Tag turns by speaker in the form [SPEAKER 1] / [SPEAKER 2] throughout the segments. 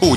[SPEAKER 1] 不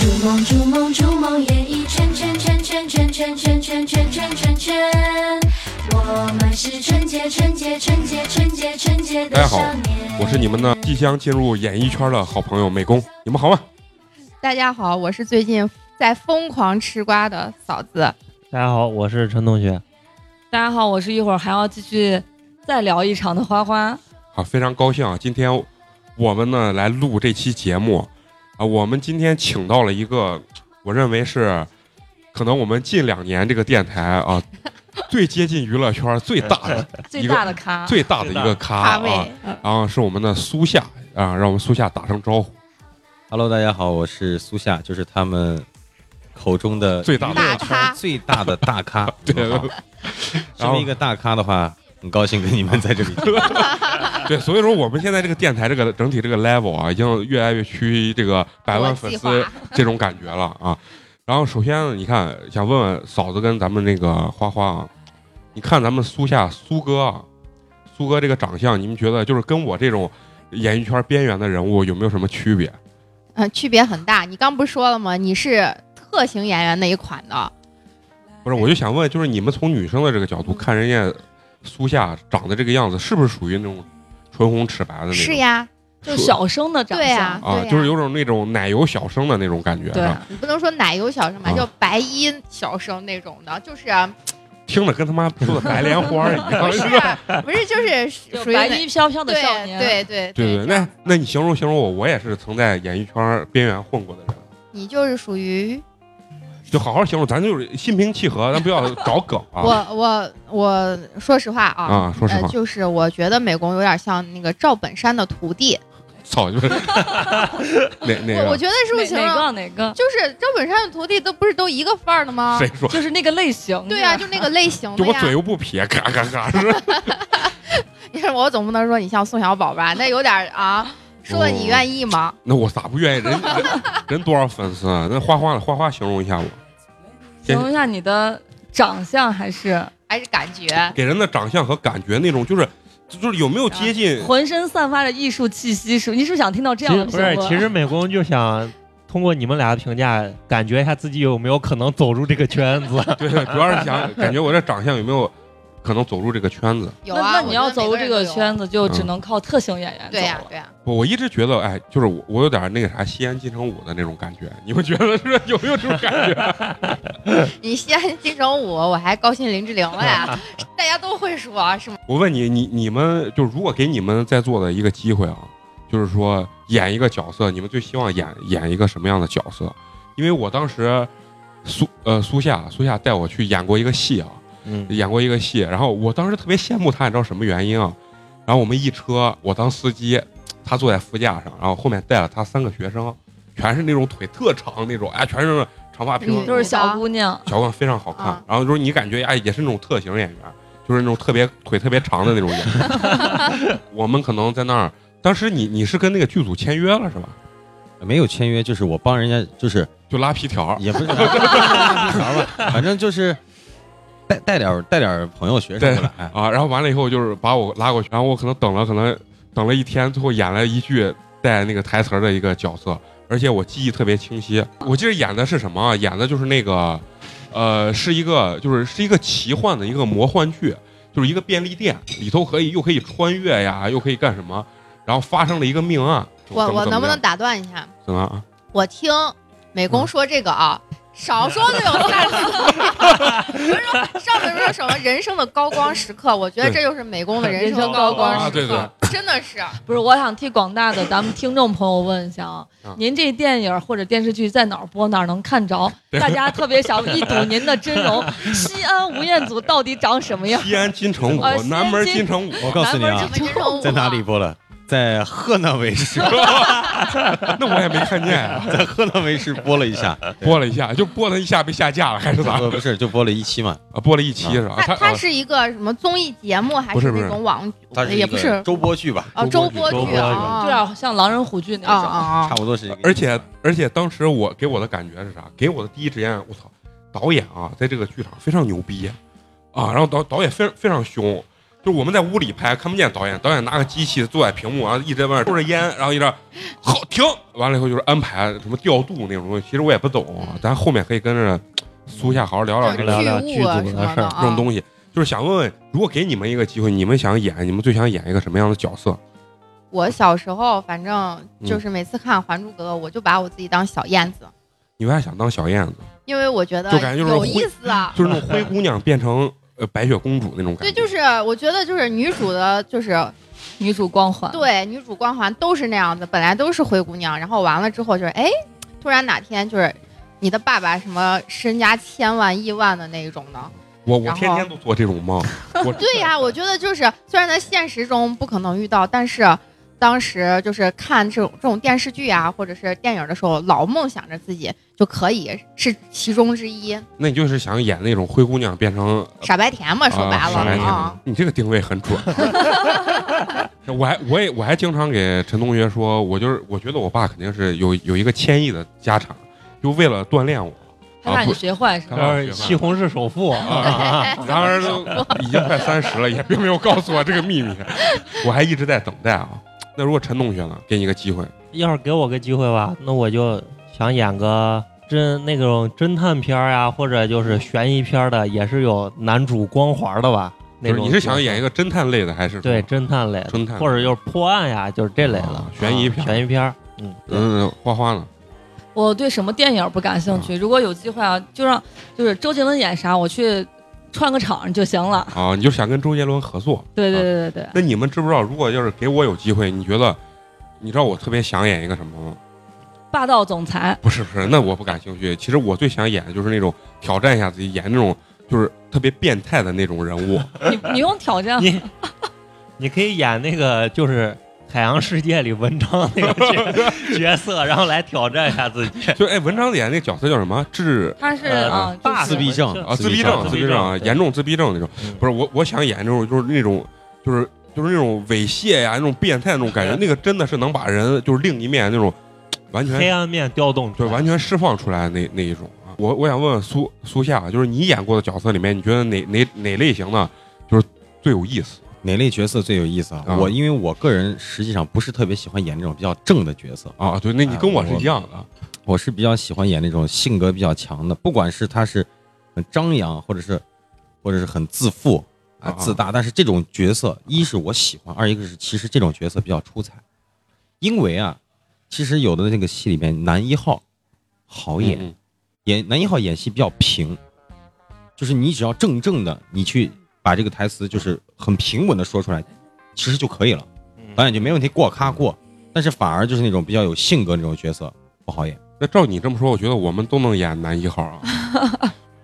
[SPEAKER 2] 逐梦逐梦逐梦演艺圈圈圈圈圈圈圈圈圈圈圈圈，我们是纯洁纯洁纯洁纯洁纯洁
[SPEAKER 1] 大
[SPEAKER 2] 的
[SPEAKER 1] 家好
[SPEAKER 2] 少年。
[SPEAKER 1] 我是你们的即将进入演艺圈的好朋友美工，你们好吗？
[SPEAKER 3] 大家好，我是最近在疯狂吃瓜的嫂子。
[SPEAKER 1] 啊
[SPEAKER 4] 大家好，我是陈同学。
[SPEAKER 5] 大家好，我是一会儿还要继续再聊一场的花 花。
[SPEAKER 1] 好，非常高兴啊！今天我们呢来录这期节目啊，我们今天请到了一个，我认为是可能我们近两年这个电台啊最接近娱乐圈最大 的
[SPEAKER 5] 最大的咖，
[SPEAKER 1] 最大的一个咖
[SPEAKER 3] 咖位呃
[SPEAKER 1] 啊，，然后是我们的苏夏啊，让我们苏夏打声招呼。
[SPEAKER 6] Hello，大家好，我是苏夏，就是他们口中的
[SPEAKER 1] 最大的
[SPEAKER 6] 娱乐
[SPEAKER 3] 大咖
[SPEAKER 6] 圈最大的大 咖。
[SPEAKER 1] 对
[SPEAKER 6] 好身为一个大咖的话，很高兴跟你们在这里。
[SPEAKER 1] 对，所以说我们现在这个电台这个整体这个 level 啊，已经越来越趋这个百万粉
[SPEAKER 3] 国际
[SPEAKER 1] 丝
[SPEAKER 3] 化
[SPEAKER 1] 这种感觉了啊。然后首先呢你看，想问问嫂子跟咱们那个花花啊，你看咱们苏夏苏哥啊，苏哥这个长相，你们觉得就是跟我这种演艺圈边缘的人物有没有什么区别？
[SPEAKER 3] 嗯、区别很大。你刚不是说了吗？你是特型演员那一款的，
[SPEAKER 1] 嗯不是，我就想问，就是你们从女生的这个角度看人家苏夏长得这个样子，是不是属于那种唇红齿白的那种？
[SPEAKER 3] 是呀，
[SPEAKER 5] 就是小生的长相。
[SPEAKER 3] 对呀、
[SPEAKER 1] 啊，
[SPEAKER 3] 对呀、
[SPEAKER 1] 就是有种那种奶油小生的那种感觉，
[SPEAKER 5] 对
[SPEAKER 1] 是吧
[SPEAKER 5] 啊
[SPEAKER 3] 你不能说奶油小生吧，
[SPEAKER 1] 啊
[SPEAKER 3] 就白衣小生那种的，就是啊
[SPEAKER 1] 听着跟他妈说的白莲花一
[SPEAKER 3] 不是啊
[SPEAKER 1] 样。
[SPEAKER 3] 不是就是
[SPEAKER 5] 就
[SPEAKER 3] 属于
[SPEAKER 5] 白
[SPEAKER 3] 那
[SPEAKER 5] 衣飘飘的少
[SPEAKER 3] 对
[SPEAKER 5] 年。，啊
[SPEAKER 3] 对对
[SPEAKER 1] 对对，
[SPEAKER 3] 这样
[SPEAKER 1] 那那你形容形容我，我也是曾在演艺圈边缘混过的人，
[SPEAKER 3] 你就是属于
[SPEAKER 1] 就好好形容，咱就是心平气和，咱不要找梗啊
[SPEAKER 3] 我我我说实话啊。
[SPEAKER 1] 啊！说实
[SPEAKER 3] 呃，
[SPEAKER 1] 话，
[SPEAKER 3] 就是我觉得美工有点像那个赵本山的徒弟，
[SPEAKER 1] 操， 就是哪哪
[SPEAKER 3] 我我
[SPEAKER 1] 个
[SPEAKER 3] 觉得是不是啊形
[SPEAKER 5] 哪
[SPEAKER 3] 容
[SPEAKER 5] 个哪个？
[SPEAKER 3] 就是赵本山的徒弟，都不是都一个范儿的吗
[SPEAKER 1] 谁？说？
[SPEAKER 5] 就是那个类型。
[SPEAKER 3] 对啊，
[SPEAKER 5] 是吧
[SPEAKER 3] 就那个类型
[SPEAKER 1] 就
[SPEAKER 3] 的
[SPEAKER 1] 我
[SPEAKER 3] 呀
[SPEAKER 1] 嘴。又不撇，嘎嘎嘎，是吧
[SPEAKER 3] 你看 我总不能说你像宋小宝吧？那有点儿啊，说的
[SPEAKER 1] 哦
[SPEAKER 3] 你愿意吗？
[SPEAKER 1] 那我咋不愿意？人人人多少粉丝啊？那花花花花形容一下我，
[SPEAKER 5] 形容一下你的长相还是
[SPEAKER 3] 还是感觉
[SPEAKER 1] 给人的长相和感觉那种，就是就是有没有接近？
[SPEAKER 5] 浑身散发着艺术气息？是你是不是想听到这
[SPEAKER 4] 其
[SPEAKER 5] 样
[SPEAKER 4] 实不
[SPEAKER 5] 的啊评
[SPEAKER 4] 是
[SPEAKER 5] 论？，
[SPEAKER 4] 其实美工就想通过你们俩的评价，感觉一下自己有没有可能走入这个圈 子。
[SPEAKER 3] 啊
[SPEAKER 1] 对，主要是想感觉我这长相有没有可能走入这个圈子？
[SPEAKER 3] 有
[SPEAKER 5] 那
[SPEAKER 3] 啊。
[SPEAKER 5] 那你要走入这个圈
[SPEAKER 3] 子，
[SPEAKER 5] 子，就只
[SPEAKER 4] 嗯
[SPEAKER 5] 能靠特型演员走
[SPEAKER 3] 对啊呀
[SPEAKER 5] 了。
[SPEAKER 3] 对呀，
[SPEAKER 1] 我我一直觉得，哎，就是我我有点那个啥西安金城武的那种感觉，你们觉得是有没有这种感觉？
[SPEAKER 3] 你西安 金城武，我还高兴林志玲 了呀，大家都会说啊是吗？
[SPEAKER 1] 我问你，你你们就如果给你们在座的一个机会啊，就是说演一个角色，你们最希望演演一个什么样的角色？因为我当时苏呃苏夏苏夏带我去演过一个戏啊，
[SPEAKER 4] 嗯，
[SPEAKER 1] 演过一个戏，然后我当时特别羡慕他，你知道什么原因啊？然后我们一车，我当司机，他坐在副驾上，然后后面带了他三个学生，全是那种腿特长那种，哎，全是长发
[SPEAKER 3] 嗯
[SPEAKER 1] 飘。
[SPEAKER 5] 就是小姑娘，
[SPEAKER 1] 小冠非常好看
[SPEAKER 3] 啊，
[SPEAKER 1] 然后就是你感觉哎，也是那种特型演员，就是那种特别腿特别长的那种演员。我们可能在那儿，当时你你是跟那个剧组签约了是吧？
[SPEAKER 6] 没有签约，就是我帮人家，就是
[SPEAKER 1] 就拉皮条，
[SPEAKER 6] 也不是反正就是带带点儿带点儿朋友学生过来。哎
[SPEAKER 1] 啊，然后完了以后就是把我拉过去，然后我可能等了可能等了一天，最后演了一句带那个台词儿的一个角色，而且我记忆特别清晰。我记得演的是什么啊？演的就是那个，呃，是一个就是是一个奇幻的一个魔幻剧，就是一个便利店里头可以又可以穿越呀，又可以干什么，然后发生了一个命案。
[SPEAKER 3] 我
[SPEAKER 1] 怎么
[SPEAKER 3] 我
[SPEAKER 1] 怎么
[SPEAKER 3] 能不能
[SPEAKER 1] 样嗯
[SPEAKER 3] 打断一下？
[SPEAKER 1] 怎么啊？
[SPEAKER 3] 我听美工说这个啊，少说这种大词。 不是说上面说什么人生的高光时刻，我觉得这就是美工的人生的高光时刻。
[SPEAKER 1] 啊，对对，
[SPEAKER 3] 真的是
[SPEAKER 5] 不是，我想替广大的咱们听众朋友问一下啊
[SPEAKER 1] 啊，
[SPEAKER 5] 您这电影或者电视剧在哪儿播，哪儿能看着？大家特别想一睹您的真容，西安吴彦祖到底长什么样？
[SPEAKER 1] 西安金 城武
[SPEAKER 5] 哦西，安
[SPEAKER 1] 南门
[SPEAKER 5] 金
[SPEAKER 1] 金城武，
[SPEAKER 6] 我告诉你
[SPEAKER 5] 南
[SPEAKER 6] 啊
[SPEAKER 5] 门，
[SPEAKER 3] 这么真容我
[SPEAKER 6] 在哪里播了？在河南卫视，
[SPEAKER 1] 那我也没看见 啊，
[SPEAKER 6] 在河南卫视播了 一下，
[SPEAKER 1] 播了一下，就播了一下被下架了，还是咋？
[SPEAKER 6] 不不是就播了一期嘛？
[SPEAKER 1] 啊，播了一期是吧？
[SPEAKER 3] 它它
[SPEAKER 1] 啊
[SPEAKER 3] 是一个什么综艺节目还
[SPEAKER 1] 不是不是
[SPEAKER 3] 那种网
[SPEAKER 6] 它一
[SPEAKER 3] 也
[SPEAKER 6] 个
[SPEAKER 3] 不是
[SPEAKER 6] 周播剧吧，
[SPEAKER 3] 啊周播
[SPEAKER 4] 周播
[SPEAKER 3] 剧
[SPEAKER 4] 剧
[SPEAKER 3] 啊，
[SPEAKER 5] 有点像狼人虎剧那
[SPEAKER 3] 啊
[SPEAKER 5] 种。
[SPEAKER 3] 啊
[SPEAKER 6] 差
[SPEAKER 3] 啊！
[SPEAKER 6] 不多是一个意思。
[SPEAKER 1] 而且而且当时我给我的感觉是啥？给我的第一直觉，我操，导演啊，在这个剧场非常牛逼啊，然后导导演非非常凶。就是我们在屋里拍看不见导演，导演拿个机器坐在屏幕，然后一直在外面抽着烟，然后一直好停，完了以后就是安排什么调度那种东西，其实我也不懂，
[SPEAKER 3] 嗯
[SPEAKER 1] 咱后面可以跟着苏夏好好聊聊这
[SPEAKER 3] 就
[SPEAKER 1] 个
[SPEAKER 3] 是
[SPEAKER 4] 聊聊
[SPEAKER 3] 剧务啊
[SPEAKER 4] 剧
[SPEAKER 3] 什
[SPEAKER 4] 组
[SPEAKER 3] 么
[SPEAKER 4] 的事
[SPEAKER 3] 的
[SPEAKER 4] 儿
[SPEAKER 1] 这种
[SPEAKER 3] 啊，
[SPEAKER 1] 东西，就是想问问，如果给你们一个机会，你们想演，你们最想演一个什么样的角色？
[SPEAKER 3] 我小时候反正
[SPEAKER 1] 嗯
[SPEAKER 3] 就是每次看《还珠格格》，我就把我自己当小燕子，
[SPEAKER 1] 你为啥想当小燕子？
[SPEAKER 3] 因为我觉得
[SPEAKER 1] 就感觉就是
[SPEAKER 3] 有
[SPEAKER 1] 灰
[SPEAKER 3] 意思啊。
[SPEAKER 1] 就是 那种灰姑娘变成呃白雪公主那种感
[SPEAKER 3] 对，
[SPEAKER 1] 觉。
[SPEAKER 3] 就是我觉得就是女主的，就是
[SPEAKER 5] 女主光环。
[SPEAKER 3] 对女主光环都是那样子，本来都是灰姑娘，然后完了之后就是哎，突然哪天就是你的爸爸什么身家千万亿万的那一种的。
[SPEAKER 1] 我我
[SPEAKER 3] 然后
[SPEAKER 1] 天天都做这种梦，我
[SPEAKER 3] 对呀、我觉得就是虽然在现实中不可能遇到，但是当时就是看这种这种电视剧啊，或者是电影的时候，老梦想着自己就可以是其中之一，
[SPEAKER 1] 那你就是想演那种灰姑娘变成
[SPEAKER 3] 傻白甜嘛，说白
[SPEAKER 1] 啊
[SPEAKER 3] 了
[SPEAKER 1] 傻白甜
[SPEAKER 3] 啊，
[SPEAKER 1] 你这个定位很准。 我还我也我还经常给陈同学说，我就是我觉得我爸肯定是有有一个千亿的家产，就为了锻炼我。
[SPEAKER 5] 他怕
[SPEAKER 1] 啊不
[SPEAKER 5] 你学坏是吧？
[SPEAKER 1] 啊
[SPEAKER 4] 是西红柿首 富啊，
[SPEAKER 3] 哎
[SPEAKER 1] 然而都已经快三十了，也并没有告诉我这个秘密， 我还一直在等待啊。那如果陈同学呢，给你一个机会，
[SPEAKER 4] 要是给我个机会吧，那我就想演个侦那种侦探片儿呀，或者就是悬疑片儿的，也是有男主光环的吧。那
[SPEAKER 1] 就是
[SPEAKER 4] 种
[SPEAKER 1] 你是想
[SPEAKER 4] 角色
[SPEAKER 1] 演一个侦探类的，还是
[SPEAKER 4] 对侦探类的，
[SPEAKER 1] 侦探
[SPEAKER 4] 或者就是破案呀，就是这类的、
[SPEAKER 1] 啊悬疑片
[SPEAKER 4] 悬疑片儿，嗯，对
[SPEAKER 1] 嗯花花呢？
[SPEAKER 5] 我对什么电影不感兴趣，如果有机会啊，就让就是周杰伦演啥，我去串个场就行了。
[SPEAKER 1] 啊，你就想跟周杰伦合作？
[SPEAKER 5] 对对对对对，
[SPEAKER 1] 那你们知不知道，如果要是给我有机会，你觉得，你知道我特别想演一个什么吗？
[SPEAKER 5] 霸道总裁，
[SPEAKER 1] 不是不是，那我不感兴趣。其实我最想演的就是那种挑战一下自己，演那种就是特别变态的那种人 物。
[SPEAKER 5] 你你用挑战
[SPEAKER 4] 你你可以演那个就是海洋世界里文章那个角角色，然后来挑战一下自己。
[SPEAKER 1] 就哎，文章演那角色叫什么？治
[SPEAKER 5] 他是
[SPEAKER 4] 呃
[SPEAKER 5] 啊，就是
[SPEAKER 4] 霸
[SPEAKER 6] 自闭症
[SPEAKER 1] 啊，自闭症，嗯
[SPEAKER 4] 自
[SPEAKER 1] 自
[SPEAKER 4] 闭
[SPEAKER 1] 闭症啊，
[SPEAKER 4] 症对
[SPEAKER 1] 严重自闭症那种。不是我，我想演那种就是那种就是就是那种猥亵呀，那种变态那种感觉，那个真的是能把人就是另一面那种完全
[SPEAKER 4] 黑暗面调动出
[SPEAKER 1] 对
[SPEAKER 4] 来，
[SPEAKER 1] 完全释放出来的那那一种啊。我我想问问苏苏夏，啊就是你演过的角色里面，你觉得哪哪哪类型的就是最有意思？
[SPEAKER 6] 哪类角色最有意思啊？
[SPEAKER 1] 啊
[SPEAKER 6] 我因为我个人实际上不是特别喜欢演那种比较正的角色，
[SPEAKER 1] 啊，对，那你
[SPEAKER 6] 哎
[SPEAKER 1] 跟我是
[SPEAKER 6] 我
[SPEAKER 1] 一样的，啊
[SPEAKER 6] 我是比较喜欢演那种性格比较强的，不管是他是很张扬，或者是或者是很自负啊
[SPEAKER 1] 啊
[SPEAKER 6] 自大，但是这种角色，一是我喜欢，二一个是其实这种角色比较出彩，因为啊，其实有的那个戏里面男一号好演，
[SPEAKER 1] 嗯
[SPEAKER 6] 演男一号演戏比较平，就是你只要正正的，你去把这个台词就是很平稳的说出来，其实就可以了，
[SPEAKER 4] 嗯
[SPEAKER 6] 导演就没问题过咔过，但是反而就是那种比较有性格那种角色不好演。
[SPEAKER 1] 那照你这么说，我觉得我们都能演男一号 啊。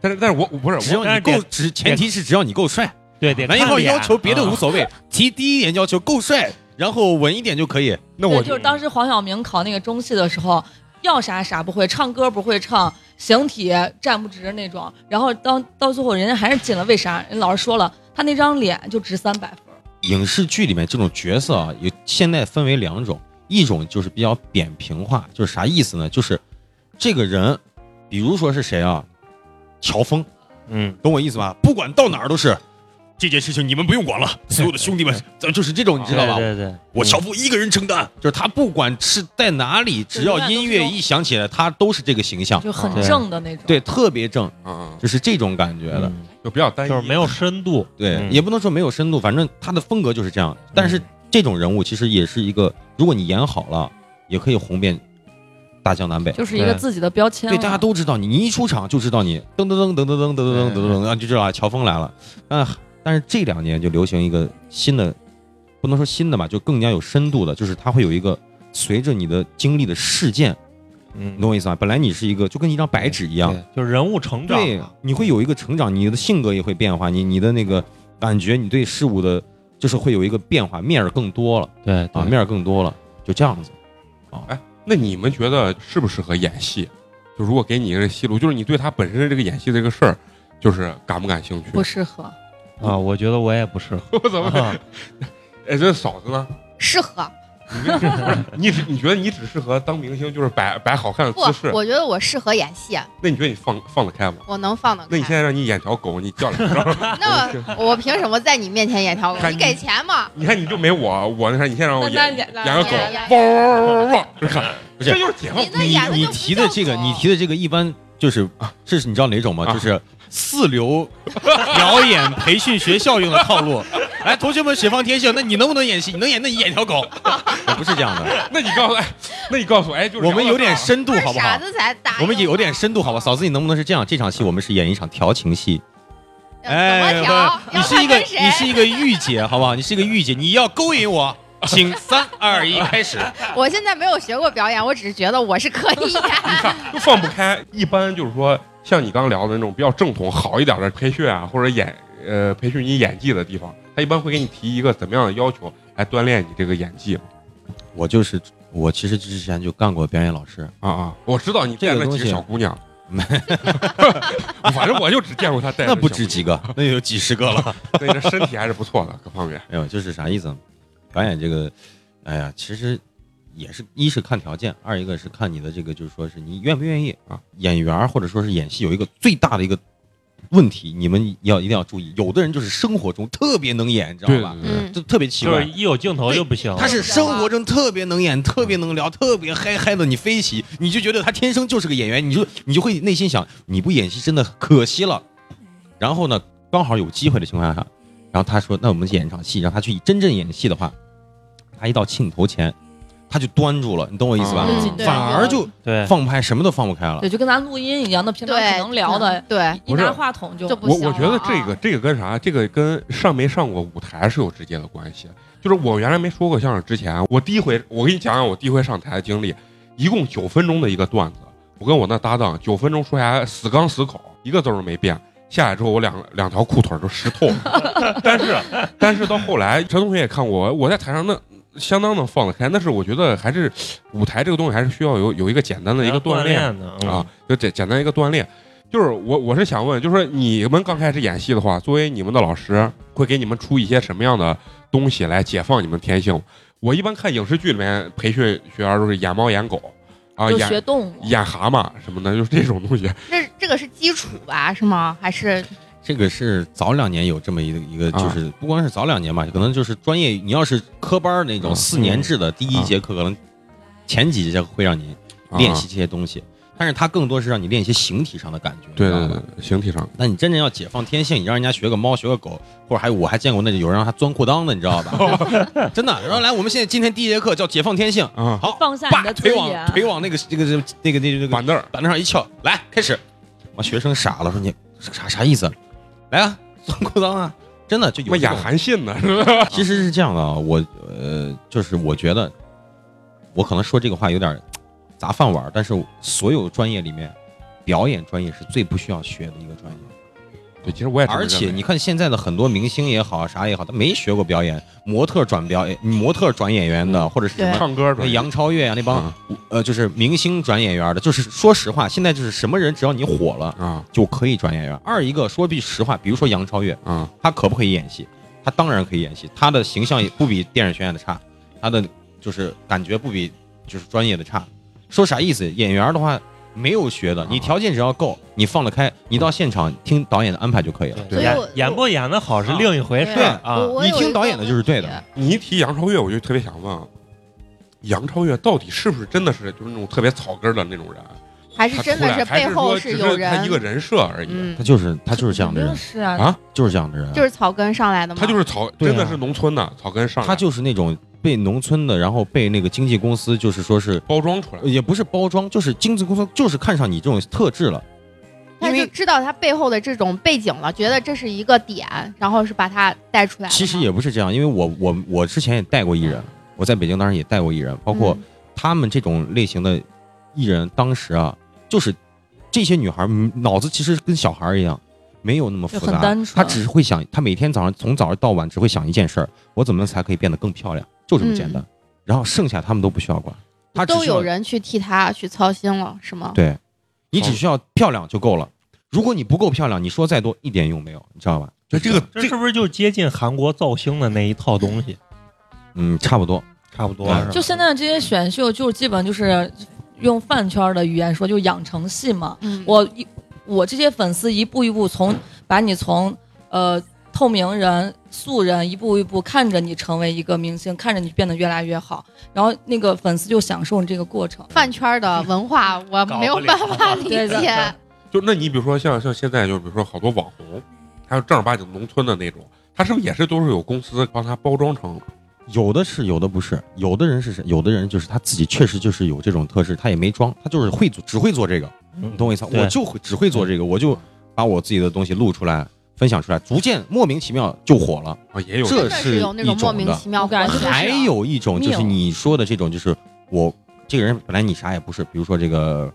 [SPEAKER 1] 但是，但是我我不是
[SPEAKER 6] 只
[SPEAKER 1] 我
[SPEAKER 6] 要你
[SPEAKER 4] 但
[SPEAKER 6] 够
[SPEAKER 4] 是，
[SPEAKER 6] 只前提是只要你够帅。
[SPEAKER 4] 对得看
[SPEAKER 6] 男一号
[SPEAKER 4] 脸
[SPEAKER 6] 要求别的
[SPEAKER 4] 啊
[SPEAKER 6] 无 所谓，提第一点要求够帅，然后稳一点就可以。
[SPEAKER 1] 那
[SPEAKER 5] 对，
[SPEAKER 1] 我
[SPEAKER 5] 就是当时黄晓明考那个中戏的时候，要啥啥不会，唱歌不会唱，形体站不直那种。然后当到最后，人家还是进了，为啥？人老师说了，他那张脸就值三百分。
[SPEAKER 6] 影视剧里面这种角色啊，有现在分为两种，一种就是比较扁平化，就是啥意思呢？就是这个人，比如说是谁啊，乔峰，
[SPEAKER 4] 嗯，
[SPEAKER 6] 懂我意思吧？不管到哪儿都是。这件事情你们不用管了，所有的兄弟们，咱就是这种，你知道吧？
[SPEAKER 4] 对对对，
[SPEAKER 6] 我乔布一个人承担，就是他不管是在哪里，只要音乐一响起来，他都是这个形象，
[SPEAKER 5] 就很
[SPEAKER 1] 对
[SPEAKER 5] 正的那种。
[SPEAKER 6] 对，特别正，
[SPEAKER 1] 啊，
[SPEAKER 6] 就是这种感觉的。
[SPEAKER 4] 嗯
[SPEAKER 1] 就比较单一，
[SPEAKER 4] 就是没有深度，
[SPEAKER 6] 对，
[SPEAKER 4] 嗯
[SPEAKER 6] 也不能说没有深度，反正他的风格就是这样。但是这种人物其实也是一个，如果你演好了，也可以红遍大江南北。
[SPEAKER 5] 就是一个
[SPEAKER 4] 对
[SPEAKER 5] 自己的标签了。
[SPEAKER 6] 对，大家都知道你，你一出场就知道你噔噔噔噔噔噔噔噔噔噔噔，啊，就知道啊，乔峰来了。啊，但是这两年就流行一个新的不能说新的吧，就更加有深度的，就是它会有一个随着你的经历的事件，
[SPEAKER 7] 嗯
[SPEAKER 6] 你懂我意思吧？本来你是一个就跟一张白纸一样，
[SPEAKER 4] 就是人物成长
[SPEAKER 6] 对
[SPEAKER 4] 嘛，，
[SPEAKER 6] 你会有一个成长，你的性格也会变化，你你的那个感觉，你对事物的，就是会有一个变化，面儿更多了
[SPEAKER 4] 对
[SPEAKER 6] 啊，
[SPEAKER 4] 对，
[SPEAKER 6] 面儿更多了，就这样子。
[SPEAKER 1] 那你们觉得适不适合演戏？啊就如果给你一个戏路，就是你对他本身这个演戏这个事儿，就是感不感兴趣？
[SPEAKER 5] 不适合。
[SPEAKER 4] 啊，我觉得我也不适合。
[SPEAKER 1] 我怎么？
[SPEAKER 4] 啊
[SPEAKER 1] 哎，这嫂子呢？
[SPEAKER 3] 适合
[SPEAKER 1] 你只你觉得你只适合当明星，就是摆摆好看的
[SPEAKER 3] 不
[SPEAKER 1] 姿势？？
[SPEAKER 3] 我觉得我适合演戏，
[SPEAKER 1] 那你觉得你放放得开吗？
[SPEAKER 3] 我能放得
[SPEAKER 1] 那你现
[SPEAKER 3] 开。
[SPEAKER 1] 在让你演条狗，你叫 两声，
[SPEAKER 3] 那我凭什么在你面前演条狗？
[SPEAKER 1] 看
[SPEAKER 3] 你
[SPEAKER 1] 你
[SPEAKER 3] 给钱嘛？哎
[SPEAKER 1] 你看你就没我，我那啥，你先让我
[SPEAKER 5] 那
[SPEAKER 1] 演
[SPEAKER 5] 那
[SPEAKER 1] 演
[SPEAKER 5] 演
[SPEAKER 1] 个狗，
[SPEAKER 3] 演演
[SPEAKER 1] 汪汪汪汪汪，这看
[SPEAKER 6] 不是
[SPEAKER 1] 这就是解放
[SPEAKER 3] 你那演的
[SPEAKER 6] 你
[SPEAKER 3] 就不
[SPEAKER 6] 提的这个，
[SPEAKER 3] 叫狗
[SPEAKER 6] 你提的这个一般就是这是你知道哪种吗？
[SPEAKER 1] 啊
[SPEAKER 6] 就是四 流
[SPEAKER 7] 表演培训学校用的套路。
[SPEAKER 6] 哎
[SPEAKER 7] 来，同学们，雪放天性，那你能不能演戏？你能演，那你演条 狗。
[SPEAKER 6] 不是这样的，
[SPEAKER 1] 那你告诉，哎，那你告诉我，哎，就是
[SPEAKER 6] 我们有点深度
[SPEAKER 3] 不是
[SPEAKER 6] 好不
[SPEAKER 3] 傻
[SPEAKER 6] 好？
[SPEAKER 3] 子才打。
[SPEAKER 6] 我们有点深度好吧？嫂
[SPEAKER 3] 子，
[SPEAKER 6] 子，你能不能是这样？这场戏我们是演一场调情戏，
[SPEAKER 3] 呃怎么
[SPEAKER 6] 哎
[SPEAKER 3] 调？
[SPEAKER 7] 不你
[SPEAKER 3] 要
[SPEAKER 7] 是
[SPEAKER 3] 看
[SPEAKER 7] 一个
[SPEAKER 3] 跟谁？
[SPEAKER 7] 你是一个御姐，好不好？你是一个御姐，你要勾引我，请三二一 开始。
[SPEAKER 3] 我现在没有学过表演，我只是觉得我是可以演。
[SPEAKER 1] 你看就放不开。一般就是说，像你刚聊的那种比较正统、好一点的培训啊，或者演呃培训你演技的地方，他一般会给你提一个怎么样的要求来锻炼你这个演技
[SPEAKER 6] 我就是我其实之前就干过表演老师，
[SPEAKER 1] 啊啊！我知道你带了几个
[SPEAKER 6] 这个东西
[SPEAKER 1] 小姑 娘，反正我就只见过他带着
[SPEAKER 6] 那不
[SPEAKER 1] 小
[SPEAKER 6] 止几个， 那有几十个了。
[SPEAKER 1] 姑娘，那这身体还是不错的，各方面。
[SPEAKER 6] 没有，就是啥意思呢？表演这个，哎呀，其实也是一是看条件，二一个是看你的这个，就是说是你愿不愿意啊。演员儿或者说是演戏有一个最大的一个问题，你们要一定要注意，有的人就是生活中特别能演，你知道吧？
[SPEAKER 1] 对
[SPEAKER 3] 嗯，
[SPEAKER 6] 就特别 奇
[SPEAKER 4] 就是
[SPEAKER 6] 怪。
[SPEAKER 4] 一有镜头就不
[SPEAKER 1] 哦
[SPEAKER 4] 行了。
[SPEAKER 6] 他是生活中特别能演，特别能聊，特别嗨嗨的，你飞起，你就觉得他天生就是个演员，你就你就会内心想，你不演戏真的可惜了。然后呢，刚好有机会的情况下，然后他说，那我们演一场戏，让他去真正演戏的话，他一到镜头前，他就端住了，你懂我意思吧？
[SPEAKER 1] 嗯
[SPEAKER 5] 自己对
[SPEAKER 6] 反而就
[SPEAKER 4] 对，
[SPEAKER 6] 放不开，什么都放不开了。
[SPEAKER 5] 对，就跟咱录音一样，那平常
[SPEAKER 3] 对，嗯
[SPEAKER 5] 只能聊的，哎
[SPEAKER 3] 对
[SPEAKER 5] 一
[SPEAKER 1] 不是
[SPEAKER 5] 拿话筒就
[SPEAKER 3] 就不
[SPEAKER 1] 我
[SPEAKER 3] 行
[SPEAKER 1] 我觉得
[SPEAKER 3] 了啊
[SPEAKER 1] 这个这个跟啥？这个跟上没上过舞台是有直接的关系。就是我原来没说过相声之前，我第一回我给你讲讲我第一回上台的经历，一共九分钟的一个段子，我跟我那搭档九分钟说下来死刚死口，一个字儿都没变。下来之后，我两两条裤腿儿都湿透了。 但是但是到后来，陈同学也看过我，我在台上那相当能放得开，但是我觉得还是舞台这个东西还是需要有有一个简单的一个
[SPEAKER 4] 锻
[SPEAKER 1] 锻炼。
[SPEAKER 4] 的嗯
[SPEAKER 1] 啊，，就简简单一个锻炼。就是我我是想问，就是说你们刚开始演戏的话，作为你们的老师，会给你们出一些什么样的东西来解放你们天性？我一般看影视剧里面培训学员都是演猫演狗啊，
[SPEAKER 5] 就学
[SPEAKER 1] 演
[SPEAKER 5] 动物。
[SPEAKER 1] 演蛤蟆什么的，就是这种东西。
[SPEAKER 3] 这这个是基础吧？是吗？还是
[SPEAKER 6] 这个是早两年有这么一个一个，
[SPEAKER 1] 啊
[SPEAKER 6] 就是不光是早两年吧，可能就是专业。你要是科班儿那
[SPEAKER 1] 啊
[SPEAKER 6] 种四年制的，第一节课可能前几节课会让你
[SPEAKER 1] 啊
[SPEAKER 6] 练习这些东西，但是它更多是让你练一些形体上的感觉。
[SPEAKER 1] 对
[SPEAKER 6] 你知
[SPEAKER 1] 对
[SPEAKER 6] 道
[SPEAKER 1] 对
[SPEAKER 6] 吧，
[SPEAKER 1] 形体上
[SPEAKER 6] 那你真正要解放天性，你让人家学个猫，学个狗，或者还有我还见过那有人让他钻裤裆的，你知道吧？ 真的。然后来，我们现在今天第一节课叫解放天性，
[SPEAKER 1] 啊，
[SPEAKER 6] 好，
[SPEAKER 5] 放下你
[SPEAKER 6] 把
[SPEAKER 5] 的
[SPEAKER 6] 腿
[SPEAKER 5] 尊
[SPEAKER 6] 往
[SPEAKER 5] 严，啊
[SPEAKER 6] 腿往那个那个那个那个那 个
[SPEAKER 1] 板凳儿
[SPEAKER 6] 板凳上一翘，来开始。我学生傻了，说你啥啥意思？来啊，钻裤裆啊！真的就
[SPEAKER 1] 什么
[SPEAKER 6] 有这
[SPEAKER 1] 演
[SPEAKER 6] 种
[SPEAKER 1] 韩信呢？是吧？
[SPEAKER 6] 其实是这样的啊，我呃，就是我觉得我可能说这个话有点儿砸饭碗儿，但是所有专业里面，表演专业是最不需要学的一个专业。
[SPEAKER 1] 对，其实我也这么
[SPEAKER 6] 而
[SPEAKER 1] 认
[SPEAKER 6] 且
[SPEAKER 1] 为啊
[SPEAKER 6] 你看现在的很多明星也好，啥也好，他没学过表演，模特转表演，模特转演员的，或者是什
[SPEAKER 3] 对
[SPEAKER 6] 么
[SPEAKER 1] 唱歌
[SPEAKER 6] 那
[SPEAKER 1] 专业
[SPEAKER 6] 杨超越呀、那帮
[SPEAKER 1] 啊
[SPEAKER 6] 呃，就是明星转演员的，就是说实话，现在就是什么人，只要你火了
[SPEAKER 1] 啊
[SPEAKER 6] 就可以转演员。二一个说句实话，比如说杨超越，
[SPEAKER 1] 啊，
[SPEAKER 6] 她可不可以演戏？她当然可以演戏，她的形象也不比电影学院的差，她的就是感觉不比就是专业的差。说啥意思？演员的话没有学的，你条件只要够，你放得开，你到现场听导演的安排就可以了。
[SPEAKER 3] 所以
[SPEAKER 4] 演
[SPEAKER 3] 我
[SPEAKER 4] 演不演的好是另一回事
[SPEAKER 6] 对
[SPEAKER 4] 儿啊。
[SPEAKER 3] 我
[SPEAKER 6] 你
[SPEAKER 3] 有一
[SPEAKER 6] 听
[SPEAKER 3] 个
[SPEAKER 6] 导演的就是对的
[SPEAKER 3] 问题
[SPEAKER 1] 你一提杨超越，我就特别想问，啊杨超越到底是不是真的是就是那种特别草根儿的那种人？啊
[SPEAKER 3] 还是
[SPEAKER 1] 他
[SPEAKER 3] 真
[SPEAKER 1] 出
[SPEAKER 3] 的
[SPEAKER 1] 来
[SPEAKER 3] 是
[SPEAKER 1] 还
[SPEAKER 3] 背后
[SPEAKER 1] 是说只
[SPEAKER 3] 有
[SPEAKER 1] 他一个
[SPEAKER 3] 人，
[SPEAKER 1] 人设而已。
[SPEAKER 3] 嗯
[SPEAKER 6] 他，就是他就是这样的人
[SPEAKER 5] 是啊，
[SPEAKER 1] 啊
[SPEAKER 6] 就是这样的人。
[SPEAKER 3] 就是草根上来的吗？
[SPEAKER 1] 他就是草，
[SPEAKER 6] 对啊
[SPEAKER 1] 真的是农村的草根上来，
[SPEAKER 6] 他就是那种被农村的，然后被那个经纪公司，就是说是
[SPEAKER 1] 包装出来。
[SPEAKER 6] 也不是包装，就是经纪公司就是看上你这种特质了。
[SPEAKER 3] 他
[SPEAKER 6] 因
[SPEAKER 3] 就
[SPEAKER 6] 为
[SPEAKER 3] 知道他背后的这种背景了，觉得这是一个点，然后是把他带出来的嘛。
[SPEAKER 6] 其实也不是这样，因为我我我之前也带过艺人，我在北京当时也带过艺人，包括
[SPEAKER 3] 嗯
[SPEAKER 6] 他们这种类型的艺人，当时啊，就是这些女孩儿嗯脑子其实跟小孩儿一样，没有那么
[SPEAKER 5] 就
[SPEAKER 6] 复
[SPEAKER 5] 很
[SPEAKER 6] 杂
[SPEAKER 5] 单，纯
[SPEAKER 6] 她只会想，她每天早上从早上到晚只会想一件事儿：我怎么才可以变得更漂亮？就这么简单。
[SPEAKER 5] 嗯
[SPEAKER 6] 然后剩下他们都不需要管，她只
[SPEAKER 3] 都
[SPEAKER 6] 需要
[SPEAKER 3] 有人去替他去操心了，是吗？
[SPEAKER 6] 对你只
[SPEAKER 1] 好
[SPEAKER 6] 需要漂亮就够了。如果你不够漂亮，你说再多一点用没有，你知道吧？
[SPEAKER 1] 就哎这个
[SPEAKER 4] 这是不是就接近韩国造星的那一套东西？
[SPEAKER 6] 嗯，差不多。
[SPEAKER 4] 差不多
[SPEAKER 6] 对
[SPEAKER 4] 是吧
[SPEAKER 5] 就现在这些选秀，就基本就是用饭圈的语言说，就养成系嘛。
[SPEAKER 3] 嗯，
[SPEAKER 5] 我一我这些粉丝一步一步从把你从呃透明人、素人一步一步看着你成为一个明星，看着你变得越来越好，然后那个粉丝就享受你这个过程。
[SPEAKER 3] 饭圈的文化我没有办法理
[SPEAKER 5] 对
[SPEAKER 3] 解
[SPEAKER 5] 的。
[SPEAKER 1] 就那你比如说像像现在就是比如说好多网红，还有正儿八经农村的那种，他是不是也是都是有公司帮他包装成？
[SPEAKER 6] 有的是，有的不是，有的人是，有的人就是他自己确实就是有这种特质，他也没装，他就是会做，只会做这个，你懂我意思吗？
[SPEAKER 4] 嗯对
[SPEAKER 6] 我就会只会做这个，我就把我自己的东西录出来，分享出来，逐渐莫名其妙就火了。
[SPEAKER 1] 啊，也有
[SPEAKER 6] 这
[SPEAKER 3] 真的是有那种
[SPEAKER 6] 是一种的
[SPEAKER 3] 莫名其妙
[SPEAKER 5] 我感觉
[SPEAKER 3] 火起来
[SPEAKER 6] 还
[SPEAKER 3] 了
[SPEAKER 6] 有一种就是
[SPEAKER 5] 命
[SPEAKER 6] 你说的这种，就是我这个人本来你啥也不是，比如说这个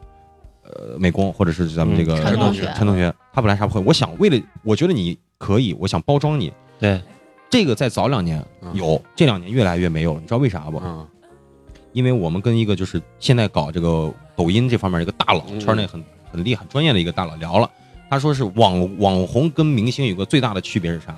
[SPEAKER 6] 呃美工或者是咱们这个
[SPEAKER 4] 嗯
[SPEAKER 3] 陈同学
[SPEAKER 6] 陈同学，他本来啥不会，我想为了我觉得你可以，我想包装你，
[SPEAKER 4] 对，
[SPEAKER 6] 这个在早两年
[SPEAKER 1] 嗯
[SPEAKER 6] 有，这两年越来越没有了，你知道为啥不？
[SPEAKER 1] 嗯，
[SPEAKER 6] 因为我们跟一个就是现在搞这个抖音这方面一个大佬，
[SPEAKER 1] 嗯
[SPEAKER 6] 圈内很很厉害、很专业的一个大佬聊了，他说是网网红跟明星有个最大的区别是啥？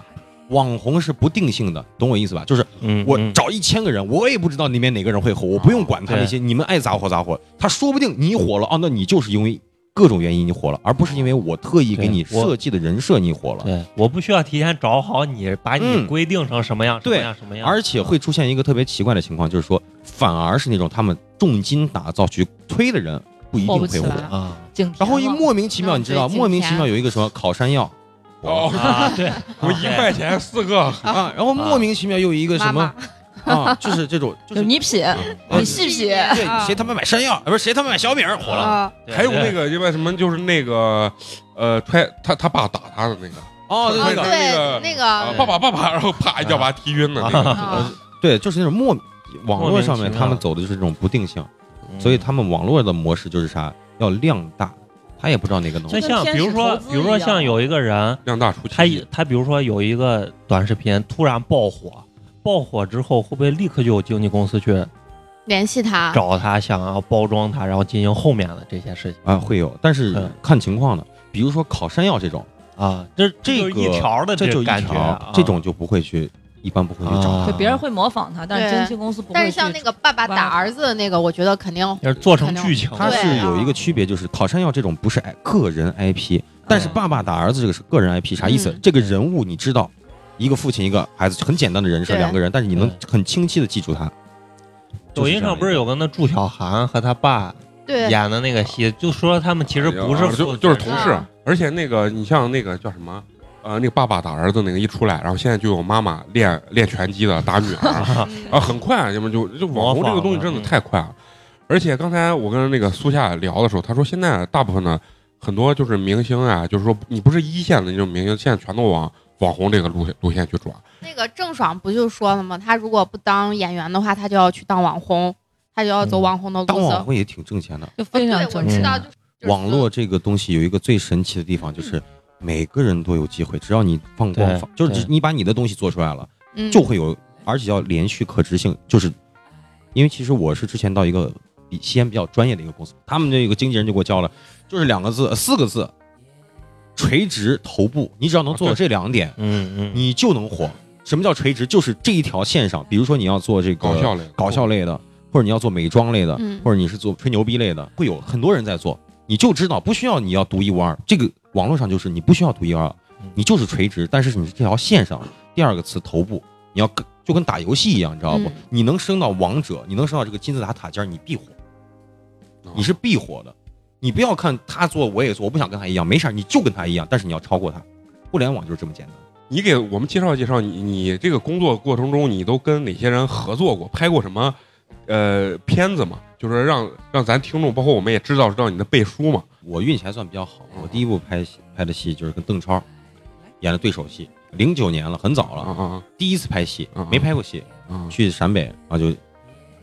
[SPEAKER 6] 网红是不定性的，懂我意思吧？就是
[SPEAKER 4] 嗯，
[SPEAKER 6] 我
[SPEAKER 4] 嗯哦
[SPEAKER 6] 找一千个人，我也不知道里面哪个人会火，我不用管他那些，你们爱咋火咋火。他说不定你火了啊，那你就是因为各种原因你火了，而不是因为我特意给你
[SPEAKER 4] 对我
[SPEAKER 6] 设计的人设你火了。
[SPEAKER 4] 对，我不需要提前找好你，把你
[SPEAKER 6] 嗯
[SPEAKER 4] 规定成什么样，什么
[SPEAKER 6] 对
[SPEAKER 4] 样，什么样，
[SPEAKER 6] 而且会出现一个特别奇怪的情况，就是说，反而是那种他们重金打造去推的人不一定
[SPEAKER 5] 火不
[SPEAKER 6] 会
[SPEAKER 5] 起
[SPEAKER 6] 火
[SPEAKER 5] 来。
[SPEAKER 4] 啊
[SPEAKER 5] 景甜
[SPEAKER 6] 然后一
[SPEAKER 5] 嘛
[SPEAKER 6] 莫名其妙，
[SPEAKER 3] 嗯
[SPEAKER 6] 你知道，
[SPEAKER 3] 对
[SPEAKER 6] 莫名
[SPEAKER 3] 景
[SPEAKER 6] 其
[SPEAKER 3] 甜
[SPEAKER 6] 妙有一个什么烤山药，
[SPEAKER 1] 哦，
[SPEAKER 4] 啊， 对，
[SPEAKER 1] 我
[SPEAKER 7] 哎
[SPEAKER 1] 一块钱四个，
[SPEAKER 6] 啊，然后莫名其妙又一个什么啊，就是 这种，就
[SPEAKER 5] 就是你品，
[SPEAKER 6] 啊
[SPEAKER 5] 你细品，
[SPEAKER 6] 对谁他妈买山药，啊不是谁他妈买小米儿火了
[SPEAKER 3] 啊，
[SPEAKER 4] 对
[SPEAKER 1] 还有那
[SPEAKER 4] 对
[SPEAKER 1] 个因为什么就是那个呃踹他他爸打他的那个
[SPEAKER 6] 哦，对
[SPEAKER 1] 啊
[SPEAKER 6] 那
[SPEAKER 3] 嗯对
[SPEAKER 6] 个
[SPEAKER 1] 那个
[SPEAKER 3] 那
[SPEAKER 1] 啊
[SPEAKER 3] 个
[SPEAKER 1] 爸爸爸爸，然后啪一脚把他踢晕的那个，呃
[SPEAKER 3] 啊
[SPEAKER 6] 对，就是那种莫网络上
[SPEAKER 4] 莫名
[SPEAKER 6] 面
[SPEAKER 4] 其妙
[SPEAKER 6] 他们走的就是这种不定性，
[SPEAKER 4] 嗯
[SPEAKER 6] 所以他们网络的模式就是啥，要量大，他也不知道哪个能火
[SPEAKER 4] 就。像
[SPEAKER 5] 跟天
[SPEAKER 4] 比如
[SPEAKER 5] 使
[SPEAKER 4] 说，
[SPEAKER 5] 投资
[SPEAKER 4] 比如说
[SPEAKER 5] 一样
[SPEAKER 4] 像有一个人，
[SPEAKER 1] 量大出奇。
[SPEAKER 4] 他一他比如说有一个短视频突然爆火，爆火之后会不会立刻就有经纪公司去
[SPEAKER 5] 啊
[SPEAKER 3] 联系他，
[SPEAKER 4] 找他，想要包装他，然后进行后面的这些事情
[SPEAKER 6] 啊，会有，但是
[SPEAKER 4] 嗯
[SPEAKER 6] 看情况的。比如说烤山药这种，
[SPEAKER 4] 啊？这这就是
[SPEAKER 6] 这个
[SPEAKER 4] 一条的
[SPEAKER 6] 这就一
[SPEAKER 4] 感觉
[SPEAKER 6] 条
[SPEAKER 4] 啊，，
[SPEAKER 6] 这种就不会去，一般不会去找。
[SPEAKER 4] 啊
[SPEAKER 5] 对别人会模仿他，但是
[SPEAKER 3] 对
[SPEAKER 5] 经纪公司不会去。
[SPEAKER 3] 但是像那个爸爸打儿子的那个，我觉得肯定
[SPEAKER 4] 要是做成剧情，
[SPEAKER 6] 它
[SPEAKER 3] 对
[SPEAKER 6] 是有一个区别，就是烤山药这种不是哎个人 IP，但是
[SPEAKER 4] 嗯
[SPEAKER 6] 爸爸打儿子这个是个人 IP，啥意思
[SPEAKER 3] 嗯？
[SPEAKER 6] 这个人物你知道，一个父亲一个孩子，很简单的人设，
[SPEAKER 3] 对
[SPEAKER 6] 两个人，但是你能
[SPEAKER 4] 对
[SPEAKER 6] 很清晰的记住他。
[SPEAKER 4] 抖音上不是有个那祝小涵和他爸
[SPEAKER 3] 对
[SPEAKER 4] 演的那个戏，就说他们其实不是
[SPEAKER 1] 啊
[SPEAKER 4] 父
[SPEAKER 1] 就
[SPEAKER 4] 子
[SPEAKER 1] 就是同事
[SPEAKER 3] 啊，
[SPEAKER 1] 而且那个你像那个叫什么？呃，那个爸爸打儿子那个一出来，然后现在就有妈妈练练拳击的打女儿啊，很快，要么就就网红这个东西真的太快了。而且刚才我跟那个苏夏聊的时候，他说现在大部分的很多就是明星啊，就是说你不是一线的那种明星，现在全都往网红这个路线路线去转。
[SPEAKER 3] 那个郑爽不就说了吗？他如果不当演员的话，他就要去当网红，他就要走网红的路
[SPEAKER 6] 嗯当网
[SPEAKER 3] 子。
[SPEAKER 6] 红也挺挣钱的。
[SPEAKER 5] 就
[SPEAKER 3] 哦对，
[SPEAKER 5] 非常
[SPEAKER 3] 我
[SPEAKER 5] 正
[SPEAKER 3] 知
[SPEAKER 5] 常。
[SPEAKER 3] 道，就是就是嗯
[SPEAKER 6] 网络这个东西有一个最神奇的地方，就是每个人都有机会，只要你放光
[SPEAKER 4] 对
[SPEAKER 6] 放，就是
[SPEAKER 4] 对
[SPEAKER 6] 只你把你的东西做出来了，
[SPEAKER 3] 嗯
[SPEAKER 6] 就会有，而且要连续可执行，就是因为其实我是之前到一个比西安比较专业的一个公司，他们这个经纪人就给我教了，就是两个字、呃四个字，垂直头部，你只要能做
[SPEAKER 1] 啊
[SPEAKER 6] 到
[SPEAKER 1] 对
[SPEAKER 6] 这两点，
[SPEAKER 4] 嗯嗯，
[SPEAKER 6] 你就能火。什么叫垂直？就是这一条线上，比如说你要做这个
[SPEAKER 1] 搞笑类的
[SPEAKER 6] 搞笑类的，或者你要做美妆类的，
[SPEAKER 3] 嗯
[SPEAKER 6] 或者你是做吹牛逼类的，会有很多人在做，你就知道不需要你要独一无二。这个网络上就是你不需要独一无二
[SPEAKER 4] 嗯，
[SPEAKER 6] 你就是垂直，但是你是这条线上。第二个词头部，你要跟就跟打游戏一样，你知道不？
[SPEAKER 3] 嗯
[SPEAKER 6] 你能升到王者，你能升到这个金字塔塔尖儿，你必火，你是必火的。你不要看他做我也做，我不想跟他一样，没事儿你就跟他一样，但是你要超过他。互联网就是这么简单。
[SPEAKER 1] 你给我们介绍介绍你，你这个工作过程中，你都跟哪些人合作过，拍过什么呃片子嘛？就是让让咱听众，包括我们也知道知道你的背书嘛。
[SPEAKER 6] 我运气还算比较好，我第一部拍戏拍的戏就是跟邓超演的对手戏，零九年了，很早了，
[SPEAKER 1] 啊啊
[SPEAKER 6] 第一次拍戏
[SPEAKER 1] 嗯嗯，
[SPEAKER 6] 没拍过戏，
[SPEAKER 1] 啊！
[SPEAKER 6] 去陕北，然后就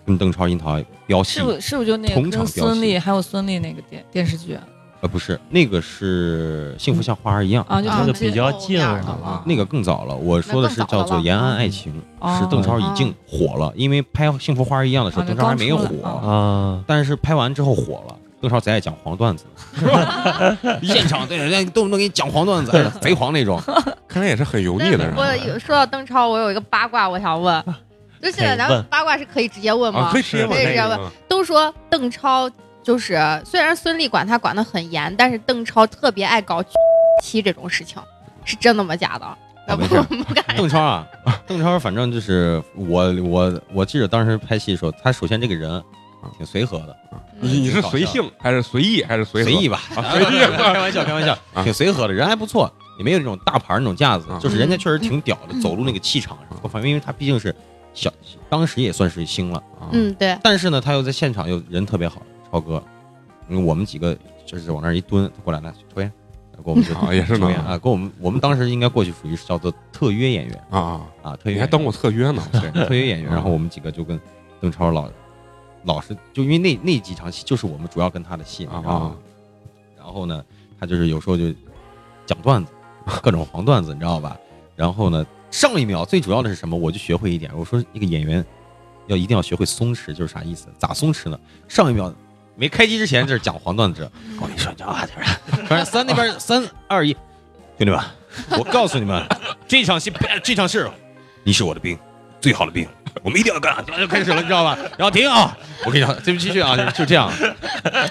[SPEAKER 6] 跟邓超、樱桃飙戏
[SPEAKER 5] 是，不是不就那个
[SPEAKER 6] 嗯同场
[SPEAKER 5] 跟
[SPEAKER 6] 飙
[SPEAKER 5] 孙
[SPEAKER 6] 戏
[SPEAKER 5] 俪还有孙俪那个电电视剧啊
[SPEAKER 6] 呃，不是，那个是《幸福像花儿一样》
[SPEAKER 5] 啊？就
[SPEAKER 3] 啊
[SPEAKER 4] 那
[SPEAKER 5] 同
[SPEAKER 4] 个
[SPEAKER 5] 期
[SPEAKER 4] 比较近
[SPEAKER 3] 了
[SPEAKER 4] 了
[SPEAKER 1] 啊
[SPEAKER 6] 那个更早了，我说的是叫做《延安爱情》，
[SPEAKER 5] 哦
[SPEAKER 6] 是邓超已经火了，因为拍《幸福花儿一样》的时候，
[SPEAKER 5] 啊
[SPEAKER 6] 邓超还没有
[SPEAKER 5] 那刚出来
[SPEAKER 6] 火，
[SPEAKER 4] 啊，
[SPEAKER 6] 但是拍完之后火了。邓超贼爱讲黄段子，现场对人家动不动给你讲黄段子，哎呀 贼黄 那种。
[SPEAKER 1] 看来也是很油腻的人啊
[SPEAKER 6] 啊
[SPEAKER 3] 我有说到邓超，我有一个八卦，我想 问，就现在咱
[SPEAKER 4] 可以
[SPEAKER 3] 们
[SPEAKER 4] 问
[SPEAKER 3] 八卦是可以直接问吗？
[SPEAKER 1] 啊，可以直接
[SPEAKER 3] 可以直接问
[SPEAKER 1] 问
[SPEAKER 3] 都说邓超就是，虽然孙俪管他管得很严，但是邓超特别爱搞 妻这种事情，是真的吗？假的？
[SPEAKER 6] 啊
[SPEAKER 3] 不
[SPEAKER 6] 没事
[SPEAKER 3] 不敢
[SPEAKER 6] 邓超啊，邓超反正就是我我我记得当时拍戏的时候，他首先这个人啊挺随和的，
[SPEAKER 1] 你你是随性还是随意还是随和
[SPEAKER 6] 随意吧，
[SPEAKER 1] 啊随意
[SPEAKER 6] 开玩笑开玩笑
[SPEAKER 1] 啊，
[SPEAKER 6] 挺随和的，人还不错，也没有那种大牌儿那种架子
[SPEAKER 1] 啊，
[SPEAKER 6] 就是人家确实挺屌的，
[SPEAKER 3] 嗯
[SPEAKER 6] 走路那个气场
[SPEAKER 1] 嗯，
[SPEAKER 6] 各方面，因为他毕竟是小，当时也算是星了，
[SPEAKER 1] 啊
[SPEAKER 3] 嗯，对，
[SPEAKER 6] 但是呢，他又在现场又人特别好，超哥，因为我们几个就是往那儿一蹲，他过来来抽烟，然后给我们就
[SPEAKER 1] 啊也是呢
[SPEAKER 6] 抽烟啊，跟我们我们当时应该过去属于是叫做特约演员
[SPEAKER 1] 啊，
[SPEAKER 6] 啊，
[SPEAKER 1] 你
[SPEAKER 6] 特约演
[SPEAKER 1] 还
[SPEAKER 6] 员
[SPEAKER 1] 当过特约呢？
[SPEAKER 6] 对，特约演员，
[SPEAKER 1] 啊
[SPEAKER 6] 然后我们几个就跟邓超老老是就因为那那几场戏就是我们主要跟他的戏嘛，然后
[SPEAKER 1] 啊
[SPEAKER 6] 然后呢，他就是有时候就讲段子，各种黄段子，你知道吧？然后呢，上一秒最主要的是什么？我就学会一点，我说一个演员要一定要学会松弛，就是啥意思？咋松弛呢？上一秒。没开机之前就是讲黄段子，我跟你说，啊你知道吧？就是，反正三那边三二一，兄弟们，我告诉你们，这场戏，这场事，你是我的兵，最好的兵，我们一定要干，然后就开始了，你知道吧？然后停啊，我跟你讲，对不起，去啊，就这样。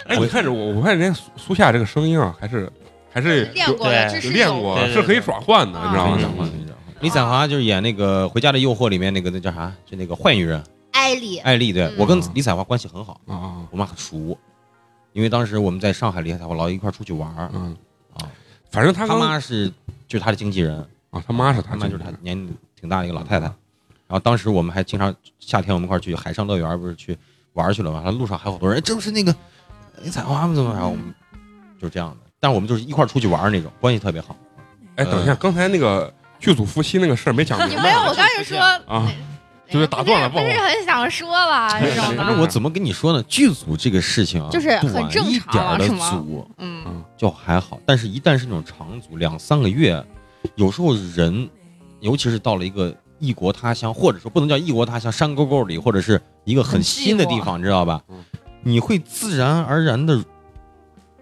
[SPEAKER 1] 哎，你看着我，我看人家苏苏夏这个声音啊，还是还是
[SPEAKER 3] 练过的，
[SPEAKER 4] 对
[SPEAKER 3] 这
[SPEAKER 1] 有
[SPEAKER 3] 是
[SPEAKER 1] 练
[SPEAKER 3] 有
[SPEAKER 1] 过，
[SPEAKER 4] 对对
[SPEAKER 1] 是可以转换的，你知道
[SPEAKER 6] 李
[SPEAKER 1] 吗
[SPEAKER 4] 嗯？
[SPEAKER 6] 展华，李展华，李展华就是演那个《回家的诱惑》里面那个那叫啥？就那个坏女人
[SPEAKER 3] 艾丽，
[SPEAKER 6] 艾丽。对
[SPEAKER 3] 嗯
[SPEAKER 6] 我跟李彩华关系很好，
[SPEAKER 1] 啊啊，
[SPEAKER 6] 我们很熟，因为当时我们在上海，李彩华老一块儿出去玩儿
[SPEAKER 1] 嗯
[SPEAKER 6] 啊。
[SPEAKER 1] 反正他
[SPEAKER 6] 他
[SPEAKER 1] 刚
[SPEAKER 6] 妈是就是他的经纪人，
[SPEAKER 1] 啊，他妈是他
[SPEAKER 6] 他妈就是他
[SPEAKER 1] 他
[SPEAKER 6] 年龄挺大的一个老太太。然后当时我们还经常夏天我们一块儿去海上乐园，不是去玩儿去了嘛？然后路上还有好多人，哎这不是那个李彩华吗？怎么？然后我们就是这样的，但是我们就是一块儿出去玩儿那种，关系特别好。
[SPEAKER 1] 哎，等
[SPEAKER 6] 嗯
[SPEAKER 1] 一下，刚才那个剧组夫妻那个事儿没讲
[SPEAKER 3] 你
[SPEAKER 1] 明
[SPEAKER 3] 没
[SPEAKER 1] 白
[SPEAKER 3] 有，我刚才说
[SPEAKER 1] 啊，就是打断了
[SPEAKER 3] 不是
[SPEAKER 1] 不
[SPEAKER 3] 不是
[SPEAKER 1] 好
[SPEAKER 3] 很想说吧，这种
[SPEAKER 6] 反正我
[SPEAKER 3] 的，
[SPEAKER 6] 怎么跟你说呢？剧组这个事情啊，
[SPEAKER 3] 就是很
[SPEAKER 6] 短
[SPEAKER 3] 正
[SPEAKER 6] 一
[SPEAKER 3] 常
[SPEAKER 6] 点儿的
[SPEAKER 3] 是吗
[SPEAKER 6] 组
[SPEAKER 3] 嗯，
[SPEAKER 6] 就还好，但是一旦是那种长组，两三个月，有时候人，尤其是到了一个异国他乡，或者说不能叫异国他乡，山沟沟里，或者是一个很
[SPEAKER 5] 很
[SPEAKER 6] 新的
[SPEAKER 5] 寂寞
[SPEAKER 6] 地方，知道吧
[SPEAKER 1] 嗯？
[SPEAKER 6] 你会自然而然的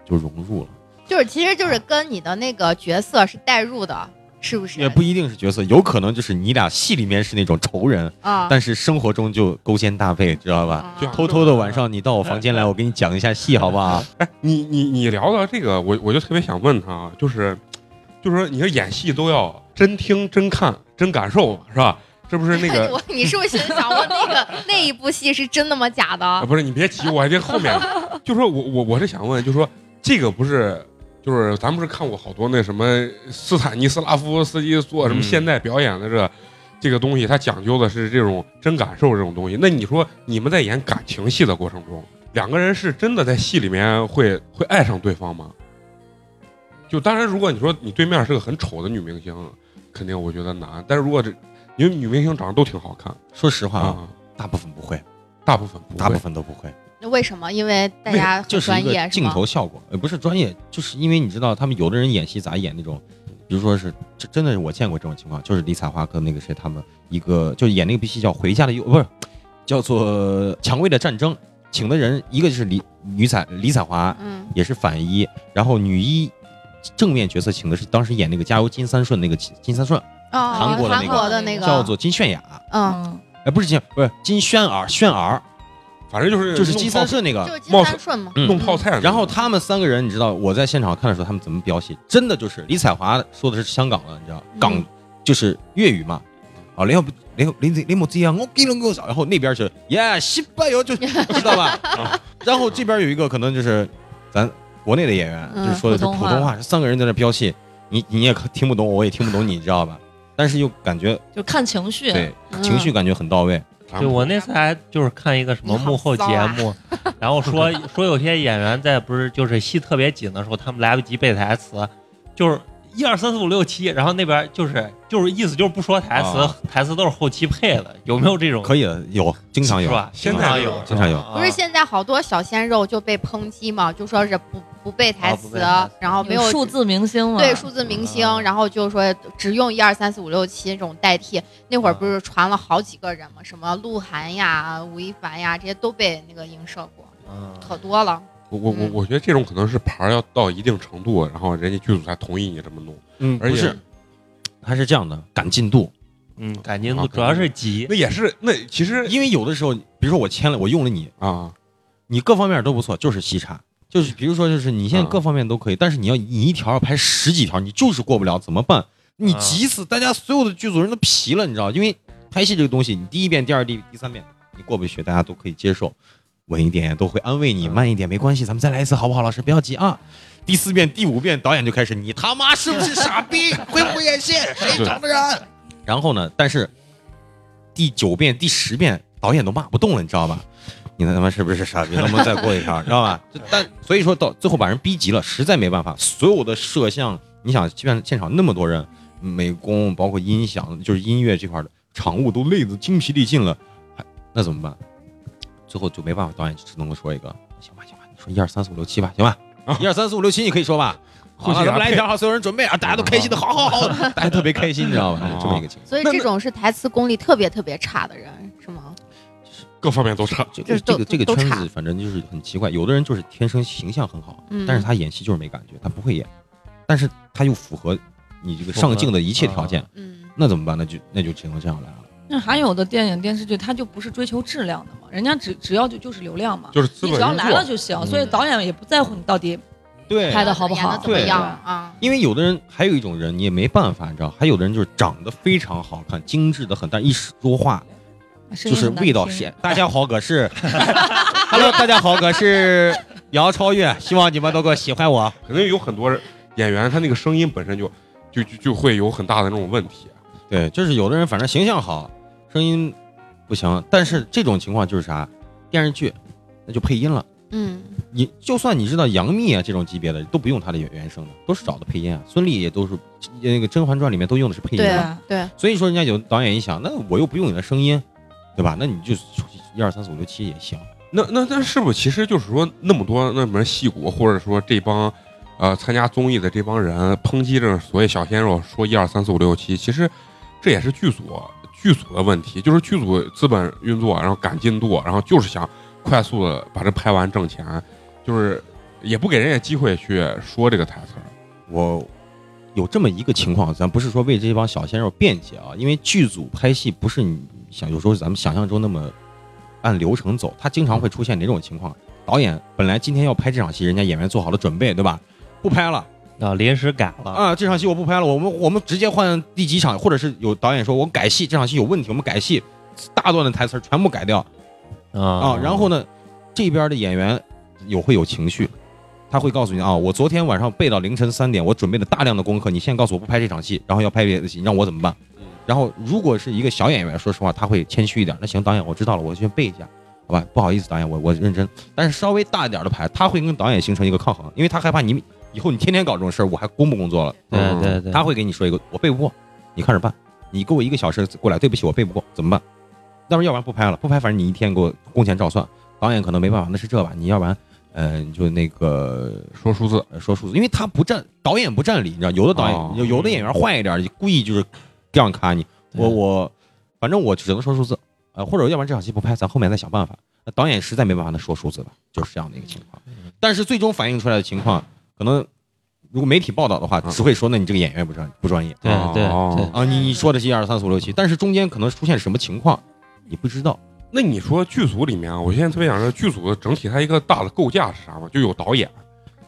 [SPEAKER 6] 就融入了，
[SPEAKER 3] 就是其实就是跟你的那个角色是代入的，是不是？
[SPEAKER 6] 也不一定是角色，有可能就是你俩戏里面是那种仇人，
[SPEAKER 3] 啊，
[SPEAKER 6] 但是生活中就勾肩搭背，知道吧？
[SPEAKER 3] 啊
[SPEAKER 1] 就
[SPEAKER 6] 偷偷的晚上你到我房间来，我给你讲一下戏，好不好？
[SPEAKER 3] 嗯
[SPEAKER 1] 哎你你你聊到这个，我我就特别想问他，啊，就是就是说，你说演戏都要真听、真看、真感受，是吧？这不是那个
[SPEAKER 3] 我你是不是心想我那个那一部戏是真的吗？假
[SPEAKER 1] 啊，
[SPEAKER 3] 的？
[SPEAKER 1] 不是你别急，我还得后面。就说我我我是想问，就说这个不是，就是咱不是看过好多那什么斯坦尼斯拉夫斯基做什么
[SPEAKER 4] 嗯
[SPEAKER 1] 现代表演的这、这个东西，它讲究的是这种真感受这种东西。那你说你们在演感情戏的过程中，两个人是真的在戏里面会会爱上对方吗？就当然，如果你说你对面是个很丑的女明星，肯定我觉得难。但是如果这因为女明星长得都挺好看
[SPEAKER 6] 说实话啊，
[SPEAKER 1] 啊，
[SPEAKER 6] 大部分不会，
[SPEAKER 1] 大部分不会
[SPEAKER 6] 大部分都不会。
[SPEAKER 3] 为什么？因为大家很
[SPEAKER 6] 就是一
[SPEAKER 3] 专
[SPEAKER 6] 个
[SPEAKER 3] 业，
[SPEAKER 6] 镜
[SPEAKER 3] 吗？
[SPEAKER 6] 头效果，呃，不是专业，就是因为你知道，他们有的人演戏咋演那种，比如说是这真的是我见过这种情况，就是李彩华跟那个谁他们一个就演那个部戏叫《回家的诱》，不是叫做《蔷薇的战争》，请的人一个就是李女彩李彩华
[SPEAKER 3] 嗯
[SPEAKER 6] 也是反一，然后女一正面角色请的是当时演那个《加油金三顺》那个金三顺
[SPEAKER 3] 啊，
[SPEAKER 6] 韩国的那个
[SPEAKER 3] 的那
[SPEAKER 5] 啊
[SPEAKER 6] 叫做金泫雅，
[SPEAKER 3] 嗯，
[SPEAKER 5] 嗯，
[SPEAKER 6] 哎，不是金不是金泫儿泫儿，
[SPEAKER 1] 反正就是
[SPEAKER 6] 就是
[SPEAKER 1] 弄
[SPEAKER 6] 金
[SPEAKER 1] 泡
[SPEAKER 6] 三顺那个
[SPEAKER 3] 就是金三顺嘛，
[SPEAKER 6] 嗯
[SPEAKER 1] 弄泡菜呢。
[SPEAKER 6] 然后他们三个人，你知道我在现场看的时候，他们怎么飙戏？真的就是李彩华说的是香港的，你知道港、就是粤语嘛。啊，然后然后林林某这啊样，我给了我啥？然后那边是耶西班牙，哦就知道吧？然后这边有一个可能就是咱国内的演员，
[SPEAKER 3] 嗯
[SPEAKER 6] 就是说的是
[SPEAKER 5] 普
[SPEAKER 6] 普
[SPEAKER 5] 通
[SPEAKER 6] 通
[SPEAKER 5] 话
[SPEAKER 6] 话，三个人在那飙戏，你你也听不懂，我也听不懂，你知道吧？但是又感觉
[SPEAKER 5] 就看情绪，
[SPEAKER 6] 对
[SPEAKER 3] 嗯
[SPEAKER 6] 情绪感觉很到位，
[SPEAKER 1] 咱
[SPEAKER 4] 对
[SPEAKER 1] 们
[SPEAKER 4] 我那次还就是看一个什么幕后节
[SPEAKER 3] 啊
[SPEAKER 4] 目，然后说说有些演员在不是就是戏特别紧的时候，他们来不及背台词，就是一二三四五六七，然后那边就是就是意思就是不说台词，
[SPEAKER 6] 啊
[SPEAKER 4] 台词都是后期配的，有没有这种？
[SPEAKER 6] 可以的，有经常
[SPEAKER 4] 是
[SPEAKER 6] 有，
[SPEAKER 4] 吧？
[SPEAKER 1] 现
[SPEAKER 4] 经
[SPEAKER 1] 在
[SPEAKER 4] 常
[SPEAKER 1] 有
[SPEAKER 4] 有，
[SPEAKER 6] 经常有
[SPEAKER 4] 啊
[SPEAKER 3] 不是现在好多小鲜肉就被抨击嘛，就说是不不背台
[SPEAKER 4] 啊不
[SPEAKER 3] 词，
[SPEAKER 4] 背台词
[SPEAKER 3] 然后哦没有
[SPEAKER 5] 数字明星嘛，
[SPEAKER 3] 对数字明星，
[SPEAKER 4] 啊
[SPEAKER 3] 然后就说只用一二三四五六七这种代替。那会儿
[SPEAKER 5] 嗯
[SPEAKER 4] 啊
[SPEAKER 3] 不是传了好几个人嘛，什么鹿晗呀、吴亦凡呀，这些都被那个映射过，
[SPEAKER 4] 嗯
[SPEAKER 3] 可多了。
[SPEAKER 1] 我我我
[SPEAKER 3] 嗯
[SPEAKER 1] 我觉得这种可能是牌儿要到一定程度，然后人家剧组才同意你这么弄。
[SPEAKER 6] 嗯，
[SPEAKER 1] 而
[SPEAKER 6] 不
[SPEAKER 1] 且
[SPEAKER 6] 是，还是这样的，赶进度，
[SPEAKER 4] 嗯，感觉
[SPEAKER 1] 啊
[SPEAKER 4] 主要是急
[SPEAKER 1] 那也是那其实
[SPEAKER 6] 因为有的时候，比如说我签了，我用了你，
[SPEAKER 1] 啊，
[SPEAKER 6] 你各方面都不错，就是西差，就是比如说，就是你现
[SPEAKER 1] 嗯
[SPEAKER 6] 在各方面都可以，但是你要你一条要拍十几条，你就是过不了，怎么办？你
[SPEAKER 4] 嗯
[SPEAKER 6] 急死大家所有的剧组人都疲了，你知道？因为拍戏这个东西，你第一遍、第二遍、第三遍你过不去，大家都可以接受，稳一点都会安慰你，
[SPEAKER 4] 嗯
[SPEAKER 6] 慢一点没关系，咱们再来一次好不好？老师不要急啊。第四遍、第五遍，导演就开始你他妈是不是傻逼？会不会演戏？谁找的人？然后呢？但是第九遍、第十遍，导演都骂不动了，你知道吧？你他妈是不是傻逼？能不能再过一条，知道吧？就但所以说到最后把人逼急了，实在没办法。所有的摄像，你想现现场那么多人，美工包括音响，就是音乐这块的场务都累得精疲力尽了，还那怎么办？最后就没办法，导演只能够说一个，行吧行吧，你说一二三四五六七吧，行吧
[SPEAKER 1] 啊，
[SPEAKER 6] 一二三四五六七你可以说吧。好
[SPEAKER 1] 后期给
[SPEAKER 6] 了，咱们
[SPEAKER 1] 他
[SPEAKER 6] 来一条，好，所有人准备啊，大家都开心的，好好好， 大家特别开心，你知道吧
[SPEAKER 1] 啊？
[SPEAKER 6] 这么一个情
[SPEAKER 3] 所以
[SPEAKER 1] 那
[SPEAKER 3] 这
[SPEAKER 1] 那
[SPEAKER 3] 种是台词功力特别特别差的人，是吗？
[SPEAKER 1] 各方面都差。
[SPEAKER 6] 况，这
[SPEAKER 3] 就是
[SPEAKER 6] 个这个
[SPEAKER 3] 都
[SPEAKER 6] 这个
[SPEAKER 3] 都
[SPEAKER 6] 圈
[SPEAKER 3] 差
[SPEAKER 6] 子反正就是很奇怪，有的人就是天生形象很好，
[SPEAKER 3] 嗯
[SPEAKER 6] 但是他演戏就是没感觉，他不会演，但是他又符合你这个上镜的一切条件，
[SPEAKER 3] 嗯，
[SPEAKER 6] 那怎么办？那就那就只能这样来了。
[SPEAKER 5] 那还有的电影电视剧，它就不是追求质量的嘛，人家只只要就就是流量嘛，
[SPEAKER 1] 就是资
[SPEAKER 5] 你
[SPEAKER 1] 本
[SPEAKER 5] 只要
[SPEAKER 1] 运
[SPEAKER 5] 来了
[SPEAKER 1] 作，
[SPEAKER 5] 就行，
[SPEAKER 6] 嗯
[SPEAKER 5] 所以导演也不在乎你到底
[SPEAKER 6] 对
[SPEAKER 5] 拍得好不好
[SPEAKER 3] 演得怎么
[SPEAKER 6] 对
[SPEAKER 3] 样啊？
[SPEAKER 6] 因为有的人还有一种人，你也没办法，你知道，还有的人就是长得非常好看，精致的很，但一说话
[SPEAKER 5] 声音
[SPEAKER 6] 就是
[SPEAKER 5] 很难
[SPEAKER 6] 味道
[SPEAKER 5] 听
[SPEAKER 6] 是。大家好，我是，Hello，大家好，我是姚超越，希望你们能够喜欢我。
[SPEAKER 1] 可能有很多演员他那个声音本身就就就就会有很大的那种问题。
[SPEAKER 6] 对，就是有的人反正形象好，声音不行，但是这种情况就是啥，电视剧那就配音了。
[SPEAKER 3] 嗯，
[SPEAKER 6] 你就算你知道杨幂啊这种级别的，都不用她的原原声的，都是找的配音啊。孙俪也都是那个《甄嬛传》里面都用的是配音
[SPEAKER 3] 对
[SPEAKER 6] 啊。
[SPEAKER 5] 吧
[SPEAKER 3] 对，
[SPEAKER 6] 所以说，人家有导演一想，那我又不用你的声音，对吧？那你就一二三四五六七也行。
[SPEAKER 1] 那那那是不是其实就是说那么多那门戏骨，或者说这帮呃参加综艺的这帮人抨击这种所谓小鲜肉，说一二三四五六七，其实这也是剧组剧组的问题，就是剧组资本运作，然后赶进度，然后就是想快速的把这拍完挣钱，就是也不给人家机会去说这个台词儿。
[SPEAKER 6] 我有这么一个情况，咱不是说为这帮小鲜肉辩解啊，因为剧组拍戏不是你想有时候咱们想象中那么按流程走，它经常会出现哪种情况？导演本来今天要拍这场戏，人家演员做好了准备，对吧？不拍了
[SPEAKER 4] 啊，临时改了
[SPEAKER 6] 啊，这场戏我不拍了，我们我们直接换第几场，或者是有导演说我改戏，这场戏有问题，我们改戏，大段的台词儿全部改掉，啊，然后呢，这边的演员有会有情绪，他会告诉你啊，我昨天晚上背到凌晨三点，我准备了大量的功课，你现在告诉我不拍这场戏，然后要拍别的戏，你让我怎么办？然后如果是一个小演员，说实话他会谦虚一点，那行，导演我知道了，我去背一下，好吧，不好意思，导演我我认真。但是稍微大一点的牌，他会跟导演形成一个抗衡，因为他害怕你以后你天天搞这种事儿，我还工不工作了？
[SPEAKER 4] 对对对，
[SPEAKER 6] 他会给你说一个，我背不过，你看着办。你给我一个小时过来，对不起，我背不过，怎么办？那么要不然不拍了，不拍，反正你一天给我工钱照算。导演可能没办法，那是这吧？你要不然，呃，你就那个
[SPEAKER 1] 说数字，
[SPEAKER 6] 呃说数字，因为他不占导演不占理，你知道，有的导演、
[SPEAKER 1] 哦
[SPEAKER 6] 有有的演员坏一点，就故意就是这样卡你。我我，反正我只能说数字，呃，或者要不然这场戏不拍，咱后面再想办法。那导演实在没办法，那说数字吧，就是这样的一个情况。
[SPEAKER 1] 嗯
[SPEAKER 6] 但是最终反映出来的情况，可能如果媒体报道的话，
[SPEAKER 1] 嗯
[SPEAKER 6] 只会说那你这个演员不专不专业
[SPEAKER 4] 对对
[SPEAKER 1] 哦
[SPEAKER 4] 对，
[SPEAKER 6] 啊，你你说的是一二三四五六七，但是中间可能出现什么情况，你不知道。
[SPEAKER 1] 那你说剧组里面啊，我现在特别想知道剧组的整体它一个大的构架是啥嘛？就有导演，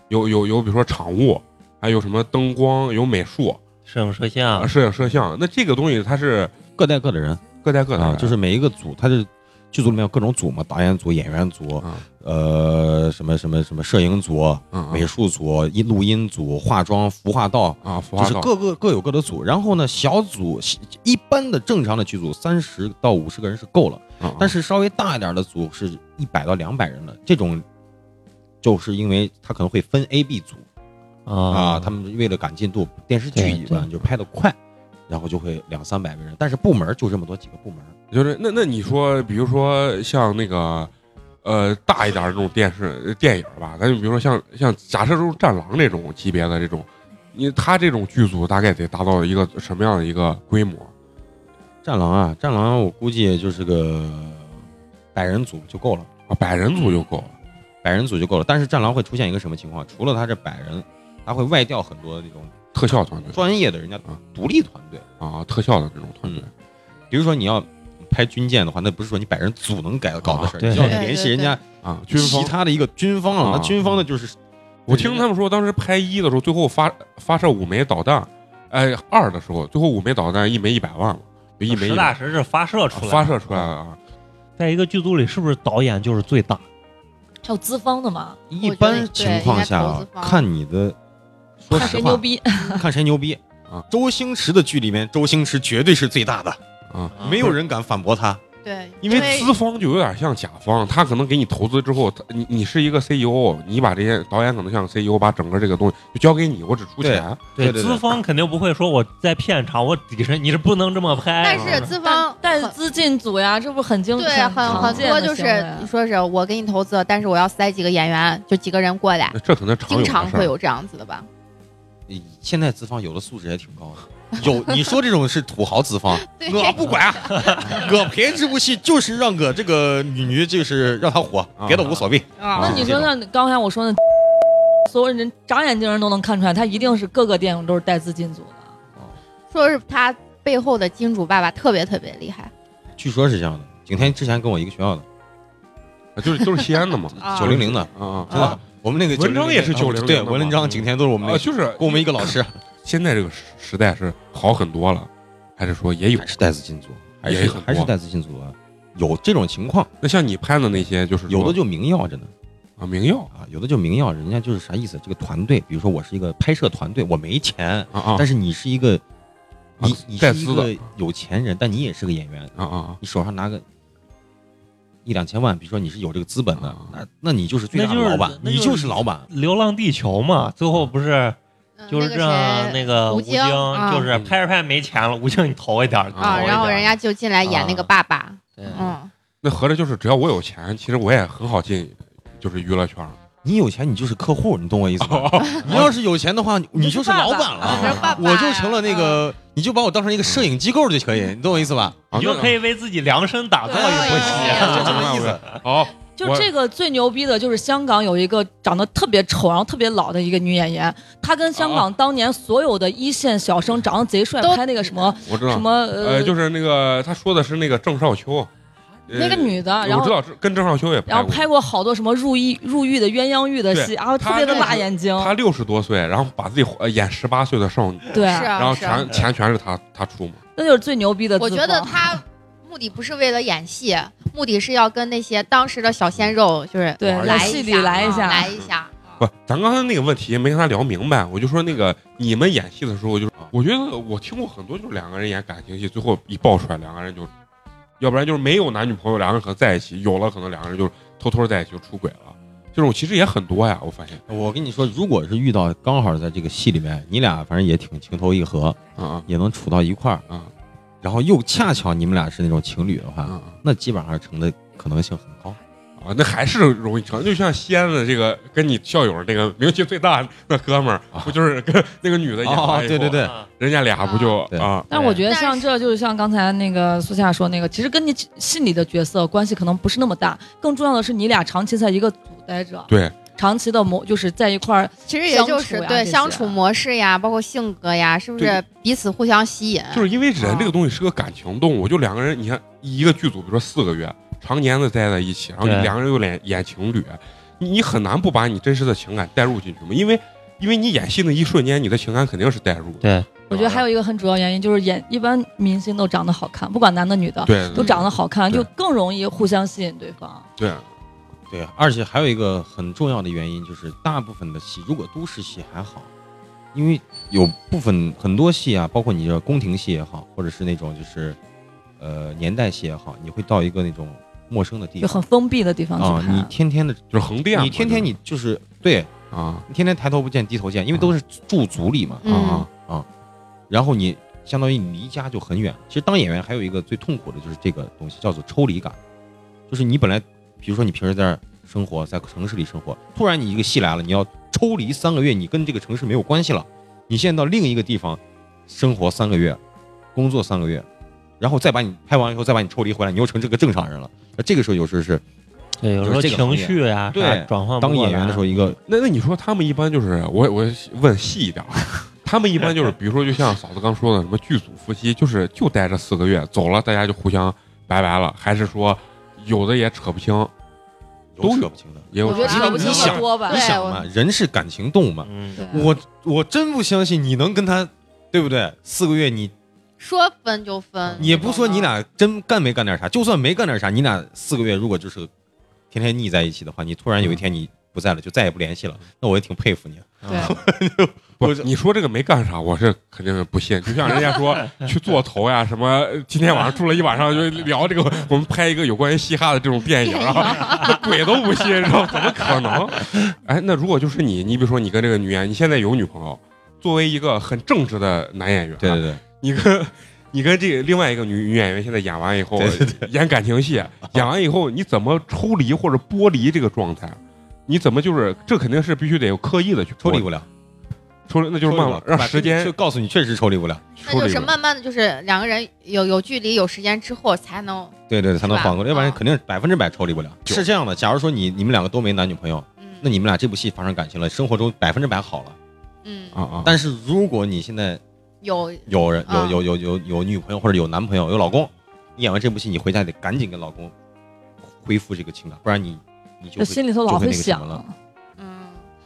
[SPEAKER 1] 有有有，比如说场务，还有什么灯光，有美术，
[SPEAKER 4] 摄影摄
[SPEAKER 1] 啊，
[SPEAKER 4] 像
[SPEAKER 1] 摄影摄像。那这个东西它是
[SPEAKER 6] 各带各的人
[SPEAKER 1] 各带各的、
[SPEAKER 6] 啊啊，就是每一个组，他是剧组里面有各种组嘛，导演组、演员组，
[SPEAKER 1] 嗯
[SPEAKER 6] 呃，什么什么什么摄影组、
[SPEAKER 1] 嗯
[SPEAKER 6] 美术组、音录音组、化妆、服化道，
[SPEAKER 1] 啊，服
[SPEAKER 6] 就
[SPEAKER 1] 化
[SPEAKER 6] 是
[SPEAKER 1] 道
[SPEAKER 6] 各个各有各的组。然后呢，小组一般的正常的剧组三十到五十个人是够了，
[SPEAKER 1] 嗯嗯
[SPEAKER 6] 但是稍微大一点的组是一百到两百人的这种，就是因为他可能会分 A、B 组。啊，他们为了赶进度，电视剧
[SPEAKER 4] 对
[SPEAKER 6] 一般就拍得快，然后就会两三百个人，但是部门就这么多几个部门，
[SPEAKER 1] 就是那那你说，比如说像那个呃大一点儿这种电视呃电影儿吧，咱就比如说像像假设就是《战狼》这种级别的这种，你他这种剧组大概得达到一个什么样的一个规模？
[SPEAKER 6] 战狼啊，战狼，我估计就是个百人组就够了，
[SPEAKER 1] 啊，百人组就够了。
[SPEAKER 6] 百人组就够了。但是战狼会出现一个什么情况？除了他这百人，他会外调很多那种
[SPEAKER 1] 特效团队
[SPEAKER 6] 专业的人家
[SPEAKER 1] 啊
[SPEAKER 6] 独立团队。
[SPEAKER 1] 啊，特效的这种团队，
[SPEAKER 6] 比如说你要拍军舰的话，那不是说你百人组能改搞的事
[SPEAKER 4] 啊
[SPEAKER 6] 儿，
[SPEAKER 4] 对
[SPEAKER 6] 你要联系人家
[SPEAKER 1] 啊，军
[SPEAKER 6] 其
[SPEAKER 1] 方。
[SPEAKER 6] 他的一个军方啊，
[SPEAKER 1] 啊
[SPEAKER 6] 那军方的就是
[SPEAKER 1] 我听他们说，当时拍一的时候，最后发发射五枚导弹，哎，二的时候，最后五枚导弹一枚一百万嘛，就一枚
[SPEAKER 4] 实
[SPEAKER 1] 一
[SPEAKER 4] 打
[SPEAKER 1] 百
[SPEAKER 4] 实是发射出来的，
[SPEAKER 1] 发射出来了啊。
[SPEAKER 4] 在一个剧组里，是不是导演就是最大？
[SPEAKER 5] 还有资方的嘛，
[SPEAKER 6] 一般情况下
[SPEAKER 3] 我觉得对应该投资
[SPEAKER 6] 啊
[SPEAKER 3] 方
[SPEAKER 6] 看你的，说
[SPEAKER 5] 看
[SPEAKER 6] 实
[SPEAKER 5] 谁
[SPEAKER 6] 话
[SPEAKER 5] 牛，逼，
[SPEAKER 6] 看谁牛逼
[SPEAKER 1] 啊！
[SPEAKER 6] 周星驰的剧里面，周星驰绝对是最大的，没有人敢反驳他。
[SPEAKER 3] 对，
[SPEAKER 1] 因为资方就有点像甲方，他可能给你投资之后，他你你是一个 CEO，你把这些导演可能像 CEO 把整个这个东西就交给你，我只出钱。
[SPEAKER 6] 对对对
[SPEAKER 4] 资方肯定不会说我在片场，我底下你是不能这么拍。
[SPEAKER 3] 但是资方
[SPEAKER 5] 但
[SPEAKER 3] 很
[SPEAKER 5] 但资进组呀，这不是很经
[SPEAKER 3] 对啊很
[SPEAKER 5] 常
[SPEAKER 3] 很
[SPEAKER 5] 见
[SPEAKER 3] 多
[SPEAKER 5] 的
[SPEAKER 3] 就是
[SPEAKER 5] 行为啊
[SPEAKER 3] 你说是我给你投资，但是我要塞几个演员，就几个人过来，
[SPEAKER 1] 那这可能常有的
[SPEAKER 3] 经常
[SPEAKER 1] 事
[SPEAKER 3] 会
[SPEAKER 1] 儿。
[SPEAKER 3] 有这样子的吧？
[SPEAKER 6] 现在资方有的素质也挺高的，有你说这种是土豪资方，
[SPEAKER 3] 对
[SPEAKER 6] 我不管，
[SPEAKER 7] 啊
[SPEAKER 6] 我拍这部戏就是让我这个女女就是让她火，
[SPEAKER 1] 啊
[SPEAKER 6] 别的无所谓。
[SPEAKER 5] 那
[SPEAKER 1] 啊
[SPEAKER 5] 你说，那刚才我说那，所有人长眼睛人都能看出来，他一定是各个电影都是带资进组的。
[SPEAKER 3] 说是他背后的金主爸爸特别特别厉害，
[SPEAKER 6] 据说是这样的，景天之前跟我一个学校的，
[SPEAKER 1] 就是就是西安的嘛，
[SPEAKER 3] 啊
[SPEAKER 6] 九零零的，
[SPEAKER 1] 啊
[SPEAKER 6] 真的，我们那个
[SPEAKER 1] 文章也是
[SPEAKER 6] 900
[SPEAKER 1] 900
[SPEAKER 6] 对，
[SPEAKER 1] 的嘛
[SPEAKER 6] 文章景天都是我
[SPEAKER 1] 啊
[SPEAKER 6] 们那
[SPEAKER 1] 啊，
[SPEAKER 6] 个
[SPEAKER 1] 就是
[SPEAKER 6] 跟我们一个老 师，
[SPEAKER 1] 现在这个时时代是好很多了，还是说也有
[SPEAKER 6] 还？是带资进组，还
[SPEAKER 1] 也
[SPEAKER 6] 是
[SPEAKER 1] 很多
[SPEAKER 6] 还是带资进组啊，有这种情况，
[SPEAKER 1] 那像你拍的那些，就是说
[SPEAKER 6] 有的就明要着呢。
[SPEAKER 1] 啊，明耀
[SPEAKER 6] 啊，有的就明要，人家就是啥意思？这个团队，比如说我是一个拍摄团队，我没钱，
[SPEAKER 1] 啊啊
[SPEAKER 6] 但是你是一个，你
[SPEAKER 1] 啊
[SPEAKER 6] 你
[SPEAKER 1] 带
[SPEAKER 6] 是一
[SPEAKER 1] 资的
[SPEAKER 6] 个有钱人，但你也是个演员，
[SPEAKER 1] 啊啊
[SPEAKER 6] 你手上拿个一两千万，比如说你是有这个资本的
[SPEAKER 1] 啊，
[SPEAKER 6] 那那你就是最大
[SPEAKER 4] 那
[SPEAKER 6] 的
[SPEAKER 4] 就是
[SPEAKER 6] 老板，
[SPEAKER 4] 那
[SPEAKER 6] 你
[SPEAKER 4] 就是
[SPEAKER 6] 就是老板。
[SPEAKER 4] 《流浪地球》嘛，最后不是
[SPEAKER 3] 嗯
[SPEAKER 4] 就是
[SPEAKER 3] 那
[SPEAKER 4] 让
[SPEAKER 3] 个谁
[SPEAKER 4] 那个
[SPEAKER 3] 吴
[SPEAKER 4] 吴
[SPEAKER 3] 京
[SPEAKER 4] 京，
[SPEAKER 3] 啊
[SPEAKER 4] 就是拍着拍着没钱了，吴京你投一点儿
[SPEAKER 3] 啊，
[SPEAKER 1] 哦
[SPEAKER 3] 然后人家就进来演那个爸爸，
[SPEAKER 4] 对
[SPEAKER 3] 嗯，
[SPEAKER 1] 那合着就是只要我有钱，其实我也很好进，就是娱乐圈儿。
[SPEAKER 6] 你有钱，你就是客户，你懂我意思吗？你要是有钱的话，哦你就是老板
[SPEAKER 3] 啊这是
[SPEAKER 6] 了，
[SPEAKER 3] 爸爸呀
[SPEAKER 6] 我就成了那
[SPEAKER 5] 嗯
[SPEAKER 6] 个，你就把我当成一个摄影机构就可以，你懂我意思吧？
[SPEAKER 1] 啊
[SPEAKER 4] 你就
[SPEAKER 1] 那
[SPEAKER 4] 可以为自己量身打造一部
[SPEAKER 3] 哎
[SPEAKER 4] 戏。
[SPEAKER 3] 呀
[SPEAKER 6] 就这么意思。
[SPEAKER 1] 好，
[SPEAKER 5] 就
[SPEAKER 1] 我
[SPEAKER 5] 这个最牛逼的就是香港有一个长得特别丑，然后特别老的一个女演员，她跟香
[SPEAKER 6] 啊
[SPEAKER 5] 港当年所有的一线小生长得贼帅，
[SPEAKER 3] 都
[SPEAKER 5] 拍那个什么
[SPEAKER 1] 我知
[SPEAKER 5] 什
[SPEAKER 1] 道，
[SPEAKER 5] 么
[SPEAKER 1] 呃，
[SPEAKER 5] 呃，
[SPEAKER 1] 就是那个他说的是那个郑少秋，呃
[SPEAKER 5] 那个女的，然
[SPEAKER 1] 我知
[SPEAKER 5] 后
[SPEAKER 1] 道是跟郑少秋也
[SPEAKER 5] 然
[SPEAKER 1] 拍
[SPEAKER 5] 后
[SPEAKER 1] 过。
[SPEAKER 5] 拍过好多什么入狱入狱的鸳鸯浴的戏，
[SPEAKER 1] 对
[SPEAKER 5] 然后特
[SPEAKER 1] 她
[SPEAKER 5] 别的
[SPEAKER 1] 那
[SPEAKER 5] 辣
[SPEAKER 1] 是
[SPEAKER 5] 眼睛，
[SPEAKER 1] 他六十多岁，然后把自己呃演十八岁的少女，
[SPEAKER 5] 对，
[SPEAKER 3] 是啊，
[SPEAKER 1] 然后
[SPEAKER 3] 是啊
[SPEAKER 1] 全钱全是他他出嘛。
[SPEAKER 5] 那就是最牛逼的资
[SPEAKER 3] 我
[SPEAKER 5] 方。
[SPEAKER 3] 觉得他目的不是为了演戏，目的是要跟那些当时的小鲜肉就是
[SPEAKER 5] 对
[SPEAKER 3] 来
[SPEAKER 5] 戏
[SPEAKER 3] 一
[SPEAKER 5] 里
[SPEAKER 3] 下，
[SPEAKER 5] 来一
[SPEAKER 3] 啊
[SPEAKER 5] 下
[SPEAKER 3] 来一下。
[SPEAKER 1] 不，咱刚才那个问题没跟他聊明白，我就说那个你们演戏的时候，就是我觉得我听过很多，就是两个人演感情戏，最后一爆出来，两个人就，要不然就是没有男女朋友，两个人可能在一起，有了可能两个人就偷偷在一起就出轨了，这种其实也很多呀，我发现，
[SPEAKER 6] 我跟你说，如果是遇到刚好在这个戏里面，你俩反正也挺情投意合，
[SPEAKER 1] 啊
[SPEAKER 6] 也能处到一块儿，
[SPEAKER 1] 啊
[SPEAKER 6] 然后又恰巧你们俩是那种情侣的
[SPEAKER 1] 啊
[SPEAKER 6] 话，
[SPEAKER 1] 啊
[SPEAKER 6] 那基本上成的可能性很高。
[SPEAKER 1] 啊，那还是容易成，就像西安的这个跟你校友那个名气最大那哥们儿，不就是跟那个女的演完以后，
[SPEAKER 6] 啊哦对对
[SPEAKER 1] 人家俩不就
[SPEAKER 6] 对
[SPEAKER 1] 啊
[SPEAKER 5] 但我觉得
[SPEAKER 3] 但
[SPEAKER 5] 像
[SPEAKER 3] 是
[SPEAKER 5] 这就是像刚才那个苏夏说那个，其实跟你戏里的角色关系可能不是那么大，更重要的是你俩长期在一个组待着，
[SPEAKER 1] 对，
[SPEAKER 5] 长期的磨就是在一块儿，
[SPEAKER 3] 其实也就是
[SPEAKER 5] 相处呀
[SPEAKER 3] 对
[SPEAKER 5] 这些
[SPEAKER 3] 相处模式呀，包括性格呀，是不是
[SPEAKER 1] 对啊
[SPEAKER 3] 彼此互相吸引？
[SPEAKER 1] 就是因为
[SPEAKER 6] 啊
[SPEAKER 1] 人这个东西是个感情动物，就两个人，你看一个剧组，比如说四个月，常年的待在一起，然后你
[SPEAKER 4] 对
[SPEAKER 1] 两个人又演演情侣，你你很难不把你真实的情感带入进去嘛，因为因为你演戏那一瞬间，你的情感肯定是带入的。
[SPEAKER 4] 对，
[SPEAKER 5] 我觉得还有一个很主要原因就是演一般明星都长得好看，不管男的女的，
[SPEAKER 1] 对
[SPEAKER 5] 都长得好看，
[SPEAKER 1] 对
[SPEAKER 5] 就更容易互相吸引对方。
[SPEAKER 1] 对，
[SPEAKER 6] 对啊，而且还有一个很重要的原因就是，大部分的戏，如果都市戏还好，因为有部分很多戏啊，包括你这宫廷戏也好，或者是那种就是，呃，年代戏也好，你会到一个那种陌
[SPEAKER 1] 嗯
[SPEAKER 6] 生的地
[SPEAKER 5] 就
[SPEAKER 6] 方
[SPEAKER 5] 很封闭的地方
[SPEAKER 6] 啊
[SPEAKER 5] 去，
[SPEAKER 6] 你
[SPEAKER 5] 拍。
[SPEAKER 6] 天天的，
[SPEAKER 1] 就是横店嘛，
[SPEAKER 6] 你天天
[SPEAKER 1] 就是
[SPEAKER 6] 你就是对，
[SPEAKER 1] 啊
[SPEAKER 6] 你天天抬头不见低头见，因为都是住族里嘛，
[SPEAKER 1] 啊
[SPEAKER 3] 嗯
[SPEAKER 1] 啊，
[SPEAKER 6] 然后你相当于你离家就很远。其实当演员还有一个最痛苦的就是这个东西叫做抽离感，就是你本来比如说你平时在这儿生活，在城市里生活，突然你一个戏来了，你要抽离三个月，你跟这个城市没有关系了，你现在到另一个地方生活三个月，工作三个月，然后再把你拍完以后再把你抽离回来，你又成这个正常人了。那这个时候有时候是
[SPEAKER 4] 对，有时候
[SPEAKER 6] 就是这个行
[SPEAKER 4] 情
[SPEAKER 6] 业
[SPEAKER 4] 绪呀，
[SPEAKER 6] 对
[SPEAKER 4] 啥转换不
[SPEAKER 6] 当
[SPEAKER 4] 过
[SPEAKER 6] 演员
[SPEAKER 4] 来
[SPEAKER 6] 的时候一个
[SPEAKER 1] 那那你说他们一般就是我我问细一点啊，他们一般就是比如说就像嫂子刚说的什么剧组夫妻，就是就待这四个月走了，大家就互相拜拜了，还是说有的也扯不清，
[SPEAKER 6] 有
[SPEAKER 1] 都
[SPEAKER 6] 扯不清的。
[SPEAKER 1] 也有
[SPEAKER 3] 我觉得
[SPEAKER 5] 扯不清
[SPEAKER 6] 你想
[SPEAKER 5] 的多吧
[SPEAKER 6] 你
[SPEAKER 3] 对？
[SPEAKER 6] 想
[SPEAKER 3] 我
[SPEAKER 6] 嘛，人是感情动物嘛，
[SPEAKER 4] 嗯，
[SPEAKER 3] 对
[SPEAKER 6] 我我真不相信你能跟他，对不对？四个月你
[SPEAKER 3] 说分就分，
[SPEAKER 6] 你也不说你俩真干没干点啥，就算没干点啥，你俩四个月如果就是天天腻在一起的话，你突然
[SPEAKER 1] 嗯
[SPEAKER 6] 有一天你不在了，就再也不联系了，那我也挺佩服你。啊
[SPEAKER 5] 对，
[SPEAKER 1] 不
[SPEAKER 6] 我
[SPEAKER 1] 是，你说这个没干啥，我是肯定是不信。就像人家 说去做头呀，什么今天晚上住了一晚上，就聊这个，我们拍一个有关于嘻哈的这种电影啊， 那鬼都不信，你知道吗怎么可能？哎，那如果就是你，你比如说你跟这个女演员，你现在有女朋友，作为一个很正直的男演员，啊
[SPEAKER 6] 对对对，
[SPEAKER 1] 你跟你跟这个另外一个女女演员现在演完以后，演感 情戏，演完以后你怎么抽离或者剥离这个状态？你怎么就是这肯定是必须得有刻意的去
[SPEAKER 6] 抽离
[SPEAKER 1] 剥
[SPEAKER 6] 不了，
[SPEAKER 1] 抽离，那就是慢慢让时间
[SPEAKER 6] 就告诉你，确实抽离不了。
[SPEAKER 1] 抽
[SPEAKER 3] 那
[SPEAKER 1] 离
[SPEAKER 3] 就是
[SPEAKER 1] 了
[SPEAKER 3] 慢慢的就是两个人有有距离、有时间之后才能，
[SPEAKER 6] 对对，对才能
[SPEAKER 3] 是吧
[SPEAKER 6] 缓过来，要不然
[SPEAKER 3] 啊
[SPEAKER 6] 肯定百分之百抽离不了。
[SPEAKER 1] 就是
[SPEAKER 6] 这样的，假如说你你们两个都没男女朋友，
[SPEAKER 3] 嗯，
[SPEAKER 6] 那你们俩这部戏发生感情了，生活中百分之百好了。
[SPEAKER 3] 嗯
[SPEAKER 1] 啊啊！
[SPEAKER 6] 但是如果你现在
[SPEAKER 3] 有
[SPEAKER 6] 有人有
[SPEAKER 3] 啊
[SPEAKER 6] 有有有有女朋友或者有男朋友有老公，你演完这部戏，你回家得赶紧跟老公恢复这个情感，不然你你就
[SPEAKER 5] 这
[SPEAKER 6] 会
[SPEAKER 5] 心里头老
[SPEAKER 6] 就
[SPEAKER 5] 会
[SPEAKER 6] 会那个什
[SPEAKER 5] 想
[SPEAKER 6] 么了。
[SPEAKER 3] 嗯，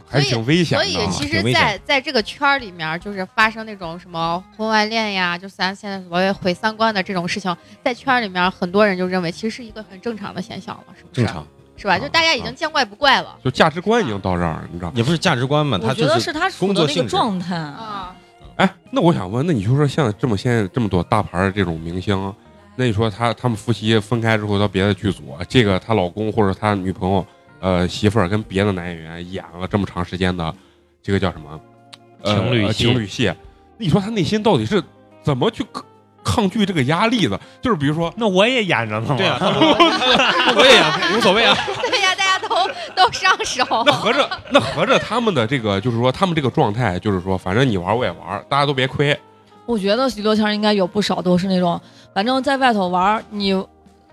[SPEAKER 1] 还是挺危险
[SPEAKER 3] 所
[SPEAKER 1] 的、啊。
[SPEAKER 3] 以其
[SPEAKER 6] 挺
[SPEAKER 3] 实
[SPEAKER 6] 危险
[SPEAKER 3] 在，在这个圈儿里面儿，就是发生那种什么婚外恋呀，就咱现在所谓毁三观的这种事情，在圈儿里面儿很多人就认为其实是一个很正常的现象了，是不是？
[SPEAKER 6] 正常，啊
[SPEAKER 3] 是吧？就大家已经见怪不怪了。
[SPEAKER 1] 就价值观已经到这儿，你知道吗？
[SPEAKER 6] 也不是价值观嘛，
[SPEAKER 5] 我
[SPEAKER 6] 他
[SPEAKER 5] 觉
[SPEAKER 6] 就
[SPEAKER 5] 得是他处的
[SPEAKER 6] 工作
[SPEAKER 5] 那
[SPEAKER 6] 性
[SPEAKER 5] 个
[SPEAKER 6] 质。
[SPEAKER 5] 状态，
[SPEAKER 3] 啊，
[SPEAKER 1] 哎，那我想问，那你就说像这么现在这么多大牌儿这种明星，那你说他他们夫妻分开之后到别的剧组，啊这个她老公或者她女朋友呃媳妇儿跟别的男演员演了这么长时间的这个叫什么、呃、
[SPEAKER 4] 情侣戏
[SPEAKER 1] 情侣戏，那你说他内心到底是怎么去抗抗拒这个压力的？就是比如说，
[SPEAKER 4] 那我也演着呢嘛，
[SPEAKER 6] 对啊，我 也呀，无所谓啊。
[SPEAKER 3] 对呀，大家都都上手。
[SPEAKER 6] 啊
[SPEAKER 1] 那合着那合着他们的这个就是说他们这个状态就是说，反正你玩儿我也玩儿，大家都别亏。
[SPEAKER 5] 我觉得娱乐圈应该有不少都是那种，反正在外头玩儿，你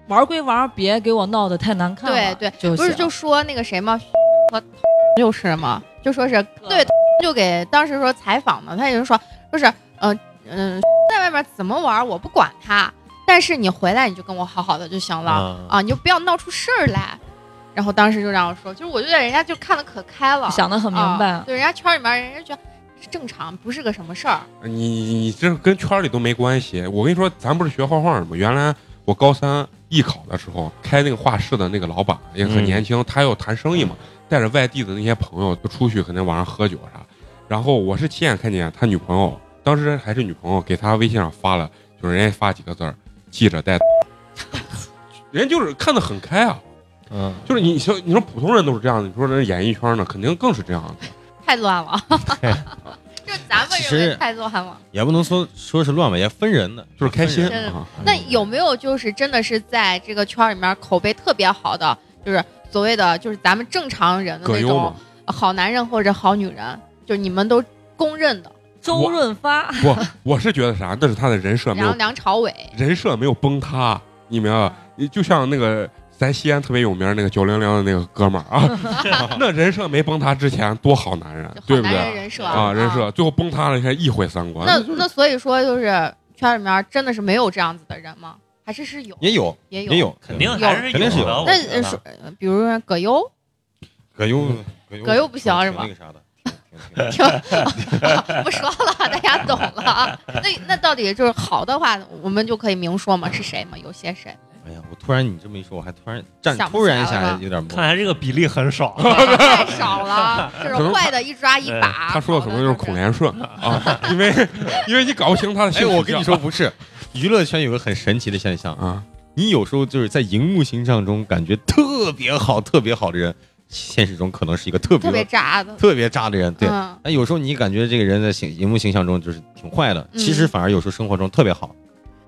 [SPEAKER 5] 玩儿归玩儿，别给我闹得太难看了。
[SPEAKER 3] 对对
[SPEAKER 5] 就
[SPEAKER 3] 不是
[SPEAKER 5] 行
[SPEAKER 3] 就说那个谁吗？ 和就是嘛，就说是对，就给当时说采访嘛，他也就说，就是嗯嗯、 在外面怎么玩我不管他，但是你回来你就跟我好好的就行了、
[SPEAKER 4] 啊
[SPEAKER 3] 啊，你就不要闹出事儿来。然后当时就让我说，就是我觉得人家就看得可开了，
[SPEAKER 5] 想得很明白。
[SPEAKER 3] 啊对，人家圈里面人家觉得是正常，不是个什么事儿。
[SPEAKER 1] 你你你这跟圈里都没关系。我跟你说，咱不是学画画的吗？原来我高三艺考的时候，开那个画室的那个老板也很
[SPEAKER 4] 嗯
[SPEAKER 1] 年轻，他要谈生意嘛，带着外地的那些朋友就出去，可能晚上喝酒啥。然后我是亲眼看见他女朋友，当时还是女朋友，给他微信上发了，就是人家发几个字儿，记着带。 人家就是看得很开啊，
[SPEAKER 4] 嗯，
[SPEAKER 1] 就是你说你说普通人都是这样的，你说人演艺圈呢，肯定更是这样的。
[SPEAKER 3] 太乱了， 就咱们
[SPEAKER 6] 其
[SPEAKER 3] 认为
[SPEAKER 6] 实
[SPEAKER 3] 太乱了。
[SPEAKER 6] 也不能说说是乱吧，也分人的，嗯
[SPEAKER 1] 就是开心
[SPEAKER 6] 分人
[SPEAKER 3] 真的
[SPEAKER 1] 啊。
[SPEAKER 3] 那有没有就是真的是在这个圈里面口碑特别好的，就是所谓的就是咱们正常人的
[SPEAKER 1] 葛
[SPEAKER 3] 那
[SPEAKER 1] 优嘛
[SPEAKER 3] 种，好男人或者好女人，就是你们都公认的，
[SPEAKER 5] 周润发，
[SPEAKER 1] 不，我是觉得啥，那是他的人设没
[SPEAKER 3] 然后
[SPEAKER 1] 有
[SPEAKER 3] 梁朝伟，
[SPEAKER 1] 人设没有崩塌，你明白吧？就像那个咱西安特别有名儿那个九零零的那个哥们儿 啊，那人设没崩塌之前多好男人
[SPEAKER 3] 就，
[SPEAKER 1] 对
[SPEAKER 3] 好
[SPEAKER 1] 不
[SPEAKER 3] 男人
[SPEAKER 1] 对？
[SPEAKER 3] 人设
[SPEAKER 1] 啊，人设最后崩塌了，你看一毁三观。
[SPEAKER 3] 那那所以说就是圈里面真的是没有这样子的人吗？还是是有
[SPEAKER 6] 也有
[SPEAKER 3] 也有
[SPEAKER 6] 也有，
[SPEAKER 4] 肯定
[SPEAKER 3] 有
[SPEAKER 4] 还是
[SPEAKER 6] 肯定是有
[SPEAKER 4] 的。
[SPEAKER 6] 的
[SPEAKER 4] 我
[SPEAKER 3] 那
[SPEAKER 4] 觉
[SPEAKER 3] 呃
[SPEAKER 4] 得
[SPEAKER 3] 说，呃比如说葛优，
[SPEAKER 6] 葛优
[SPEAKER 1] 嗯
[SPEAKER 6] 葛优
[SPEAKER 3] 葛优不行是吧
[SPEAKER 6] 挺那个啥的，挺挺听 听。
[SPEAKER 3] 听，不说了，大家懂了 啊。那那到底就是好的话，我们就可以明说嘛，是谁嘛？有些 谁？
[SPEAKER 6] 哎呀，我突然你这么一说，我还突然站
[SPEAKER 3] 想不
[SPEAKER 6] 突然一
[SPEAKER 3] 起来了
[SPEAKER 6] 下
[SPEAKER 3] 吗
[SPEAKER 6] 有点懵
[SPEAKER 4] 看来这个比例很少。
[SPEAKER 3] 太少了，这种坏的一抓一把。
[SPEAKER 1] 他说的可能就是孔连顺啊，因为因为你搞不清他的性
[SPEAKER 6] 哎，
[SPEAKER 1] 取
[SPEAKER 6] 我跟你
[SPEAKER 1] 向
[SPEAKER 6] 说，不是，娱乐圈有个很神奇的现象，
[SPEAKER 1] 啊，
[SPEAKER 6] 你有时候就是在荧幕形象中感觉特别好、特别好的人，现实中可能是一个特别
[SPEAKER 3] 特别渣的，
[SPEAKER 6] 特别渣的人。对，
[SPEAKER 3] 嗯
[SPEAKER 6] 但有时候你感觉这个人在形荧幕形象中就是挺坏的，
[SPEAKER 3] 嗯
[SPEAKER 6] 其实反而有时候生活中特别好，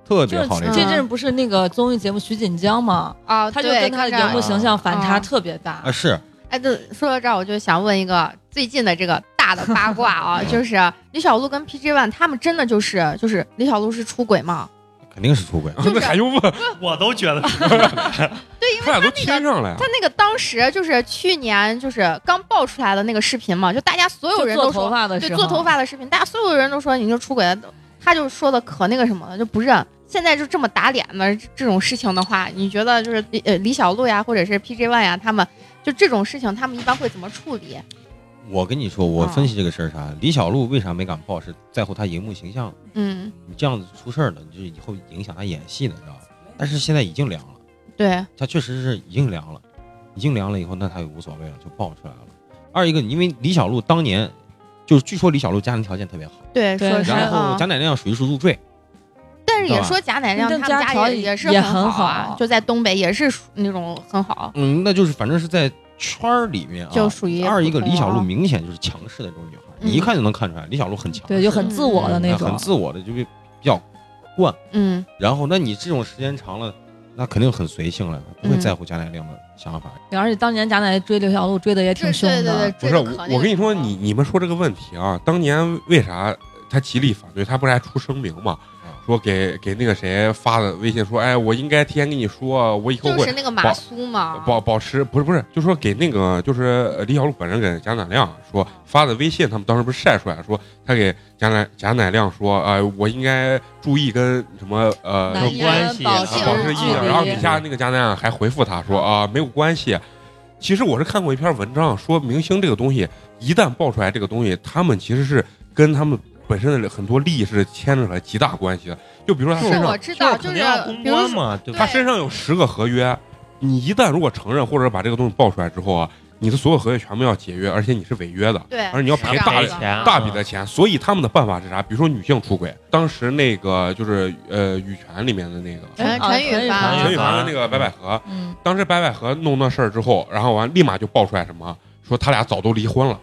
[SPEAKER 6] 特别
[SPEAKER 5] 就是
[SPEAKER 6] 好那
[SPEAKER 5] 这
[SPEAKER 6] 种。
[SPEAKER 5] 阵不是那个综艺节目徐锦江嘛，
[SPEAKER 3] 啊，
[SPEAKER 5] 他就
[SPEAKER 3] 对
[SPEAKER 5] 跟他
[SPEAKER 3] 看
[SPEAKER 5] 的
[SPEAKER 3] 着
[SPEAKER 5] 人物形象反差
[SPEAKER 3] 嗯
[SPEAKER 5] 特别大
[SPEAKER 6] 啊，。是
[SPEAKER 3] 哎，对，说到这儿，我就想问一个最近的这个大的八卦啊，就是李小璐跟 PG One 他们真的就是就是李小璐是出轨吗？
[SPEAKER 6] 肯定是出轨。
[SPEAKER 3] 就是
[SPEAKER 1] 哦 那还用问？
[SPEAKER 4] 我都觉得是
[SPEAKER 3] 对，因为
[SPEAKER 1] 他俩都
[SPEAKER 3] 那
[SPEAKER 1] 贴
[SPEAKER 3] 个
[SPEAKER 1] 上了呀
[SPEAKER 3] 他。那个当时就是去年就是刚爆出来的那个视频嘛，就大家所有
[SPEAKER 5] 就
[SPEAKER 3] 人
[SPEAKER 5] 做
[SPEAKER 3] 都
[SPEAKER 5] 头
[SPEAKER 3] 说，
[SPEAKER 5] 发的
[SPEAKER 3] 对
[SPEAKER 5] 时候，
[SPEAKER 3] 做头发的视频，大家所有人都说你就出轨了，他就说的可那个什么了，就不认。现在就这么打脸的这这种事情的话，你觉得就是李呃李小璐呀，或者是 PJ One 呀，他们就这种事情，他们一般会怎么处理？
[SPEAKER 6] 我跟你说，我
[SPEAKER 3] 啊
[SPEAKER 6] 分析这个事儿啥，李小璐为啥没敢爆，是在乎她荧幕形象。
[SPEAKER 3] 嗯，
[SPEAKER 6] 你这样子出事儿了，你就以后影响她演戏的，你知道吧？但是现在已经凉了。
[SPEAKER 3] 对，
[SPEAKER 6] 他确实是已经凉了，已经凉了以后，那他也无所谓了，就爆出来了。二一个，因为李小璐当年就是据说李小璐家庭条件特别好，
[SPEAKER 3] 对，
[SPEAKER 5] 对
[SPEAKER 3] 说是
[SPEAKER 6] 然后
[SPEAKER 3] 啊
[SPEAKER 6] 贾，乃亮属于是入赘，
[SPEAKER 3] 但是也
[SPEAKER 6] 对吧
[SPEAKER 3] 说贾乃亮他
[SPEAKER 5] 但
[SPEAKER 3] 们
[SPEAKER 5] 家
[SPEAKER 3] 家
[SPEAKER 5] 条
[SPEAKER 3] 也也是
[SPEAKER 5] 也
[SPEAKER 3] 很
[SPEAKER 5] 很
[SPEAKER 3] 好啊
[SPEAKER 5] 好，
[SPEAKER 3] 就在东北也是属那种很好，
[SPEAKER 6] 嗯，那就是反正是在圈儿里面啊。
[SPEAKER 3] 就属于
[SPEAKER 6] 二一个，
[SPEAKER 3] 普通
[SPEAKER 6] 李小璐
[SPEAKER 3] 啊
[SPEAKER 6] 明显就是强势的那种女孩，
[SPEAKER 3] 嗯
[SPEAKER 6] 你一看就能看出来，李小璐很强势，
[SPEAKER 5] 对，就很自我的那
[SPEAKER 6] 嗯
[SPEAKER 5] 种
[SPEAKER 6] 很。自我的，就比比较。
[SPEAKER 3] 嗯
[SPEAKER 6] 然后，那你这种时间长了，那肯定很随性了，不会
[SPEAKER 3] 嗯
[SPEAKER 6] 在乎贾乃亮的想法。
[SPEAKER 5] 而且当年贾乃追刘小璐追的也挺
[SPEAKER 3] 对
[SPEAKER 5] 凶
[SPEAKER 3] 对对
[SPEAKER 5] 的，
[SPEAKER 1] 不
[SPEAKER 3] 对，
[SPEAKER 1] 是
[SPEAKER 3] 这
[SPEAKER 1] 我
[SPEAKER 3] 个可，那
[SPEAKER 1] 我
[SPEAKER 3] 个
[SPEAKER 1] 跟你
[SPEAKER 3] 什
[SPEAKER 1] 说，
[SPEAKER 3] 么
[SPEAKER 1] 你你们说这个问题啊，当年为啥他极力反对？他不是还出声明嘛
[SPEAKER 6] 嗯，
[SPEAKER 1] 说给给那个谁发的微信说，哎，我应该提前跟你说，我以后
[SPEAKER 3] 就是
[SPEAKER 1] 会
[SPEAKER 3] 那个马
[SPEAKER 1] 保
[SPEAKER 3] 苏嘛，
[SPEAKER 1] 保保持不是不是，就说给那个就是呃李小璐本人给贾乃亮说发的微信，他们当时不是晒出来说他给贾乃贾乃亮说，呃，我应该注意跟什么呃
[SPEAKER 4] 男
[SPEAKER 5] 男
[SPEAKER 4] 一
[SPEAKER 5] 一
[SPEAKER 4] 人保
[SPEAKER 5] 保
[SPEAKER 4] 持
[SPEAKER 5] 持
[SPEAKER 1] 啊保持
[SPEAKER 5] 距
[SPEAKER 1] 异
[SPEAKER 3] 距
[SPEAKER 1] 样，
[SPEAKER 3] 离
[SPEAKER 1] 然后
[SPEAKER 5] 离
[SPEAKER 1] 底。下那个加奈亚还回复他说啊没有关系。其实我是看过一篇文章，说明星这个东西一旦爆出来，这个东西他们其实是跟他们本身的很多利益是牵扯了极大关系的。就比如说他
[SPEAKER 3] 是
[SPEAKER 1] 身
[SPEAKER 3] 我
[SPEAKER 1] 上，
[SPEAKER 3] 知道，
[SPEAKER 4] 就是
[SPEAKER 3] 就
[SPEAKER 4] 肯
[SPEAKER 3] 是
[SPEAKER 4] 定要公
[SPEAKER 3] 比如
[SPEAKER 4] 关
[SPEAKER 3] 说，
[SPEAKER 4] 嘛，对吧？
[SPEAKER 1] 他身上有十个合约，你一旦如果承认或者把这个东西爆出来之后啊，你的所有合约全部要解约，而且你是违约的。
[SPEAKER 3] 对，
[SPEAKER 1] 而你要
[SPEAKER 3] 是
[SPEAKER 1] 赔
[SPEAKER 3] 这
[SPEAKER 1] 大
[SPEAKER 3] 样
[SPEAKER 1] 的
[SPEAKER 3] 子
[SPEAKER 4] 钱
[SPEAKER 3] 啊
[SPEAKER 1] 大笔的钱，所以他们的办法是啥？比如说女性出轨，当时那个就是呃《羽泉》里面的那个
[SPEAKER 3] 陈
[SPEAKER 5] 啊
[SPEAKER 3] 陈
[SPEAKER 5] 陈
[SPEAKER 3] 羽
[SPEAKER 5] 羽
[SPEAKER 3] 凡
[SPEAKER 5] 凡
[SPEAKER 1] 陈羽凡跟那个白百合，
[SPEAKER 5] 嗯，
[SPEAKER 1] 当时白百合弄那事儿之后，然后完立马就爆出来什么，说他俩早都离婚了，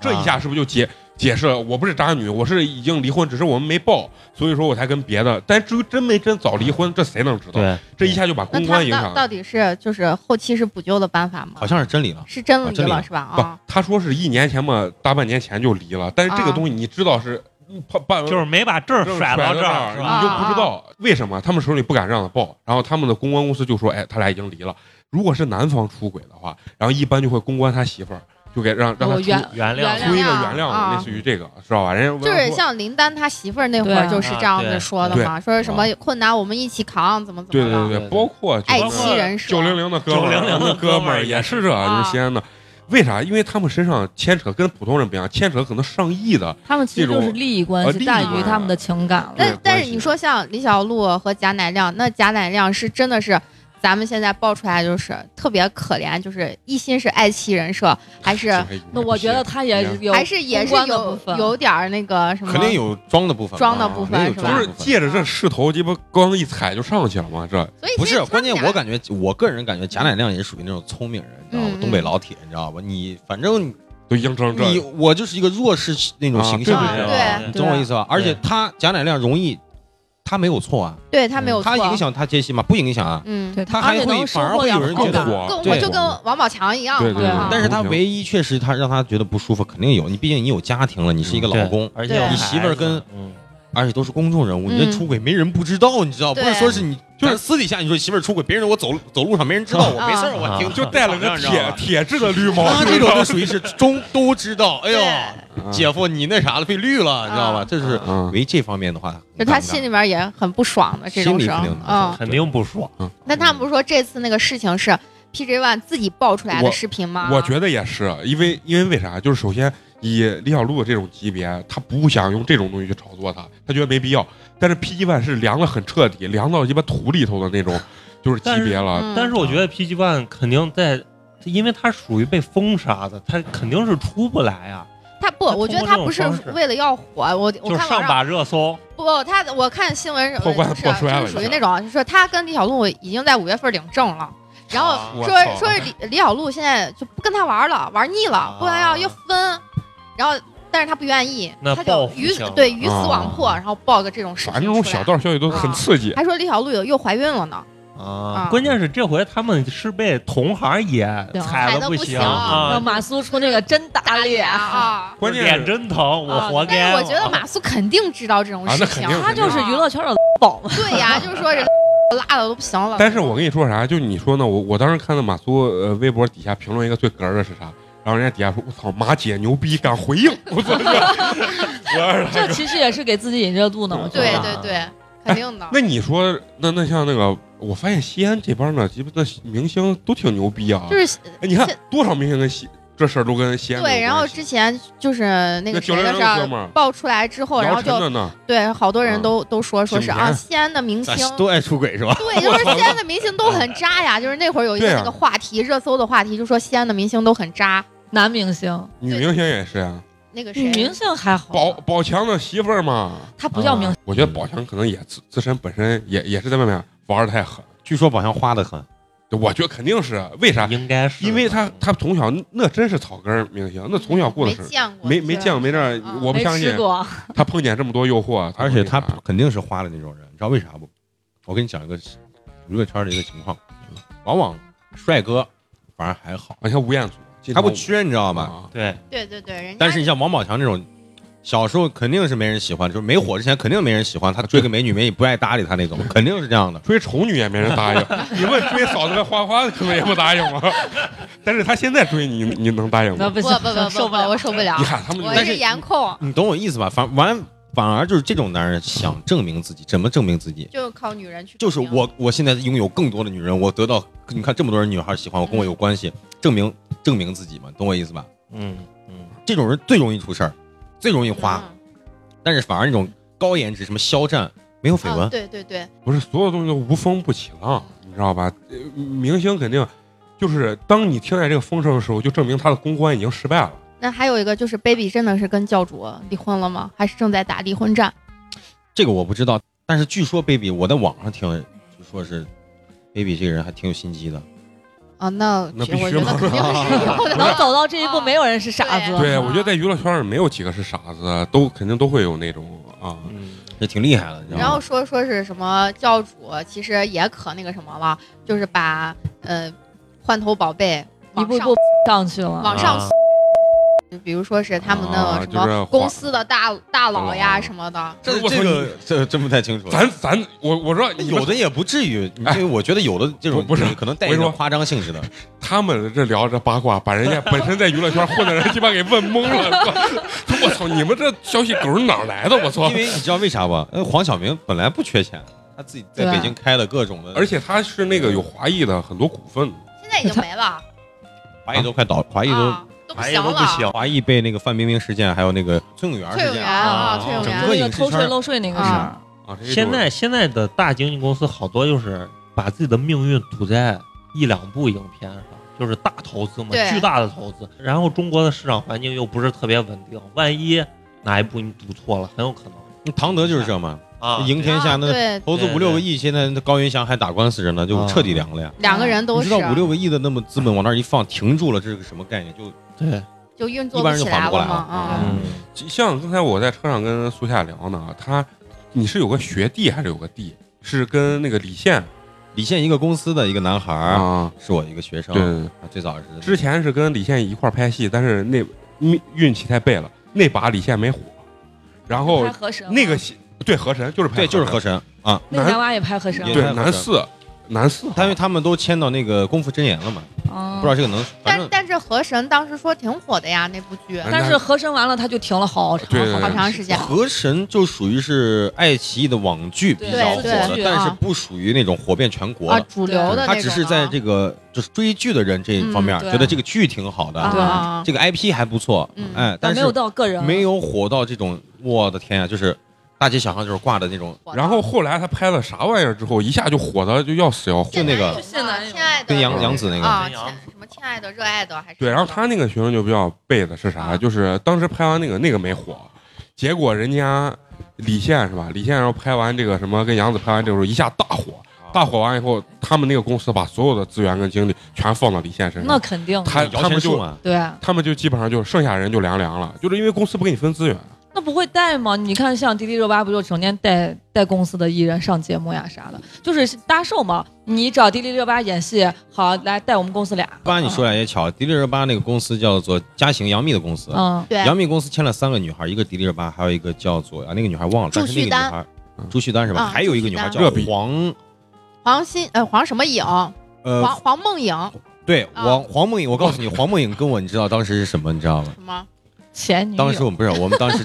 [SPEAKER 1] 这一
[SPEAKER 4] 啊
[SPEAKER 1] 下是不是就解、解释了？我不是渣女，我是已经离婚，只是我们没报，所以说我才跟别的。但至于真没真早离婚，这谁能知道？
[SPEAKER 4] 对，
[SPEAKER 1] 这一下就把
[SPEAKER 3] 那
[SPEAKER 1] 公
[SPEAKER 3] 他
[SPEAKER 1] 关
[SPEAKER 3] 们
[SPEAKER 1] 影
[SPEAKER 3] 到
[SPEAKER 1] 响
[SPEAKER 3] 到
[SPEAKER 1] 了。
[SPEAKER 3] 底是就是后期是补救的办法吗？
[SPEAKER 6] 好像是真理了，
[SPEAKER 3] 是真
[SPEAKER 6] 啊
[SPEAKER 3] 离
[SPEAKER 6] 真离
[SPEAKER 3] 了
[SPEAKER 6] 了
[SPEAKER 3] 是吧？
[SPEAKER 1] 不
[SPEAKER 3] 啊，，
[SPEAKER 1] 他说是一年前嘛，大半年前就离了，但是这个
[SPEAKER 3] 啊
[SPEAKER 1] 东西你知道是嗯判办
[SPEAKER 4] 就是没把证儿
[SPEAKER 1] 就是
[SPEAKER 4] 甩到
[SPEAKER 1] 到
[SPEAKER 4] 这儿，是吧？啊
[SPEAKER 1] 你就不知道为什么他们手里不敢让他报，然后他们的公关公司就说，哎，他俩已经离了。如果是男方出轨的话，然后一般就会公关他媳妇儿，就给让让他
[SPEAKER 5] 我
[SPEAKER 1] 出
[SPEAKER 5] 哦
[SPEAKER 4] 原
[SPEAKER 5] 原原
[SPEAKER 1] 出一个
[SPEAKER 3] 谅
[SPEAKER 1] 原谅，
[SPEAKER 3] 啊
[SPEAKER 1] 类似于这个，知道吧？人家
[SPEAKER 3] 就是像林丹他媳妇儿那会
[SPEAKER 5] 对
[SPEAKER 3] 儿
[SPEAKER 5] 啊
[SPEAKER 3] 就是这样子说的嘛，说什么困难我们一起扛，怎么怎
[SPEAKER 1] 啊对
[SPEAKER 3] 么
[SPEAKER 1] 对
[SPEAKER 3] 了？
[SPEAKER 1] 对
[SPEAKER 4] 对
[SPEAKER 1] 对，包括
[SPEAKER 3] 爱
[SPEAKER 4] 包
[SPEAKER 3] 妻
[SPEAKER 4] 括
[SPEAKER 3] 人设
[SPEAKER 1] 九零零的哥们儿，
[SPEAKER 4] 900
[SPEAKER 1] 哥
[SPEAKER 4] 的
[SPEAKER 1] 们
[SPEAKER 4] 哥们儿
[SPEAKER 1] 儿
[SPEAKER 4] 也
[SPEAKER 1] 也是
[SPEAKER 4] 是
[SPEAKER 1] 这，
[SPEAKER 3] 啊
[SPEAKER 1] 就是西安的。为啥？因为他们身上牵扯跟普通人不一样，牵扯可能上亿的。
[SPEAKER 5] 他们其实就是利益关
[SPEAKER 1] 呃利
[SPEAKER 5] 系
[SPEAKER 1] 益
[SPEAKER 5] 大
[SPEAKER 1] 关
[SPEAKER 5] 于
[SPEAKER 1] 系
[SPEAKER 5] 他们的情感了。
[SPEAKER 1] 对
[SPEAKER 3] 但但是
[SPEAKER 1] 关系
[SPEAKER 3] 你说像李小璐和贾乃亮，那贾乃亮是真的是。咱们现在爆出来就是特别可怜，就是一心是爱妻人设，还是
[SPEAKER 1] 哎
[SPEAKER 5] 那我觉得他也有，
[SPEAKER 3] 还是也是
[SPEAKER 5] 公关的
[SPEAKER 3] 有
[SPEAKER 5] 部分
[SPEAKER 3] 有点儿那个什么，
[SPEAKER 6] 肯定有装的部分
[SPEAKER 3] 嗯
[SPEAKER 6] 嘛，
[SPEAKER 3] 装的部分
[SPEAKER 6] 肯定有
[SPEAKER 3] 是
[SPEAKER 1] 不
[SPEAKER 3] 吧
[SPEAKER 6] 装的
[SPEAKER 1] 是
[SPEAKER 6] 部分。
[SPEAKER 1] 借着这势头，鸡巴刚一踩就上去了吗？这
[SPEAKER 3] 所以
[SPEAKER 6] 不
[SPEAKER 3] 其实
[SPEAKER 6] 是，
[SPEAKER 3] 他
[SPEAKER 6] 关键
[SPEAKER 3] 们俩
[SPEAKER 6] 我感觉，我个人感觉贾乃亮也属于那种聪明人，你知道吧
[SPEAKER 3] 嗯？嗯
[SPEAKER 6] 东北老铁，你知道吧？你反正
[SPEAKER 1] 都硬成这
[SPEAKER 6] 你我就是一个弱势那种形象，
[SPEAKER 1] 啊
[SPEAKER 6] 你知道
[SPEAKER 3] 对
[SPEAKER 6] 吧？
[SPEAKER 3] 对
[SPEAKER 6] 你懂我意思吧？而且
[SPEAKER 4] 对
[SPEAKER 6] 他贾乃亮容易，他没有错啊，
[SPEAKER 3] 对他没有错，
[SPEAKER 6] 他影响他接戏吗？不影响啊，
[SPEAKER 3] 嗯，
[SPEAKER 5] 对
[SPEAKER 6] 他
[SPEAKER 5] 而
[SPEAKER 6] 还
[SPEAKER 5] 且
[SPEAKER 6] 会
[SPEAKER 5] 能收
[SPEAKER 6] 反而
[SPEAKER 5] 获
[SPEAKER 6] 会
[SPEAKER 5] 两
[SPEAKER 6] 有人觉
[SPEAKER 5] 个
[SPEAKER 6] 得
[SPEAKER 5] 更大
[SPEAKER 1] 哦我
[SPEAKER 3] 跟我
[SPEAKER 6] 对
[SPEAKER 3] 就跟王宝强一样
[SPEAKER 1] 对
[SPEAKER 3] 嘛，
[SPEAKER 1] 对
[SPEAKER 5] 对啊
[SPEAKER 6] 但是他
[SPEAKER 1] 同
[SPEAKER 4] 嗯
[SPEAKER 1] 情
[SPEAKER 6] 唯一确实他让他觉得不舒服，肯定有。你毕竟你有家庭了，你是一个老公，
[SPEAKER 4] 而且有
[SPEAKER 3] 对
[SPEAKER 4] 孩
[SPEAKER 6] 你媳妇儿跟
[SPEAKER 4] 子嗯
[SPEAKER 6] 而且都是公众人物，
[SPEAKER 3] 嗯
[SPEAKER 6] 你这出轨没人不知道，你知道？不
[SPEAKER 3] 对
[SPEAKER 6] 是说是你就是私底下你说媳妇儿出轨，别人我走走路上没人知道，我
[SPEAKER 3] 啊
[SPEAKER 6] 没事儿，我
[SPEAKER 4] 啊
[SPEAKER 6] 听
[SPEAKER 1] 就戴了个
[SPEAKER 6] 你知道
[SPEAKER 1] 铁
[SPEAKER 7] 啊
[SPEAKER 6] 吧
[SPEAKER 1] 铁质的绿帽，
[SPEAKER 6] 他这种就属于是中都知道。哎呦，
[SPEAKER 1] 嗯
[SPEAKER 6] 姐夫你那啥了，被绿了，你知道吧？这是
[SPEAKER 1] 嗯，
[SPEAKER 6] 为这方面的话，
[SPEAKER 3] 就他心里面也很不爽的这种
[SPEAKER 6] 心里
[SPEAKER 3] 事儿
[SPEAKER 6] 肯定，的
[SPEAKER 3] 嗯。
[SPEAKER 4] 啊肯定不说，
[SPEAKER 3] 那他们不是说这次那个事情是 PJ One 自己爆出来的
[SPEAKER 1] 我
[SPEAKER 3] 视频吗？
[SPEAKER 1] 我觉得也是，因为因为为啥？就是首先以李小璐这种级别，他不想用这种东西去炒作他，他觉得没必要。但是 PG One 是凉了很彻底，凉到鸡巴土里头的那种，啊就是级别了。
[SPEAKER 3] 嗯
[SPEAKER 4] 但是我觉得 PG One 肯定在，因为他属于被封杀的，他肯定是出不来啊，
[SPEAKER 3] 他不，
[SPEAKER 4] 他通
[SPEAKER 3] 我觉得
[SPEAKER 4] 过
[SPEAKER 3] 他
[SPEAKER 4] 这种
[SPEAKER 3] 不是
[SPEAKER 4] 方式
[SPEAKER 3] 为了要火，我我
[SPEAKER 4] 就是
[SPEAKER 3] 看网
[SPEAKER 4] 上
[SPEAKER 3] 上
[SPEAKER 4] 把热搜，
[SPEAKER 3] 不，他我看新闻什
[SPEAKER 1] 破
[SPEAKER 3] 么
[SPEAKER 1] 罐
[SPEAKER 3] 的，
[SPEAKER 1] 子
[SPEAKER 3] 就是啊
[SPEAKER 1] 破摔了
[SPEAKER 3] 就是属于
[SPEAKER 1] 一下
[SPEAKER 3] 那种，就是说他跟李小璐已经在五月份领证了，然后
[SPEAKER 4] 啊
[SPEAKER 1] 我
[SPEAKER 3] 说
[SPEAKER 1] 操
[SPEAKER 3] 说是李李小璐现在就不跟他玩了，玩腻了，不然要
[SPEAKER 4] 啊
[SPEAKER 3] 要分，然后但是他不愿意，
[SPEAKER 4] 那
[SPEAKER 3] 他
[SPEAKER 4] 报
[SPEAKER 3] 就
[SPEAKER 4] 复
[SPEAKER 3] 鱼
[SPEAKER 4] 性
[SPEAKER 3] 对鱼死网
[SPEAKER 1] 啊
[SPEAKER 3] 破，然后爆个这种事
[SPEAKER 1] 反
[SPEAKER 3] 情
[SPEAKER 1] 正这种
[SPEAKER 3] 出来
[SPEAKER 1] 小道消息都很刺激。
[SPEAKER 3] 还说李小璐有又怀孕了呢，
[SPEAKER 4] 啊
[SPEAKER 3] 啊，
[SPEAKER 4] 关键是这回他们是被同行也踩
[SPEAKER 3] 踩得
[SPEAKER 4] 的
[SPEAKER 3] 不行
[SPEAKER 4] 行
[SPEAKER 3] 啊
[SPEAKER 5] 让
[SPEAKER 4] 啊，
[SPEAKER 5] 马苏出那个真打脸，
[SPEAKER 3] 啊！
[SPEAKER 1] 关键
[SPEAKER 4] 脸
[SPEAKER 1] 是
[SPEAKER 4] 真疼，我
[SPEAKER 5] 啊
[SPEAKER 4] 活
[SPEAKER 3] 但
[SPEAKER 4] 该。
[SPEAKER 3] 是我觉得马苏肯定知道这种
[SPEAKER 1] 啊
[SPEAKER 3] 事
[SPEAKER 1] 那
[SPEAKER 3] 情，
[SPEAKER 1] 肯定啊
[SPEAKER 5] 他就是娱乐圈的宝嘛。
[SPEAKER 3] 对呀，就是说这 拉的都不行了。
[SPEAKER 1] 但是我跟你说啥，就你说呢？我我当时看到马苏呃微博底下评论一个最哏儿的是啥？然后人家底下说：“我操，马姐牛逼，敢回应！”我操，我二来
[SPEAKER 5] 这其实也是给自己引热度呢，我觉
[SPEAKER 3] 对
[SPEAKER 5] 得。
[SPEAKER 3] 对对，肯定的。
[SPEAKER 1] 那你说，那那像那个，我发现西安这边呢，鸡巴的明星都挺牛逼啊。
[SPEAKER 3] 就是
[SPEAKER 1] 哎，你看
[SPEAKER 3] 现
[SPEAKER 1] 多少明星跟西这事儿都跟西安
[SPEAKER 3] 对，然后
[SPEAKER 1] 之
[SPEAKER 3] 之前就是那个
[SPEAKER 1] 那
[SPEAKER 3] 谁
[SPEAKER 1] 900
[SPEAKER 3] 的事
[SPEAKER 1] 哥
[SPEAKER 3] 儿
[SPEAKER 1] 们儿
[SPEAKER 3] 爆出来之后，然后
[SPEAKER 1] 姚晨
[SPEAKER 3] 就
[SPEAKER 1] 的呢，
[SPEAKER 3] 对好多人
[SPEAKER 1] 嗯
[SPEAKER 3] 都都说说是啊，
[SPEAKER 1] 景甜
[SPEAKER 3] 西安的明星
[SPEAKER 7] 咱都爱出轨是吧？
[SPEAKER 3] 对，就是西安的明星都很渣呀。就是那会儿有一个
[SPEAKER 1] 对啊
[SPEAKER 3] 那个话题，热搜的话题，就说西安的明星都很渣。
[SPEAKER 5] 男明星，
[SPEAKER 1] 女明星也是呀，
[SPEAKER 3] 那个
[SPEAKER 5] 女
[SPEAKER 3] 谁，
[SPEAKER 5] 嗯 明星还
[SPEAKER 1] 宝
[SPEAKER 5] 好，
[SPEAKER 1] 宝强的媳妇儿嘛。
[SPEAKER 5] 她不叫明星，
[SPEAKER 1] 我觉得宝强可能也自自身本身也也是在外面玩的太狠，
[SPEAKER 7] 据说宝强花的很，
[SPEAKER 6] 啊
[SPEAKER 1] 就我觉得肯定是啊为啥？
[SPEAKER 4] 应该是，
[SPEAKER 1] 因为他他从小那真是草根儿明星，那从小过的
[SPEAKER 3] 没
[SPEAKER 1] 是
[SPEAKER 3] 见过，
[SPEAKER 1] 没没见过没这儿
[SPEAKER 3] 啊，
[SPEAKER 1] 我不
[SPEAKER 5] 没
[SPEAKER 1] 相信
[SPEAKER 5] 哎吃过。
[SPEAKER 1] 他碰见这么多诱惑，
[SPEAKER 7] 而且他
[SPEAKER 1] 碰见啥
[SPEAKER 7] 肯定是花的那种人，你知道为啥不？我跟你讲一个娱乐圈的一个情况，往往帅哥反而还好，
[SPEAKER 1] 啊，像吴彦祖，
[SPEAKER 7] 他不缺，你知道
[SPEAKER 1] 好
[SPEAKER 7] 吗？
[SPEAKER 1] 吧？
[SPEAKER 4] 对
[SPEAKER 3] 对对对，人家
[SPEAKER 7] 但是你像王宝强这种，小时候肯定是没人喜欢，就是没火之前肯定没人喜欢，他追个美女，美女不爱搭理他 那种，肯定是这样的。
[SPEAKER 1] 追丑女也没人答应，你问追嫂子跟花花可能也不答应吗？但是他现在追你，你能答应吗？
[SPEAKER 5] 那啊不
[SPEAKER 3] 不
[SPEAKER 5] 行
[SPEAKER 3] 不，不
[SPEAKER 5] 受
[SPEAKER 3] 不
[SPEAKER 5] 不
[SPEAKER 3] 不，
[SPEAKER 5] 了
[SPEAKER 3] 我。受不了
[SPEAKER 1] 你，看他们就
[SPEAKER 3] 我
[SPEAKER 7] 但
[SPEAKER 1] 是，
[SPEAKER 7] 是
[SPEAKER 3] 是颜控，
[SPEAKER 7] 你懂我意思吧？反完反而就是这种男人想证明自己，怎么证明自己？
[SPEAKER 3] 就靠女人去。
[SPEAKER 7] 就是我，我现在拥有更多的女人，我得到你看这么多人女孩喜欢我，跟我
[SPEAKER 3] 嗯
[SPEAKER 7] 有关系，证明证明自己嘛，懂我意思吧？
[SPEAKER 4] 嗯嗯，
[SPEAKER 7] 这种人最容易出事儿，最容易花，
[SPEAKER 3] 嗯
[SPEAKER 7] 但是反而那种高颜值什么肖战没有绯闻，
[SPEAKER 3] 嗯对对对，
[SPEAKER 1] 不是所有东西都无风不起浪，你知道吧？呃明星肯定就是当你听见这个风声的时候，就证明他的公关已经失败了。
[SPEAKER 3] 那还有一个就是 baby 真的是跟教主离婚了吗？还是正在打离婚战？
[SPEAKER 7] 这个我不知道。但是据说 baby，我在网上听就说是 baby 这个人还挺有心机的。
[SPEAKER 3] 啊，那
[SPEAKER 1] 那
[SPEAKER 3] 其
[SPEAKER 1] 必
[SPEAKER 3] 实我
[SPEAKER 1] 须
[SPEAKER 3] 觉得
[SPEAKER 1] 嘛
[SPEAKER 3] 肯定 是有的。
[SPEAKER 5] 能走到这一步，没有人是傻子。
[SPEAKER 1] 对，我觉得在娱乐圈儿没有几个是傻子，都肯定都会有那种啊，
[SPEAKER 4] 嗯
[SPEAKER 7] 这挺厉害的，你知道吗？
[SPEAKER 3] 然后说说是什么教主，其实也可那个什么了，就是把呃换头宝贝
[SPEAKER 5] 一
[SPEAKER 3] 往
[SPEAKER 5] 步一
[SPEAKER 3] 上
[SPEAKER 5] 步上去了。
[SPEAKER 3] 往上
[SPEAKER 4] 啊
[SPEAKER 3] 比如说是他们的
[SPEAKER 1] 啊
[SPEAKER 3] 什
[SPEAKER 1] 就是
[SPEAKER 3] 么
[SPEAKER 1] 晃
[SPEAKER 3] 公司的大大佬呀
[SPEAKER 7] 啊
[SPEAKER 1] 哦
[SPEAKER 3] 什么的，
[SPEAKER 1] 这
[SPEAKER 7] 这
[SPEAKER 1] 我操
[SPEAKER 7] 个这真不太清楚。
[SPEAKER 1] 咱咱我我说
[SPEAKER 7] 有的也不至于，因为我觉得有的这种
[SPEAKER 1] 不是
[SPEAKER 7] 可能带
[SPEAKER 1] 我
[SPEAKER 7] 一
[SPEAKER 1] 跟你
[SPEAKER 7] 点
[SPEAKER 1] 说
[SPEAKER 7] 夸张性质的。
[SPEAKER 1] 他们这聊这八卦，把人家本身在娱乐圈混的人鸡巴给问懵了。说我 操，你们这消息狗是哪儿来的？我操
[SPEAKER 7] 因！为你知道为啥吧？呃，黄晓明本来不缺钱，他自己在
[SPEAKER 5] 对
[SPEAKER 7] 北京开了各种的，
[SPEAKER 1] 而且他是那个有华裔的很多股份，
[SPEAKER 3] 现在已经没了，
[SPEAKER 7] 华谊都快倒，华谊都
[SPEAKER 3] 啊，都不
[SPEAKER 4] 哎
[SPEAKER 3] 行
[SPEAKER 4] 呀都不行
[SPEAKER 3] 了。，
[SPEAKER 7] 华谊被那个范冰冰事件，还有那个崔永元
[SPEAKER 3] 崔
[SPEAKER 7] 事
[SPEAKER 3] 永
[SPEAKER 7] 件
[SPEAKER 3] 元
[SPEAKER 7] 啊，
[SPEAKER 3] 啊，
[SPEAKER 4] 啊
[SPEAKER 3] 崔永
[SPEAKER 7] 整
[SPEAKER 3] 元
[SPEAKER 7] 个
[SPEAKER 5] 那个
[SPEAKER 7] 影视
[SPEAKER 5] 偷税
[SPEAKER 7] 圈
[SPEAKER 5] 漏税那个事儿
[SPEAKER 3] 啊，
[SPEAKER 1] 啊，这种
[SPEAKER 4] 现在现在的大经纪公司好多就是把自己的命运赌在一两部影片上。就是大投资嘛，
[SPEAKER 3] 对
[SPEAKER 4] 巨大的投资。然后中国的市场环境又不是特别稳定，万一哪一部你赌错了，很有可能
[SPEAKER 7] 唐德就是这嘛，
[SPEAKER 4] 啊，
[SPEAKER 7] 赢天下那
[SPEAKER 3] 对
[SPEAKER 7] 投资
[SPEAKER 4] 对
[SPEAKER 7] 五六个亿，现在那高云翔还打官司着呢，就
[SPEAKER 4] 啊
[SPEAKER 7] 彻底凉了呀。
[SPEAKER 3] 两个人都
[SPEAKER 7] 你
[SPEAKER 3] 是啊
[SPEAKER 7] 知道五六个亿的那么资本往那儿一放，停住了，这是个什么概念？就
[SPEAKER 4] 对，
[SPEAKER 3] 就运作
[SPEAKER 7] 一般人
[SPEAKER 3] 起
[SPEAKER 7] 就缓
[SPEAKER 3] 来
[SPEAKER 7] 不过
[SPEAKER 3] 了
[SPEAKER 7] 来
[SPEAKER 3] 嘛
[SPEAKER 7] 了
[SPEAKER 3] 啊。
[SPEAKER 4] 嗯，
[SPEAKER 1] 像刚才我在车上跟苏夏聊呢，他你是有个学弟还是有个弟？是跟那个李现
[SPEAKER 7] 李现一个公司的一个男孩儿，
[SPEAKER 1] 啊？
[SPEAKER 7] 是我一个学生，
[SPEAKER 1] 对，
[SPEAKER 7] 他最早是
[SPEAKER 1] 之前是跟李现一块儿拍戏，但是那运运气太背了，那把李现没火，然后
[SPEAKER 5] 拍河神了
[SPEAKER 1] 那个戏对河神就是拍
[SPEAKER 7] 对，就是
[SPEAKER 1] 神
[SPEAKER 7] 河神啊，
[SPEAKER 5] 那个男娃也拍河神了，
[SPEAKER 7] 也
[SPEAKER 1] 对
[SPEAKER 7] 拍河
[SPEAKER 1] 男
[SPEAKER 7] 神
[SPEAKER 1] 四，男四
[SPEAKER 7] 他
[SPEAKER 1] 号
[SPEAKER 7] 因为他们都签到那个《功夫真言》了嘛，不
[SPEAKER 5] 嗯
[SPEAKER 7] 知道这个能，反
[SPEAKER 3] 但
[SPEAKER 7] 正
[SPEAKER 3] 但是河神当时说挺火的呀，那部剧
[SPEAKER 1] 哎
[SPEAKER 5] 但是和珅完了，他就停了好长
[SPEAKER 1] 对对对
[SPEAKER 3] 好
[SPEAKER 5] 好
[SPEAKER 3] 长
[SPEAKER 5] 长
[SPEAKER 3] 时
[SPEAKER 5] 间。
[SPEAKER 3] 间。
[SPEAKER 7] 河神就属于是爱奇艺的网剧比较火
[SPEAKER 5] 对
[SPEAKER 7] 的
[SPEAKER 5] 对，
[SPEAKER 7] 但是
[SPEAKER 3] 啊
[SPEAKER 7] 不属于那种火遍全国
[SPEAKER 3] 啊，
[SPEAKER 7] 的。嗯
[SPEAKER 3] 主流的那种的啊。
[SPEAKER 7] 他只是在这个就是追剧的人这一方面
[SPEAKER 5] 嗯对
[SPEAKER 7] 觉得这个剧挺好的，
[SPEAKER 5] 啊
[SPEAKER 3] 啊，
[SPEAKER 7] 这个 IP 还不错，
[SPEAKER 3] 嗯
[SPEAKER 7] 哎，但
[SPEAKER 5] 但没
[SPEAKER 7] 是
[SPEAKER 5] 有到
[SPEAKER 3] 啊
[SPEAKER 5] 个人，
[SPEAKER 7] 没有火到这种，我的天呀、啊就是大街小巷就是挂的那种，
[SPEAKER 3] 火的
[SPEAKER 1] 然后后来他拍了啥玩意儿之后，一下就火的就要死要活。
[SPEAKER 7] 就那个
[SPEAKER 3] 这男友嘛
[SPEAKER 5] 就现男友
[SPEAKER 3] 亲爱的
[SPEAKER 7] 跟杨杨紫那个
[SPEAKER 3] 啊，
[SPEAKER 4] 跟杨
[SPEAKER 3] 亲什么亲爱的、热爱的还是
[SPEAKER 1] 对，然后他那个学生就比较背的是啥？
[SPEAKER 3] 啊
[SPEAKER 1] 就是当时拍完那个那个没火，结果人家李现是吧？李现然后拍完这个什么跟杨紫拍完这个时候一下大火，大火完以后，他们那个公司把所有的资源跟精力全放到李现身
[SPEAKER 5] 那
[SPEAKER 1] 上，
[SPEAKER 5] 肯定的
[SPEAKER 1] 他
[SPEAKER 7] 摇
[SPEAKER 1] 他
[SPEAKER 7] 钱啊
[SPEAKER 1] 们
[SPEAKER 7] 树
[SPEAKER 1] 就
[SPEAKER 7] 嘛，
[SPEAKER 5] 对，
[SPEAKER 1] 他们就基本上就剩下人就凉凉了，就是因为公司不给你分资源。
[SPEAKER 5] 那不会带吗？你看像迪丽热巴不就成天带带公司的艺人上节目呀啥的，就是搭售嘛。你找迪丽热巴演戏，好来带我们公司俩。
[SPEAKER 7] 爸，你说来也巧，迪丽热巴那个公司叫做嘉行杨幂的公司，啊
[SPEAKER 5] 嗯，
[SPEAKER 3] 对
[SPEAKER 7] 杨幂公司签了三个女孩，一个迪丽热巴，还有一个叫做啊那个女孩忘了，
[SPEAKER 3] 朱
[SPEAKER 7] 但是那个
[SPEAKER 3] 旭
[SPEAKER 7] 女
[SPEAKER 3] 丹
[SPEAKER 7] 孩
[SPEAKER 1] 嗯
[SPEAKER 7] 朱旭丹是吧？
[SPEAKER 3] 啊
[SPEAKER 7] 还有一个女孩
[SPEAKER 3] 朱
[SPEAKER 1] 丹
[SPEAKER 7] 叫黄
[SPEAKER 3] 黄新呃黄什么影黄
[SPEAKER 7] 呃
[SPEAKER 3] 黄梦影
[SPEAKER 7] 对
[SPEAKER 3] 啊
[SPEAKER 7] 黄黄梦颖，我告 诉你，黄梦颖跟我你知道当时是什么你知道吗？
[SPEAKER 3] 什么
[SPEAKER 5] 前女友。
[SPEAKER 7] 当时我们不是我们当时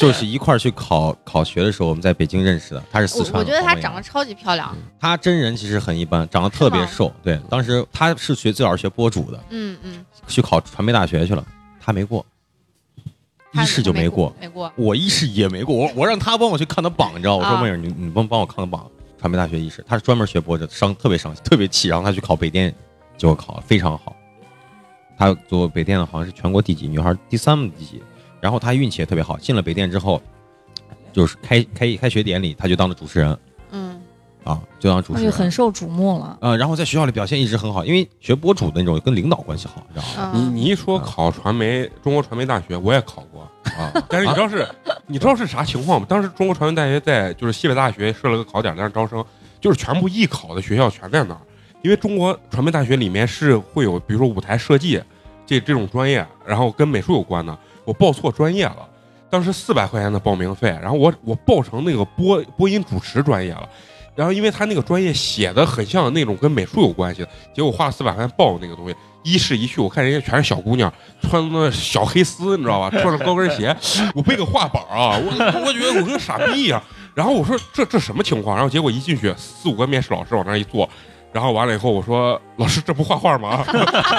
[SPEAKER 7] 就是一块儿去考 考学的时候，我们在北京认识的，她是四
[SPEAKER 3] 我
[SPEAKER 7] 川的。
[SPEAKER 3] 我觉得她
[SPEAKER 7] 黄梦颖
[SPEAKER 3] 长得超级漂亮，
[SPEAKER 7] 她真人其实很一般，长得特别
[SPEAKER 3] 是吗
[SPEAKER 7] 瘦。对，当时她是学最早是学播主的，
[SPEAKER 3] 嗯嗯，
[SPEAKER 7] 去考传媒大学去了，她没过，
[SPEAKER 3] 她
[SPEAKER 7] 一试就没过，
[SPEAKER 3] 没过，
[SPEAKER 7] 我一试也没过，我我让她帮我去看她榜，你知道吗，我说
[SPEAKER 3] 啊
[SPEAKER 7] 梦影，你你帮帮我看个榜，传媒大学一试，她是专门学播的，伤特别伤心，特别气，然后她去考北电，结果考得非常好，她做北电的好像是全国第几，女孩第三第几，然后她运气也特别好，进了北电之后，就是开开开学典礼，她就当了主持人
[SPEAKER 3] 嗯
[SPEAKER 7] 啊，就当主
[SPEAKER 5] 那
[SPEAKER 7] 持人。
[SPEAKER 5] 就哎很受瞩目了。
[SPEAKER 7] 呃，然后在学校里表现一直很好，因为学播主的那种跟领导关系好，你知道吗？
[SPEAKER 3] 嗯，
[SPEAKER 1] 你你一说考传媒，中国传媒大学我也考过，
[SPEAKER 7] 啊，
[SPEAKER 1] 但是你知道是，你知道是啥情况吗？当时中国传媒大学在就是西北大学设了个考点，在那儿招生，就是全部艺考的学校全在那儿，因为中国传媒大学里面是会有，比如说舞台设计这这种专业，然后跟美术有关的，我报错专业了，当时四百块钱的报名费，然后我我报成那个播播音主持专业了。然后，因为他那个专业写的很像那种跟美术有关系的，结果花了四百块钱报那个东西。一试一去，我看人家全是小姑娘，穿的小黑丝，你知道吧？穿着高跟鞋，我背个画板啊，我我觉得我跟傻逼一样。然后我说这这什么情况？然后结果一进去，四五个面试老师往那儿一坐，然后完了以后我说老师这不画画吗？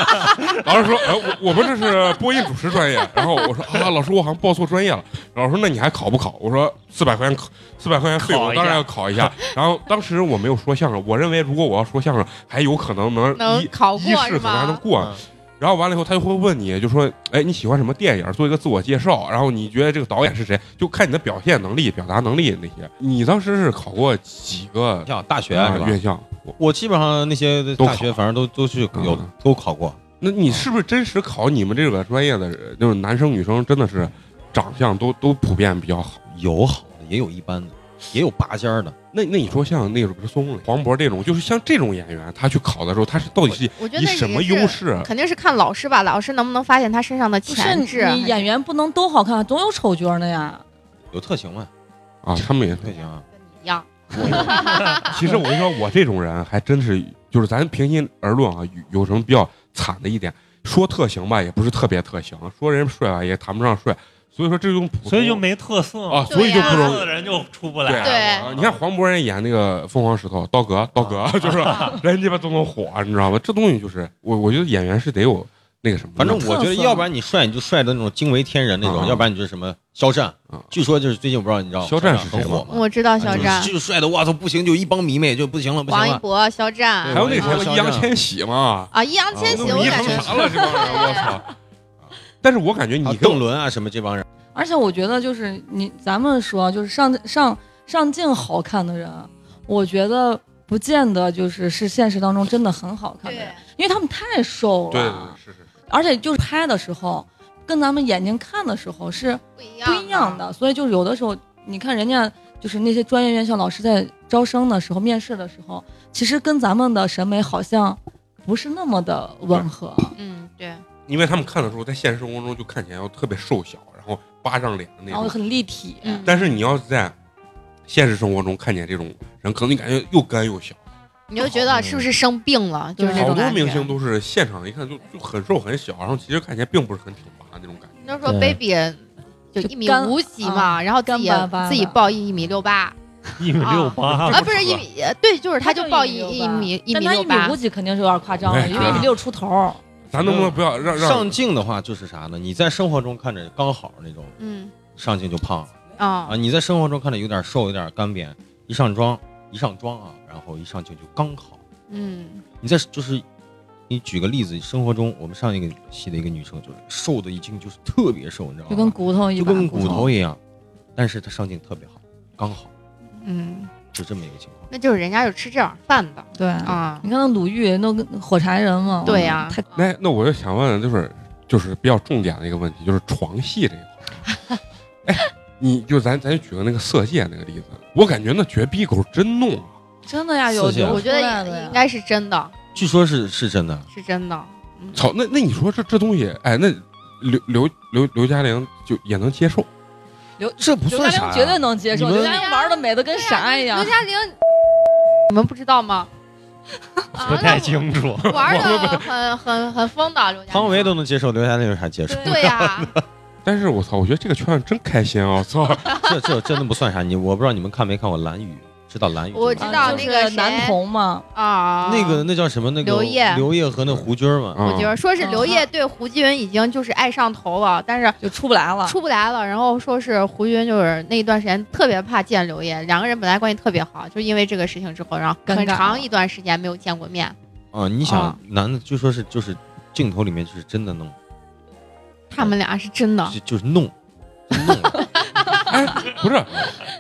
[SPEAKER 1] 老师说哎我我们这是播音主持专业。然后我说啊老师我好像报错专业了。老师说那你还考不考？我说四百块钱考四百块钱费
[SPEAKER 4] 考
[SPEAKER 1] 我
[SPEAKER 4] 一
[SPEAKER 1] 当然
[SPEAKER 4] 下
[SPEAKER 1] 要考一下。然后当时我没有说相声，我认为如果我要说相声还有可能能
[SPEAKER 3] 能
[SPEAKER 1] 一
[SPEAKER 3] 考
[SPEAKER 1] 一
[SPEAKER 3] 过
[SPEAKER 1] 试
[SPEAKER 3] 是
[SPEAKER 1] 可能还能
[SPEAKER 3] 吗？
[SPEAKER 1] 过。
[SPEAKER 4] 嗯
[SPEAKER 1] 然后完了以后，他就会问你，就说，哎，你喜欢什么电影？做一个自我介绍，然后你觉得这个导演是谁？就看你的表现能力、表达能力那些。你当时是考过几个
[SPEAKER 7] 像大学啊
[SPEAKER 1] 啊
[SPEAKER 7] 是吧？
[SPEAKER 1] 院校？我
[SPEAKER 7] 我基本上那些大
[SPEAKER 1] 都
[SPEAKER 7] 学，
[SPEAKER 1] 考
[SPEAKER 7] 反正都都去有
[SPEAKER 1] 嗯
[SPEAKER 7] 都考过，
[SPEAKER 1] 那你是不是真实考你们这个专业的人，就是男生女生真的是长相都都普遍比较好？
[SPEAKER 7] 有好的，也有一般的，也有拔尖儿的。
[SPEAKER 1] 那那你说像那个松、黄渤这种，就是像这种演员，他去考的时候，他是到底是
[SPEAKER 3] 我觉得
[SPEAKER 1] 以
[SPEAKER 3] 也
[SPEAKER 1] 什么
[SPEAKER 3] 是
[SPEAKER 1] 优？势？
[SPEAKER 7] 啊
[SPEAKER 3] 肯定是看老师吧，老师能不能发现他身上的
[SPEAKER 5] 不是
[SPEAKER 3] 潜质？
[SPEAKER 5] 你演员不能都好看，总有丑角的呀。
[SPEAKER 7] 有特型吗？
[SPEAKER 1] 啊？他们也
[SPEAKER 7] 特型啊，
[SPEAKER 3] 跟你一样，
[SPEAKER 1] 其实我跟你说，我这种人还真是，就是咱平心而论啊，有有什么比较惨的一点，说特型吧，也不是特别特型；说人帅吧，也谈不上帅。所以说这种普通，
[SPEAKER 4] 所以就没特色
[SPEAKER 1] 啊，
[SPEAKER 4] 嘛，
[SPEAKER 1] 所以就不
[SPEAKER 4] 特
[SPEAKER 1] 容
[SPEAKER 4] 色
[SPEAKER 1] 易。
[SPEAKER 4] 的人就出不
[SPEAKER 1] 对
[SPEAKER 4] 来。
[SPEAKER 1] 啊
[SPEAKER 3] 嗯对
[SPEAKER 1] 你看黄渤人演那个《凤凰石头》，刀哥，刀哥 就是人鸡巴都能火，你知道吗？这东西就是我，我觉得演员是得有那个什么的，
[SPEAKER 7] 反正我觉得，
[SPEAKER 5] 特色
[SPEAKER 7] 要不然你帅，你就帅的那种惊为天人那种；
[SPEAKER 1] 啊
[SPEAKER 7] 要不然你就是什么肖战
[SPEAKER 1] 啊。
[SPEAKER 7] 据说就是最近我不知道你知道
[SPEAKER 1] 肖战是
[SPEAKER 7] 很
[SPEAKER 1] 谁
[SPEAKER 7] 火吗？
[SPEAKER 3] 我知道肖
[SPEAKER 7] 就是
[SPEAKER 3] 战、
[SPEAKER 7] 就是帅的，哇操，不行，就一帮迷妹就不哎行了，不行
[SPEAKER 3] 王一
[SPEAKER 7] 了。
[SPEAKER 3] 博、肖战
[SPEAKER 1] 还有那个
[SPEAKER 7] 我
[SPEAKER 1] 什
[SPEAKER 7] 也
[SPEAKER 1] 么易烊
[SPEAKER 7] 觉得肖战
[SPEAKER 1] 千玺嘛，
[SPEAKER 3] 啊，易烊千玺，
[SPEAKER 1] 都
[SPEAKER 3] 我
[SPEAKER 1] 迷
[SPEAKER 3] 感
[SPEAKER 1] 成
[SPEAKER 3] 觉
[SPEAKER 1] 啥了？这帮人，我操！ 但是我感觉你
[SPEAKER 7] 还有
[SPEAKER 1] 跟
[SPEAKER 7] 邓伦啊，什么这帮人，
[SPEAKER 5] 而且我觉得就是你咱们说就是上上上镜好看的人，啊我觉得不见得就是是现实当中真的很好看的人
[SPEAKER 3] 对，，
[SPEAKER 5] 因为他们太瘦了。
[SPEAKER 1] 对对
[SPEAKER 7] 啊
[SPEAKER 1] 对是是是。
[SPEAKER 5] 而且就是拍的时候，跟咱们眼睛看的时候是
[SPEAKER 3] 不一
[SPEAKER 5] 不一样的，所以就是有的时候，你看人家就是那些专业院校老师在招生的时候、面试的时候，其实跟咱们的审美好像不是那么的吻合。
[SPEAKER 3] 嗯，对，
[SPEAKER 1] 因为他们看的时候，在现实生活中就看起来要特别瘦小，然后巴掌脸的那
[SPEAKER 5] 然后
[SPEAKER 1] 种。
[SPEAKER 5] 很立体，
[SPEAKER 3] 嗯
[SPEAKER 1] 但是你要是在现实生活中看见这种人，可能你感觉又干又小，
[SPEAKER 3] 你就觉得是不是生病了，就是那
[SPEAKER 1] 好
[SPEAKER 3] 种
[SPEAKER 1] 多
[SPEAKER 3] 感觉。
[SPEAKER 1] 明星都是现场一看就就很瘦很小，然后其实看起来并不是很挺拔那种感觉。
[SPEAKER 3] 那时候
[SPEAKER 4] 对
[SPEAKER 3] baby 就一米
[SPEAKER 5] 干
[SPEAKER 3] 五几嘛，然后自己
[SPEAKER 5] 干巴巴的
[SPEAKER 3] 自己报一米六
[SPEAKER 1] 啊
[SPEAKER 3] 八
[SPEAKER 4] 一米六八，
[SPEAKER 3] 啊，不是一米，对，就是他就报一一米一
[SPEAKER 5] 但
[SPEAKER 3] 米
[SPEAKER 5] 他
[SPEAKER 3] 六
[SPEAKER 5] 一米
[SPEAKER 3] 八
[SPEAKER 5] 五，几肯定是有点夸张
[SPEAKER 7] 哎
[SPEAKER 5] 了，因
[SPEAKER 7] 啊
[SPEAKER 5] 为一米六出头，
[SPEAKER 1] 咱能不能不要让让
[SPEAKER 7] 上镜的话就是啥呢？你在生活中看着刚好那种，
[SPEAKER 3] 嗯
[SPEAKER 7] 上镜就胖了
[SPEAKER 3] 啊
[SPEAKER 7] 啊；你在生活中看着有点瘦，有点干瘪，一上妆一上妆啊，然后一上镜就刚好。
[SPEAKER 3] 嗯
[SPEAKER 7] 你在就是，你举个例子，生活中我们上一个戏的一个女生就是瘦的已经就是特别瘦，你知道吗？
[SPEAKER 5] 就跟骨头一
[SPEAKER 7] 就
[SPEAKER 5] 样，
[SPEAKER 7] 跟骨头一样，但是她上镜特别好，刚好
[SPEAKER 3] 嗯，
[SPEAKER 7] 就这么一个情况。
[SPEAKER 3] 那就是人家就吃这碗饭的
[SPEAKER 5] 对。
[SPEAKER 3] 啊
[SPEAKER 5] 你，看那鲁豫那个火柴人嘛，
[SPEAKER 3] 对呀
[SPEAKER 5] 嗯太
[SPEAKER 1] 那那我就想问，就是就是比较重点的一个问题，就是床戏这一块儿。 哎，你就咱咱举个那个色戒那个例子，我感觉那绝逼狗真弄啊！
[SPEAKER 5] 真的呀，有
[SPEAKER 7] 四姐
[SPEAKER 5] 有
[SPEAKER 3] 我觉得
[SPEAKER 5] 出来的
[SPEAKER 3] 也
[SPEAKER 5] 呀
[SPEAKER 3] 应该是真的，
[SPEAKER 7] 据说是是真的，
[SPEAKER 3] 是真的。嗯
[SPEAKER 1] 操，那那你说这这东西，哎，那刘刘刘刘嘉玲就也能接受，
[SPEAKER 7] 这不
[SPEAKER 5] 刘
[SPEAKER 7] 算
[SPEAKER 5] 嘉玲
[SPEAKER 7] 啥啊
[SPEAKER 5] 绝对
[SPEAKER 7] 呀。
[SPEAKER 5] 能接受，
[SPEAKER 7] 你
[SPEAKER 5] 刘
[SPEAKER 7] 们
[SPEAKER 5] 嘉玲玩的美的跟啥一样
[SPEAKER 3] 刘。嘉玲，你们不知道吗？啊
[SPEAKER 4] 不太清楚。
[SPEAKER 3] 那玩的很很很疯的刘嘉玲，
[SPEAKER 7] 汤唯都能接受，刘嘉玲有啥接受？
[SPEAKER 3] 对啊呀，
[SPEAKER 1] 但是我操，我觉得这个圈儿真开心啊！我操，
[SPEAKER 7] 这这真的不算啥。你我不知道你们看没看过《蓝雨》，知道《蓝雨》这个
[SPEAKER 3] 我
[SPEAKER 7] 吗
[SPEAKER 3] 知道
[SPEAKER 5] 啊就
[SPEAKER 3] 那
[SPEAKER 5] 是
[SPEAKER 3] 个谁
[SPEAKER 5] 男童嘛，
[SPEAKER 3] 啊，
[SPEAKER 7] 那个那叫什么？那个
[SPEAKER 3] 刘烨
[SPEAKER 7] 刘烨和那胡军儿嘛。
[SPEAKER 1] 啊
[SPEAKER 3] 我觉得说是刘烨对胡金云已经就是爱上头了，但是
[SPEAKER 5] 就出不来了。
[SPEAKER 3] 出不来了。然后说是胡金云就是那一段时间特别怕见刘烨，两个人本来关系特别好，就因为这个事情之后，然后
[SPEAKER 5] 尴尬
[SPEAKER 3] 很长一段时间没有见过面。
[SPEAKER 7] 啊，你想
[SPEAKER 3] 啊，
[SPEAKER 7] 男的就说是就是镜头里面就是真的弄，
[SPEAKER 3] 他们俩是真的
[SPEAKER 7] 就就是弄，就弄了。
[SPEAKER 1] 哎，不是，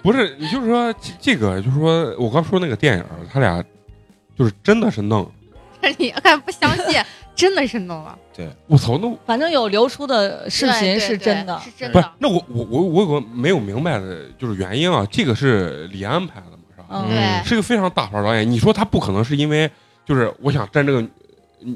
[SPEAKER 1] 不是，你就是说这这个，就是说我刚说那个电影儿，他俩就是真的是弄，
[SPEAKER 3] 你看不相 信，真的是弄了，
[SPEAKER 1] 我操，那我
[SPEAKER 5] 反正有流出的视
[SPEAKER 3] 对
[SPEAKER 5] 频
[SPEAKER 3] 对
[SPEAKER 5] 是
[SPEAKER 3] 对
[SPEAKER 5] 真的，
[SPEAKER 3] 是真
[SPEAKER 1] 不是
[SPEAKER 3] 的，，
[SPEAKER 1] 那我我我我有个没有明白的就是原因啊，这个是李安拍的嘛，是吧？
[SPEAKER 5] 嗯
[SPEAKER 3] 对
[SPEAKER 1] 是个非常大牌导演，你说他不可能是因为就是我想占这个女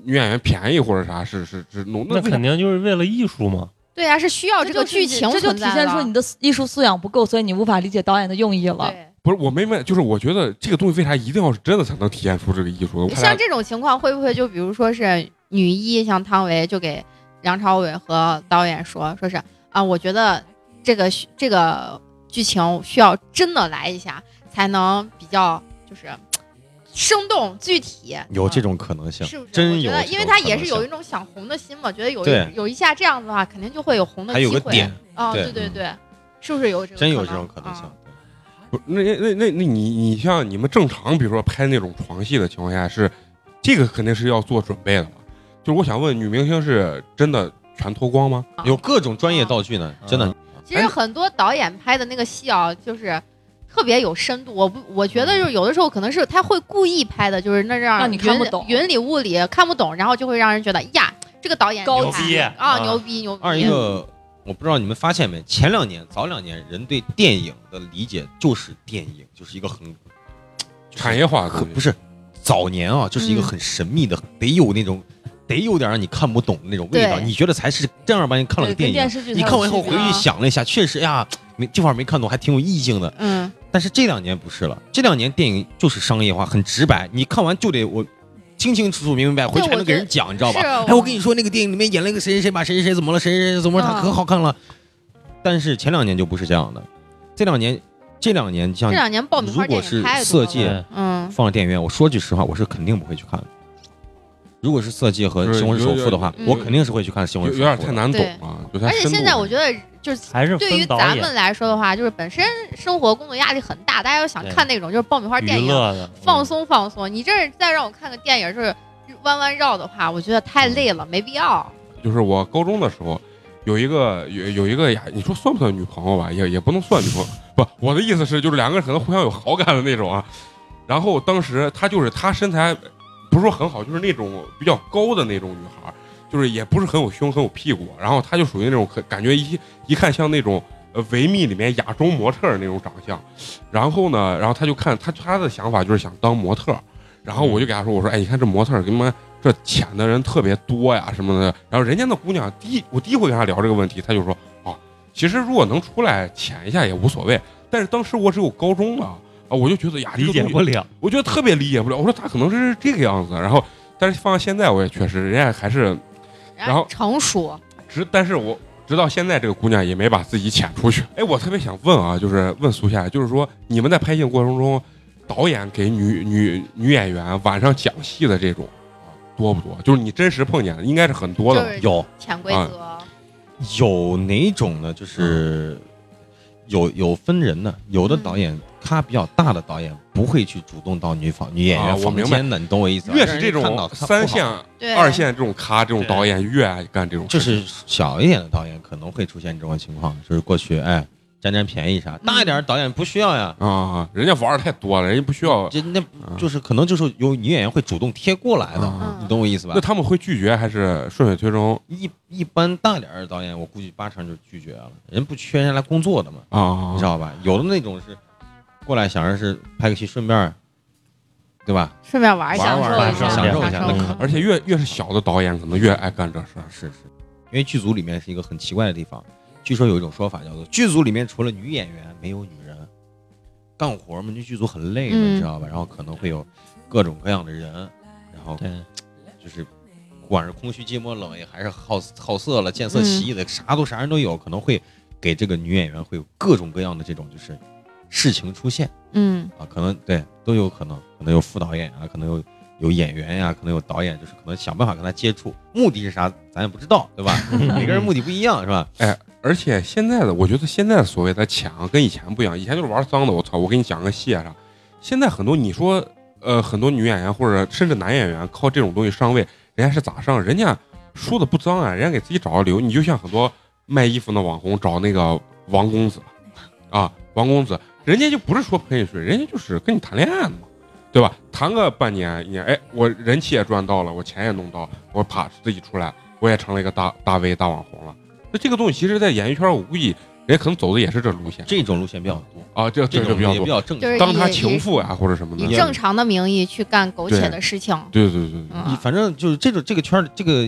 [SPEAKER 1] 女演员便宜或者啥，是是是弄
[SPEAKER 4] 那
[SPEAKER 1] 为啥
[SPEAKER 4] 肯定就是为了艺术嘛，
[SPEAKER 3] 对呀，是需要
[SPEAKER 5] 这
[SPEAKER 3] 个
[SPEAKER 5] 就
[SPEAKER 3] 剧情
[SPEAKER 5] 这就
[SPEAKER 3] 存
[SPEAKER 5] 体
[SPEAKER 3] 在
[SPEAKER 5] 现出
[SPEAKER 3] 的
[SPEAKER 5] 你的艺术素养不够，所以你无法理解导演的用意了。
[SPEAKER 3] 对。
[SPEAKER 1] 不是我没问，就是我觉得这个东西为啥一定要是真的才能体现出这个艺术？我怕
[SPEAKER 3] 像
[SPEAKER 1] 他
[SPEAKER 3] 这种情况，会不会就比如说是女一，像汤唯就给梁朝伟和导演说，说是啊，我觉得这个需这个剧情需要真的来一下，才能比较就是生动具体。
[SPEAKER 7] 有这
[SPEAKER 3] 嗯。
[SPEAKER 7] 种可能性，
[SPEAKER 3] 是不是？
[SPEAKER 7] 真
[SPEAKER 3] 我觉
[SPEAKER 7] 有
[SPEAKER 3] 得，
[SPEAKER 7] 这
[SPEAKER 3] 因为
[SPEAKER 7] 种
[SPEAKER 3] 他
[SPEAKER 7] 可
[SPEAKER 3] 也
[SPEAKER 7] 能
[SPEAKER 3] 是有一
[SPEAKER 7] 性
[SPEAKER 3] 种想红的心嘛，觉得有
[SPEAKER 7] 对
[SPEAKER 3] 一有一下这样子的话，肯定就会有红的
[SPEAKER 7] 还
[SPEAKER 3] 机
[SPEAKER 7] 有
[SPEAKER 3] 会。
[SPEAKER 7] 个点，
[SPEAKER 3] 啊、
[SPEAKER 7] 对嗯
[SPEAKER 3] 对对对，是不是有这啊个？
[SPEAKER 7] 真有这种可能
[SPEAKER 3] 嗯
[SPEAKER 7] 性。对
[SPEAKER 1] 不是那那那那那你你像你们正常，比如说拍那种床戏的情况下，是这个肯定是要做准备的吧？就是我想问，女明星是真的全脱光吗？
[SPEAKER 3] 啊
[SPEAKER 7] 有各种专业道具呢，真的。
[SPEAKER 3] 其
[SPEAKER 5] 哎
[SPEAKER 3] 实很多导演拍的那个戏啊，就是特别有深度。我不，我觉得就是有的时候可能是他会故意拍的，就是那让
[SPEAKER 5] 让嗯你看不懂
[SPEAKER 3] 云里雾里看不懂，然后就会让人觉得呀，这个导演
[SPEAKER 5] 高
[SPEAKER 3] 厉害
[SPEAKER 4] 级
[SPEAKER 3] 啊，
[SPEAKER 4] 啊
[SPEAKER 3] 牛逼牛逼。
[SPEAKER 7] 二一个，我不知道你们发现没，前两年、早两年，人对电影的理解就是电影就是一个很就是
[SPEAKER 1] 产业化的东
[SPEAKER 7] 很
[SPEAKER 1] 西
[SPEAKER 7] 不是早年啊，就是一个
[SPEAKER 3] 嗯
[SPEAKER 7] 很神秘的，得有那种得有点让你看不懂的那种味道，
[SPEAKER 3] 对
[SPEAKER 7] 你觉得才是正儿八经看了
[SPEAKER 5] 对，
[SPEAKER 7] 个
[SPEAKER 5] 跟
[SPEAKER 7] 电
[SPEAKER 5] 电
[SPEAKER 7] 影。
[SPEAKER 5] 视剧
[SPEAKER 7] 你
[SPEAKER 5] 它
[SPEAKER 7] 看
[SPEAKER 5] 有
[SPEAKER 7] 完以后
[SPEAKER 5] 区
[SPEAKER 7] 回
[SPEAKER 5] 别
[SPEAKER 7] 去
[SPEAKER 3] 啊
[SPEAKER 7] 想了一下，确实哎呀，没这块儿没看懂，还挺有意境的。
[SPEAKER 3] 嗯，
[SPEAKER 7] 但是这两年不是了，这两年电影就是商业化，很直白，你看完就得我清清楚楚、明明白白，回去还能给人讲，你知道吧
[SPEAKER 3] 是？
[SPEAKER 7] 哎，我跟你说，那个电影里面演了一个谁谁谁，把谁谁谁怎么了，谁谁谁怎么了，他
[SPEAKER 3] 嗯
[SPEAKER 7] 可好看了。但是前两年就不是这样的，这两年，这两年像
[SPEAKER 3] 这两年爆米
[SPEAKER 7] 如
[SPEAKER 3] 花
[SPEAKER 7] 果
[SPEAKER 3] 电
[SPEAKER 7] 是
[SPEAKER 3] 影太多
[SPEAKER 7] 色
[SPEAKER 3] 了。
[SPEAKER 7] 戒
[SPEAKER 4] 对
[SPEAKER 3] 嗯，
[SPEAKER 7] 放了电影院，我说句实话，我是肯定不会去看的。如果是色戒和
[SPEAKER 1] 就是
[SPEAKER 7] 《西红柿首富》的话，
[SPEAKER 1] 有
[SPEAKER 3] 有
[SPEAKER 7] 我肯定是会去看《西
[SPEAKER 1] 有
[SPEAKER 7] 红柿首
[SPEAKER 1] 有点
[SPEAKER 7] 富》的
[SPEAKER 1] 太难懂了，有点
[SPEAKER 3] 而且现在我 觉得就是。
[SPEAKER 4] 还是
[SPEAKER 3] 对于
[SPEAKER 4] 分导
[SPEAKER 3] 咱
[SPEAKER 4] 演
[SPEAKER 3] 们来说的话，就是本身生活工作压力很大，大家又想
[SPEAKER 4] 对
[SPEAKER 3] 看那种就是爆米花电
[SPEAKER 4] 娱
[SPEAKER 3] 影，啊
[SPEAKER 4] 乐的
[SPEAKER 3] 放。松放松。你这是再让我看个电影，就是弯弯绕的话，我觉得太累了，没必要。
[SPEAKER 1] 就是我高中的时候，有一个有有一个呀，你说算不算女朋友吧？也也不能算女朋友，不，我的意思是就是两个人可能互相有好感的那种啊。然后当时她就是她身材不是说很好，就是那种比较高的那种女孩儿，就是也不是很有胸很有屁股，啊然后她就属于那种可感觉一一看像那种。呃，维密里面亚洲模特儿那种长相，然后呢，然后她就看她她的想法就是想当模特儿，然后我就给她说，我说，哎，你看这模特儿跟他妈这潜的人特别多呀什么的。然后人家那姑娘第一，我第一回跟她聊这个问题，她就说啊，其实如果能出来潜一下也无所谓。但是当时我只有高中了，啊，我就觉得呀，这个
[SPEAKER 4] 理解
[SPEAKER 1] 东西
[SPEAKER 4] 不了。
[SPEAKER 1] 我觉得特别理解不了。我说咋可能是这个样子？然后，但是放到现在，我也确实，人家还是然后
[SPEAKER 3] 成熟，
[SPEAKER 1] 直，但是我直到现在，这个姑娘也没把自己遣出去。 哎，我特别想问啊，就是问苏夏，就是说你们在拍戏的过程中，导演给女女女演员晚上讲戏的这种啊多不多？就是你真实碰见的，应该是很多的吧。
[SPEAKER 3] 就是
[SPEAKER 7] 有
[SPEAKER 3] 潜规则，
[SPEAKER 7] 有哪种呢？
[SPEAKER 1] 嗯
[SPEAKER 7] 就是有有分人的，有的
[SPEAKER 3] 嗯
[SPEAKER 7] 导演咖比较大的导演不会去主动到女房女演
[SPEAKER 1] 啊
[SPEAKER 7] 员
[SPEAKER 1] 我
[SPEAKER 7] 房
[SPEAKER 1] 明白
[SPEAKER 7] 间的，你懂我意思吧？
[SPEAKER 1] 越是这
[SPEAKER 7] 让人看到
[SPEAKER 1] 种
[SPEAKER 7] 她不好
[SPEAKER 1] 三线、
[SPEAKER 3] 对
[SPEAKER 1] 二线这种咖，这种
[SPEAKER 4] 对
[SPEAKER 1] 导演越爱干这种事
[SPEAKER 7] 就
[SPEAKER 1] 情，
[SPEAKER 7] 是小一点的导演可能会出现这种情况，就是过去哎占占便宜啥，大一点的导演不需要呀。
[SPEAKER 1] 啊，人家玩的太多了，人家不需要。
[SPEAKER 7] 就那就是可能就是有女演员会主动贴过来的，
[SPEAKER 1] 啊
[SPEAKER 7] 你懂我意思吧
[SPEAKER 1] 那？他们会拒绝还是顺水推舟
[SPEAKER 7] 一一般大点儿的导演，我估计八成就拒绝了，人不缺人来工作的嘛，
[SPEAKER 1] 啊
[SPEAKER 7] 你知？道吧？有的那种是过来想着是拍个戏，顺便儿，对吧？
[SPEAKER 3] 顺便玩一下，
[SPEAKER 7] 玩玩
[SPEAKER 4] 玩
[SPEAKER 3] 享
[SPEAKER 4] 享
[SPEAKER 3] 受
[SPEAKER 4] 受
[SPEAKER 3] 一
[SPEAKER 4] 一
[SPEAKER 3] 下嗯享
[SPEAKER 4] 下
[SPEAKER 3] 受
[SPEAKER 4] 那
[SPEAKER 3] 一下
[SPEAKER 4] 可
[SPEAKER 1] 而且越越是小的导演，可能越爱干这事儿。
[SPEAKER 7] 是是，因为剧组里面是一个很奇怪的地方。据说有一种说法叫做剧组里面除了女演员没有女人，干活嘛，就剧组很累的，
[SPEAKER 3] 嗯
[SPEAKER 7] 你知道吧？然后可能会有各种各样的人，然后
[SPEAKER 4] 对，
[SPEAKER 7] 就是不管是空虚、寂寞、冷，也还是好好色了、见色起意的，啥都啥人都有，可能会给这个女演员会有各种各样的这种就是事情出现
[SPEAKER 3] 嗯，
[SPEAKER 7] 啊，可能对都有可能，可能有副导演啊，可能有有演员呀、可能有导演，就是可能想办法跟他接触，目的是啥咱也不知道，对吧？ 每个人目的不一样，是吧？
[SPEAKER 1] 而且现在的，我觉得现在所谓的抢跟以前不一样，以前就是玩脏的，我操，我给你讲个戏啊啥。现在很多你说，呃，很多女演员或者甚至男演员靠这种东西上位，人家是咋上？人家说的不脏啊，人家给自己找个理由。你就像很多卖衣服的网红找那个王公子，啊，王公子，人家就不是说陪你睡，人家就是跟你谈恋爱的嘛，对吧？谈个半年一年，哎，我人气也赚到了，我钱也弄到，我啪自己出来，我也成了一个大大 V 大网红了。那这个东西其实，在演艺圈，我估计人家可能走的也是这路线
[SPEAKER 7] 这种路线比较多，
[SPEAKER 1] 啊，这
[SPEAKER 7] 这
[SPEAKER 1] 这就
[SPEAKER 7] 种
[SPEAKER 1] 比较
[SPEAKER 7] 也比
[SPEAKER 1] 多。
[SPEAKER 7] 较正
[SPEAKER 3] 就
[SPEAKER 7] 常
[SPEAKER 3] 是。
[SPEAKER 1] 当他情妇啊，或者什么的
[SPEAKER 3] 以，正常的名义去干苟且
[SPEAKER 1] 对
[SPEAKER 3] 的事情，
[SPEAKER 1] 对对对对，
[SPEAKER 3] 嗯
[SPEAKER 7] 你反正就是这种这个圈儿，这个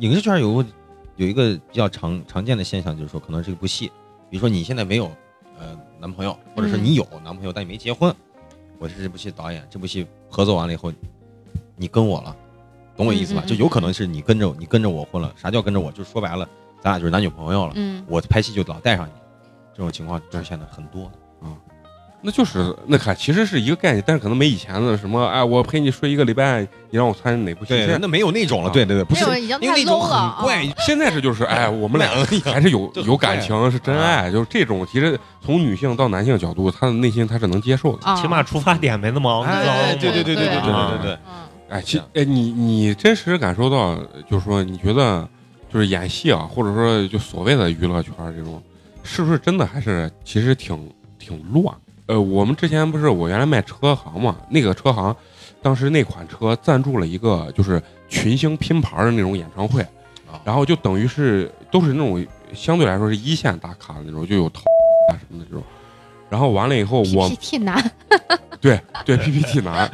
[SPEAKER 7] 影视圈儿有个有一个比较常常见的现象，就是说可能这部戏，比如说你现在没有呃男朋友，或者说
[SPEAKER 3] 嗯
[SPEAKER 7] 你有男朋友但你没结婚，我是这部戏的导演，这部戏合作完了以后，你跟我了，懂我意思吧？
[SPEAKER 3] 嗯嗯嗯
[SPEAKER 7] 就有可能是你跟着我你跟着我混了，啥叫跟着我？就说白了，咱俩就是男女朋友了，
[SPEAKER 3] 嗯，
[SPEAKER 7] 我拍戏就老带上你，这种情况出现的很多。
[SPEAKER 1] 那就是那看其实是一个概念，但是可能没以前的什么，哎，我陪你睡一个礼拜，你让我参哪部戏？
[SPEAKER 7] 对，
[SPEAKER 1] 现
[SPEAKER 7] 那
[SPEAKER 1] 在
[SPEAKER 7] 没有那种了，
[SPEAKER 1] 啊
[SPEAKER 7] 对对对，不
[SPEAKER 3] 那
[SPEAKER 7] 是
[SPEAKER 3] 种已经
[SPEAKER 7] 因为
[SPEAKER 3] 太
[SPEAKER 7] 那种
[SPEAKER 3] low 了
[SPEAKER 7] 很
[SPEAKER 3] 啊，
[SPEAKER 7] 怪，
[SPEAKER 1] 现在是就是，哎，我
[SPEAKER 7] 我
[SPEAKER 1] 们
[SPEAKER 7] 们
[SPEAKER 1] 俩
[SPEAKER 7] 两个一样
[SPEAKER 1] 还是有
[SPEAKER 7] 就很
[SPEAKER 1] 有感
[SPEAKER 7] 怪啊
[SPEAKER 1] 情，是真爱，就是这种。其实从女性到男性角度，他的内心他是能接受的。
[SPEAKER 3] 啊，
[SPEAKER 4] 起码出发点没那么肮
[SPEAKER 7] 哎
[SPEAKER 4] 脏。
[SPEAKER 7] 对对对对对对对对对。
[SPEAKER 3] 嗯，
[SPEAKER 1] 哎，其
[SPEAKER 7] 这
[SPEAKER 1] 哎，你你真实感受到，就是说，你觉得就是演戏啊，或者说就所谓的娱乐圈这种，是不是真的还是其实挺挺乱？呃，我们之前不是我原来卖车行嘛，那个车行当时那款车赞助了一个就是群星拼盘的那种演唱会
[SPEAKER 7] 啊，
[SPEAKER 1] 然后就等于是都是那种相对来说是一线大咖的那种，就有陶啊什么的这种。然后完了以后，我
[SPEAKER 3] PPT 男，
[SPEAKER 1] 对 对 PPT 男，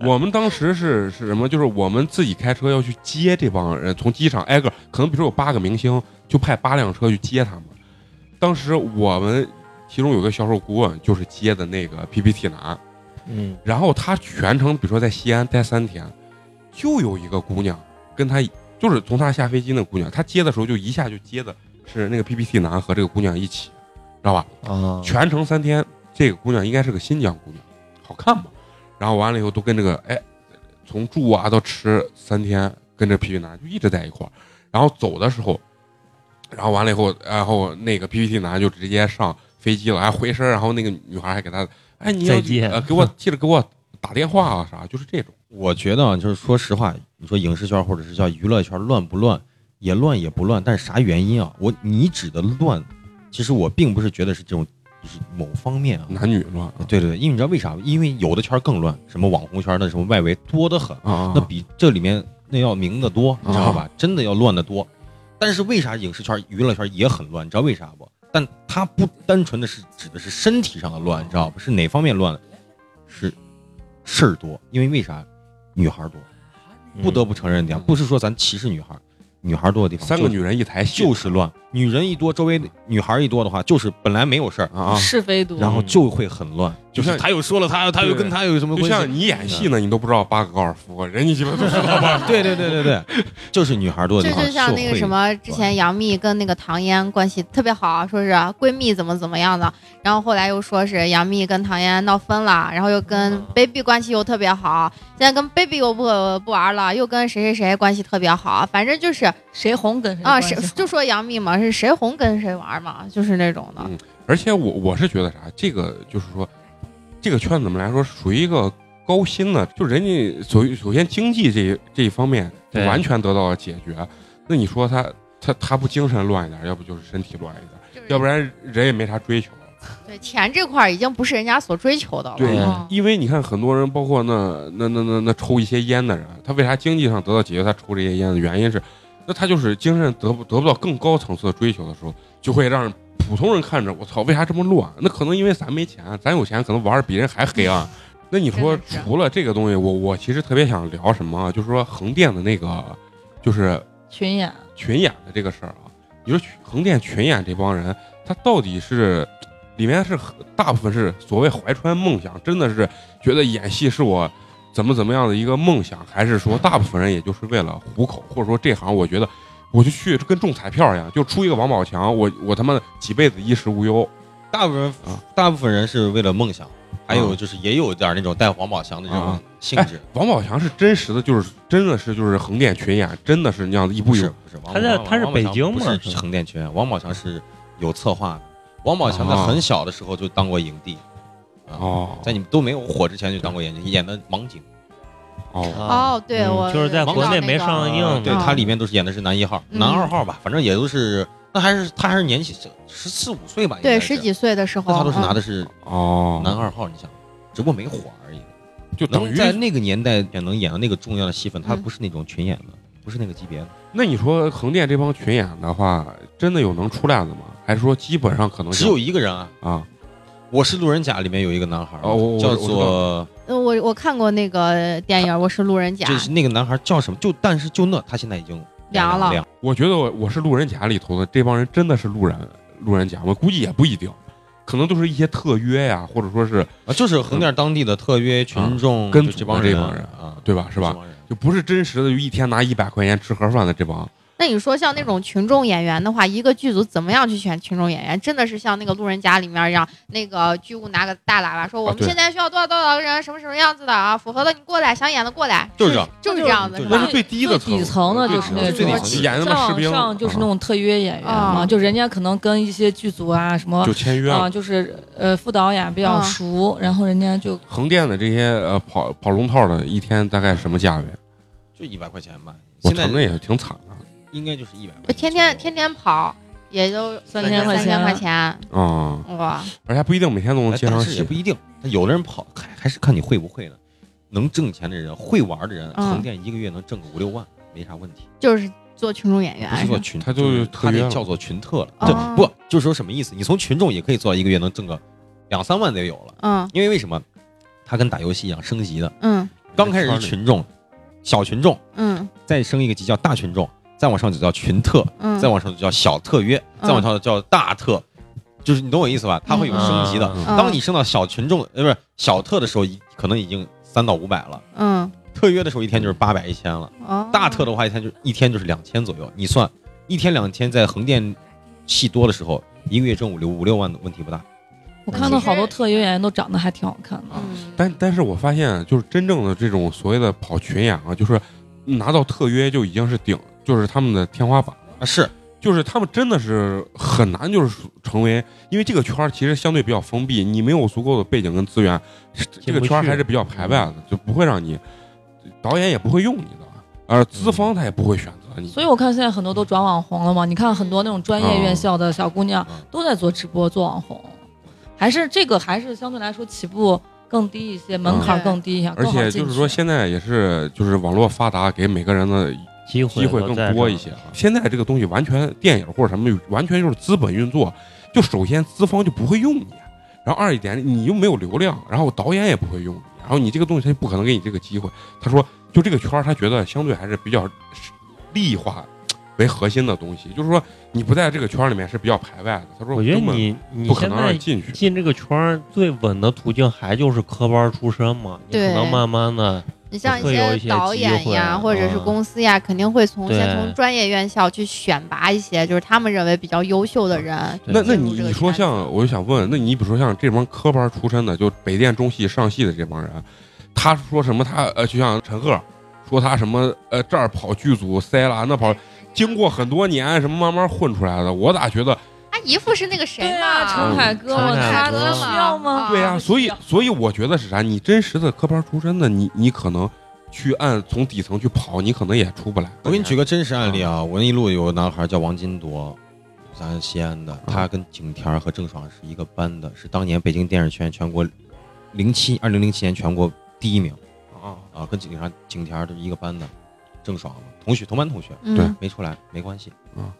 [SPEAKER 1] 我们当时是是什么？就是我们自己开车要去接这帮人，从机场挨个，可能比如说有八个明星，就派八辆车去接他们。当时我们其中有个销售顾问就是接的那个 PPT 男，
[SPEAKER 4] 嗯，
[SPEAKER 1] 然后他全程比如说在西安待三天，就有一个姑娘跟他就是从他下飞机那姑娘，他接的时候就一下就接的是那个 PPT 男和这个姑娘一起，知道吧？
[SPEAKER 4] 啊，
[SPEAKER 1] 全程三天，这个姑娘应该是个新疆姑娘，好看吧？然后完了以后都跟这个哎，从住啊到吃三天，跟这皮皮男就一直在一块儿。然后走的时候，然后完了以后，然后那个 PPT 男就直接上飞机了，还回身，然后那个女孩还给他，哎，你要
[SPEAKER 4] 再见
[SPEAKER 1] 呃，给我记得给我打电话啊啥，就是这种。
[SPEAKER 7] 我觉得啊，就是说实话，你说影视圈或者是叫娱乐圈乱不乱，也乱也不乱，但是啥原因啊？我你指的乱，其实我并不是觉得是这种，就是某方面啊。
[SPEAKER 1] 男女乱
[SPEAKER 7] 对对对，因为你知道为啥？因为有的圈更乱，什么网红圈的，什么外围多得很，
[SPEAKER 1] 啊，
[SPEAKER 7] 那比这里面那要明的多，你知道吧？真的要乱得多。但是为啥影视圈、娱乐圈也很乱？你知道为啥不？但它不单纯的是指的是身体上的乱，你知道吧？是哪方面乱？是事儿多，因为为啥？女孩儿多。不得不承认一点，
[SPEAKER 1] 嗯
[SPEAKER 7] 不是说咱歧视女孩儿，女孩多的地方，
[SPEAKER 1] 三个女人一台戏，
[SPEAKER 7] 就是乱，女人一多，周围女孩一多的话，就是本来没有事儿，
[SPEAKER 1] 啊啊，
[SPEAKER 5] 是非多。
[SPEAKER 7] 然后就会很乱。
[SPEAKER 8] 就
[SPEAKER 1] 就像
[SPEAKER 8] 是他又说了他，他又跟他有什么
[SPEAKER 1] 就
[SPEAKER 8] 关
[SPEAKER 1] 像
[SPEAKER 8] 系？
[SPEAKER 1] 你演戏呢，你都不知道八个高尔夫，啊人家鸡巴都知 道吧？
[SPEAKER 7] 对对对对 对，就是女孩多的
[SPEAKER 3] 这
[SPEAKER 7] 地方，
[SPEAKER 3] 就像那个什么，之前杨幂跟那个唐嫣关系特别好，啊说是闺蜜怎么怎么样的，然后后来又说是杨幂跟唐嫣闹分了，然后又跟 baby 关系又特别好，现在跟 baby 又不不玩了，又跟谁谁谁关系特别好，反正就是
[SPEAKER 5] 谁红跟谁
[SPEAKER 3] 啊，
[SPEAKER 5] 关
[SPEAKER 3] 谁
[SPEAKER 5] 系
[SPEAKER 3] 就说杨幂嘛，是谁红跟谁玩嘛，就是那种的
[SPEAKER 1] 嗯。而且我我是觉得啥，这个就是说，这个圈子怎么来说，属于一个高薪的，就人家首首先经济这一这一方面
[SPEAKER 4] 对
[SPEAKER 1] 完全得到了解决。那你说他他他不精神乱一点，要不就是身体乱一点，
[SPEAKER 3] 就是
[SPEAKER 1] 要不然人也没啥追求。
[SPEAKER 3] 对钱这块儿已经不是人家所追求的了。
[SPEAKER 1] 对
[SPEAKER 3] 嗯
[SPEAKER 1] 因为你看很多人，包括那那那那那抽一些烟的人，他为啥经济上得到解决，他抽这些烟的原因是，那他就是精神得不得不到更高层次的追求的时候，就会让普通人看着我操，为啥这么乱？那可能因为咱没钱，咱有钱可能玩的比人还黑 暗。那你说
[SPEAKER 3] 真的是
[SPEAKER 1] 除了这个东西，我我其实特别想聊什么啊，就是说横店的那个，就是
[SPEAKER 5] 群演
[SPEAKER 1] 群演的这个事儿啊，你说群横店群演这帮人，他到底是里面是很大部分是所谓怀揣梦想，真的是觉得演戏是我怎么怎么样的一个梦想，还是说大部分人也就是为了糊口，或者说这行我觉得我就去跟中彩票一样，就出一个王宝强，我我他妈几辈子衣食无忧，
[SPEAKER 7] 大部分
[SPEAKER 1] 啊
[SPEAKER 7] 大部分人是为了梦想，还有就是也有点那种带王宝强的这种
[SPEAKER 1] 啊
[SPEAKER 7] 性质。
[SPEAKER 1] 王宝强是真实的，就是真的是就是横店群演，真的是那样子一步
[SPEAKER 7] 不
[SPEAKER 1] 一
[SPEAKER 7] 是
[SPEAKER 1] 步。
[SPEAKER 7] 不是，王
[SPEAKER 4] 他在
[SPEAKER 7] 王
[SPEAKER 4] 他是
[SPEAKER 7] 王宝强
[SPEAKER 4] 北京嘛
[SPEAKER 7] 不是横店区。王宝强是有策划的。王宝强在
[SPEAKER 1] 啊
[SPEAKER 7] 很小的时候就当过影帝，啊
[SPEAKER 1] 哦
[SPEAKER 7] 在你们都没有火之前就当过演员，演的盲警。
[SPEAKER 1] 哦，
[SPEAKER 3] 哦，对
[SPEAKER 4] 嗯
[SPEAKER 3] 我
[SPEAKER 4] 就是在
[SPEAKER 3] 知道
[SPEAKER 4] 国内
[SPEAKER 3] 那个
[SPEAKER 4] 没上映
[SPEAKER 7] 啊对
[SPEAKER 3] 啊
[SPEAKER 7] 他里面都是演的是男一号、
[SPEAKER 3] 嗯
[SPEAKER 7] 男二号吧，反正也都是，那还是他还是年纪十四五岁吧，应
[SPEAKER 3] 对
[SPEAKER 7] 该是
[SPEAKER 3] 十，几岁的时候，
[SPEAKER 7] 那他都是
[SPEAKER 3] 嗯
[SPEAKER 7] 拿的是
[SPEAKER 1] 哦，
[SPEAKER 7] 男二号，你想，只不过没火而已。
[SPEAKER 1] 就等
[SPEAKER 7] 能
[SPEAKER 1] 于
[SPEAKER 7] 在那个年代也能演到那个重要的戏份，他
[SPEAKER 3] 嗯
[SPEAKER 7] 不是那种群演的，不是那个级别的。
[SPEAKER 1] 那你说横店这帮群演的话，真的有能出来的吗？还是说基本上可能
[SPEAKER 7] 只
[SPEAKER 1] 性
[SPEAKER 7] 有一个人啊，
[SPEAKER 1] 啊？
[SPEAKER 7] 《我是路人甲》里面有一个男孩儿，
[SPEAKER 1] 哦我我
[SPEAKER 7] 叫
[SPEAKER 1] 我
[SPEAKER 7] 做
[SPEAKER 3] 呃我我看过那个电影儿，我是路人甲，
[SPEAKER 7] 就是那个男孩儿叫什么？就但是就那他现在已经
[SPEAKER 3] 凉了
[SPEAKER 7] 凉
[SPEAKER 1] 我觉得我我是路人甲里头的这帮人真的是路人路人甲，我估计也不一定，可能都是一些特约呀，或者说是
[SPEAKER 7] 啊，就是横店当地的特约群众，
[SPEAKER 1] 啊跟
[SPEAKER 7] 就
[SPEAKER 1] 组
[SPEAKER 7] 这帮
[SPEAKER 1] 的这
[SPEAKER 7] 人
[SPEAKER 1] 帮人
[SPEAKER 7] 啊，
[SPEAKER 1] 对吧？是
[SPEAKER 7] 这
[SPEAKER 1] 吧？
[SPEAKER 7] 帮人？
[SPEAKER 1] 就不是真实的，就一天拿一百块钱吃盒饭的这帮。
[SPEAKER 3] 那你说像那种群众演员的话，一个剧组怎么样去选群众演员？真的是像那个《路人甲》里面一样，那个剧务拿个大喇叭
[SPEAKER 7] 啊
[SPEAKER 3] 说：“我们
[SPEAKER 1] 对
[SPEAKER 3] 现在需要多少多少个人，什么什么样子的啊？符合的你过来，想演的过来。”
[SPEAKER 7] 就是这样
[SPEAKER 3] 就是这样子，
[SPEAKER 7] 就是是
[SPEAKER 1] 那
[SPEAKER 3] 吧
[SPEAKER 1] 是？最低的层，
[SPEAKER 5] 最底层的
[SPEAKER 1] 对
[SPEAKER 5] 就是
[SPEAKER 1] 对最底
[SPEAKER 7] 就是
[SPEAKER 1] 层演他妈士
[SPEAKER 5] 上
[SPEAKER 1] 兵啊
[SPEAKER 5] 上就是那种特约演员
[SPEAKER 3] 啊
[SPEAKER 5] 嘛，就人家可能跟一些剧组啊什
[SPEAKER 1] 啊
[SPEAKER 7] 哦
[SPEAKER 5] 么
[SPEAKER 1] 就签约了
[SPEAKER 5] 啊，就是呃副导演比较
[SPEAKER 3] 啊
[SPEAKER 5] 熟，然后人家就
[SPEAKER 1] 横店的这些呃跑跑龙套的，一天大概什么价位？
[SPEAKER 7] 就一百块钱吧。
[SPEAKER 1] 我
[SPEAKER 7] 现在
[SPEAKER 1] 承认也挺惨的
[SPEAKER 7] 应该就是一百块
[SPEAKER 3] 就
[SPEAKER 7] 钱。
[SPEAKER 3] 天天天天跑，也就
[SPEAKER 5] 三
[SPEAKER 7] 千
[SPEAKER 5] 块
[SPEAKER 3] 三千
[SPEAKER 5] 钱
[SPEAKER 3] 块钱，
[SPEAKER 1] 啊，
[SPEAKER 3] 哇！
[SPEAKER 1] 而且还不一定每天都能
[SPEAKER 7] 哎
[SPEAKER 1] 接上
[SPEAKER 7] 但是也
[SPEAKER 1] 戏
[SPEAKER 7] 不。一定，他有的人跑还还是看你会不会呢。能挣钱的人，会玩的人，
[SPEAKER 3] 嗯
[SPEAKER 7] 横店一个月能挣个五六万，没啥问题。
[SPEAKER 3] 就是做群众演
[SPEAKER 7] 不是
[SPEAKER 3] 员
[SPEAKER 7] 做，群，
[SPEAKER 1] 他
[SPEAKER 7] 就
[SPEAKER 1] 就是是
[SPEAKER 7] 他
[SPEAKER 1] 特约
[SPEAKER 7] 得
[SPEAKER 1] 了
[SPEAKER 7] 叫做群特了。
[SPEAKER 3] 哎哦
[SPEAKER 7] 这不就是说什么意思？你从群众也可以做到一个月能挣个两三万得有了，
[SPEAKER 3] 嗯
[SPEAKER 7] 因为为什么？他跟打游戏一样升级的，
[SPEAKER 3] 嗯
[SPEAKER 7] 刚开始是群众、小群众，
[SPEAKER 3] 嗯
[SPEAKER 7] 再升一个级叫大群众，再往上就叫群特，
[SPEAKER 3] 嗯，
[SPEAKER 7] 再往上就叫小特约，
[SPEAKER 3] 嗯
[SPEAKER 7] 再往上就叫大特，就是你懂我意思吧？它会有升级的。
[SPEAKER 4] 嗯
[SPEAKER 3] 嗯
[SPEAKER 7] 当你升到小群众呃不是小特的时候，一可能已经三到五百了；
[SPEAKER 3] 嗯
[SPEAKER 7] 特约的时候一天就是八百一千了。
[SPEAKER 3] 哦，
[SPEAKER 7] 大特的话，一天就一天就是两千左右。你算一天两千，在横店戏多的时候，一个月挣五六五六万的问题不大。
[SPEAKER 5] 我看到好多特约演员都长得还挺好看的。
[SPEAKER 3] 嗯，
[SPEAKER 1] 但但是我发现，就是真正的这种所谓的跑群演啊，就是拿到特约就已经是顶，就是他们的天花板，
[SPEAKER 7] 啊，是
[SPEAKER 1] 就是他们真的是很难，就是成为，因为这个圈儿其实相对比较封闭，你没有足够的背景跟资源，这个圈儿还是比较排外的，就不会让你导演也不会用你的，而资方他也不会选择你，
[SPEAKER 5] 所以我看现在很多都转网红了嘛，你看很多那种专业院校的小姑
[SPEAKER 1] 啊
[SPEAKER 5] 娘
[SPEAKER 7] 嗯
[SPEAKER 5] 都在做直播、做网红，还是这个还是相对来说起步更低一些，门
[SPEAKER 3] 嗯
[SPEAKER 5] 槛更低一些，
[SPEAKER 1] 而
[SPEAKER 5] 更好
[SPEAKER 1] 且
[SPEAKER 5] 进
[SPEAKER 1] 就是说
[SPEAKER 5] 去
[SPEAKER 1] 现在也是就是网络发达，给每个人的
[SPEAKER 4] 机
[SPEAKER 1] 机会
[SPEAKER 4] 都
[SPEAKER 1] 更
[SPEAKER 4] 在
[SPEAKER 1] 多
[SPEAKER 4] 这儿
[SPEAKER 1] 一些。啊。现在这个东西完全电影或者什么，完全就是资本运作。就首先资方就不会用你，然后二一点你又没有流量，然后导演也不会用你，然后你这个东西他就不可能给你这个机会。他说，就这个圈儿，他觉得相对还是比较利益化，为核心的东西，就是说你不在这个圈儿里面是比较排外的。他说
[SPEAKER 4] 我觉得
[SPEAKER 1] 根本
[SPEAKER 4] 你你
[SPEAKER 1] 不可
[SPEAKER 4] 现
[SPEAKER 1] 能让
[SPEAKER 4] 在
[SPEAKER 1] 你进去，
[SPEAKER 4] 进这个圈儿最稳的途径还就是科班出身嘛，你可
[SPEAKER 3] 对
[SPEAKER 4] 能慢慢的，
[SPEAKER 3] 你像
[SPEAKER 4] 会有一
[SPEAKER 3] 些
[SPEAKER 4] 些
[SPEAKER 3] 导
[SPEAKER 4] 机
[SPEAKER 3] 演
[SPEAKER 4] 会
[SPEAKER 3] 呀，
[SPEAKER 4] 啊
[SPEAKER 3] 或者是公司呀，肯定会从
[SPEAKER 4] 对
[SPEAKER 3] 先从专业院校去选拔一些，就是他们认为比较优秀的人。
[SPEAKER 1] 那那
[SPEAKER 3] 进入
[SPEAKER 1] 你
[SPEAKER 3] 这个
[SPEAKER 1] 你说
[SPEAKER 3] 圈子
[SPEAKER 1] 像，我就想问，那你比如说像这帮科班出身的，就北电、中戏、上戏的这帮人，他说什么他呃，就像陈赫说他什么呃这儿跑剧组塞了，那跑，经过很多年什么慢慢混出来的，我咋觉得
[SPEAKER 5] 啊
[SPEAKER 3] 他姨父是那个谁
[SPEAKER 5] 对
[SPEAKER 3] 嘛
[SPEAKER 1] 嗯
[SPEAKER 5] 啊，，陈凯歌嘛，
[SPEAKER 4] 陈凯
[SPEAKER 5] 他
[SPEAKER 4] 歌
[SPEAKER 5] 需要吗？
[SPEAKER 1] 对呀、
[SPEAKER 3] 啊
[SPEAKER 1] 所以
[SPEAKER 5] 不需
[SPEAKER 1] 所以我觉得是啥？你真实的科班出身的，你你可能去按从底层去跑，你可能也出不来。
[SPEAKER 7] 我给你举个真实案例啊，文艺路有个男孩叫王金铎，咱西安的，他跟景甜儿和郑爽是一个班的，是当年北京电影学院全国零七二零零七年全国第一名
[SPEAKER 1] 啊，
[SPEAKER 7] 啊，跟景甜儿景甜儿都是一个班的，郑爽嘛同学同班同学，
[SPEAKER 3] 嗯，
[SPEAKER 7] 没出来没关系
[SPEAKER 1] 嗯。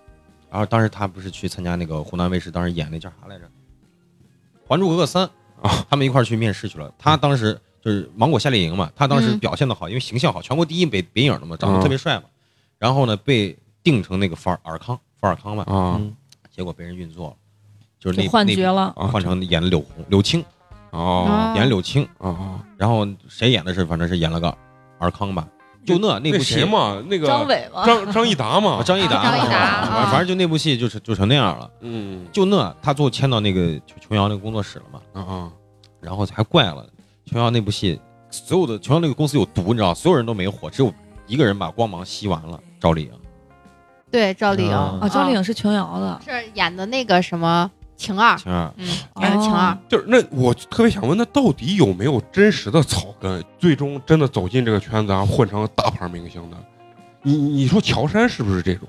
[SPEAKER 7] 然后当时他不是去参加那个湖南卫视，当时演那叫啥来着，《还珠格格三》
[SPEAKER 1] 啊，
[SPEAKER 7] 他们一块儿去面试去了。他当时就是芒果夏令营嘛，他当时
[SPEAKER 3] 嗯
[SPEAKER 7] 表现的好，因为形象好，全国第一北北影的嘛，长
[SPEAKER 1] 嗯
[SPEAKER 7] 得特别帅嘛。然后呢，被定成那个法尔尔康，法尔康嘛，
[SPEAKER 1] 啊
[SPEAKER 4] 嗯
[SPEAKER 7] 结果被人运作了，就是
[SPEAKER 5] 要
[SPEAKER 7] 那
[SPEAKER 5] 就幻觉，了。
[SPEAKER 7] 那换成演柳红、柳青，
[SPEAKER 1] 啊哦
[SPEAKER 5] 啊
[SPEAKER 7] 演柳青。
[SPEAKER 1] 哦哦，
[SPEAKER 7] 然后谁演的是，反正是演了个尔康吧，就那那
[SPEAKER 1] 那
[SPEAKER 7] 部
[SPEAKER 1] 谁
[SPEAKER 7] 戏
[SPEAKER 1] 嘛，那个
[SPEAKER 5] 张伟吗？
[SPEAKER 1] 张张益达
[SPEAKER 7] 啊
[SPEAKER 1] 嘛，
[SPEAKER 7] 张艺达，
[SPEAKER 3] 张艺达
[SPEAKER 7] 啊
[SPEAKER 3] 啊
[SPEAKER 7] 反正就那部戏就是就成那样了。
[SPEAKER 1] 嗯
[SPEAKER 7] 就那他最后签到那个就琼瑶那个工作室了嘛，
[SPEAKER 1] 啊啊
[SPEAKER 7] 然后还怪了琼瑶那部戏，所有的琼瑶那个公司有毒，你知道，所有人都没火，只有一个人把光芒吸完了，赵丽颖。
[SPEAKER 3] 对，哦赵丽颖
[SPEAKER 4] 啊
[SPEAKER 5] 啊，张靓颖是琼瑶的，
[SPEAKER 3] 是演的那个什么晴儿，
[SPEAKER 7] 晴儿，
[SPEAKER 5] 啊
[SPEAKER 3] 嗯，演的晴儿
[SPEAKER 5] 哦，
[SPEAKER 1] 就是那我特别想问，那到底有没有真实的草根，最终真的走进这个圈子，然后混成大牌明星的？你你说乔杉是不是这种？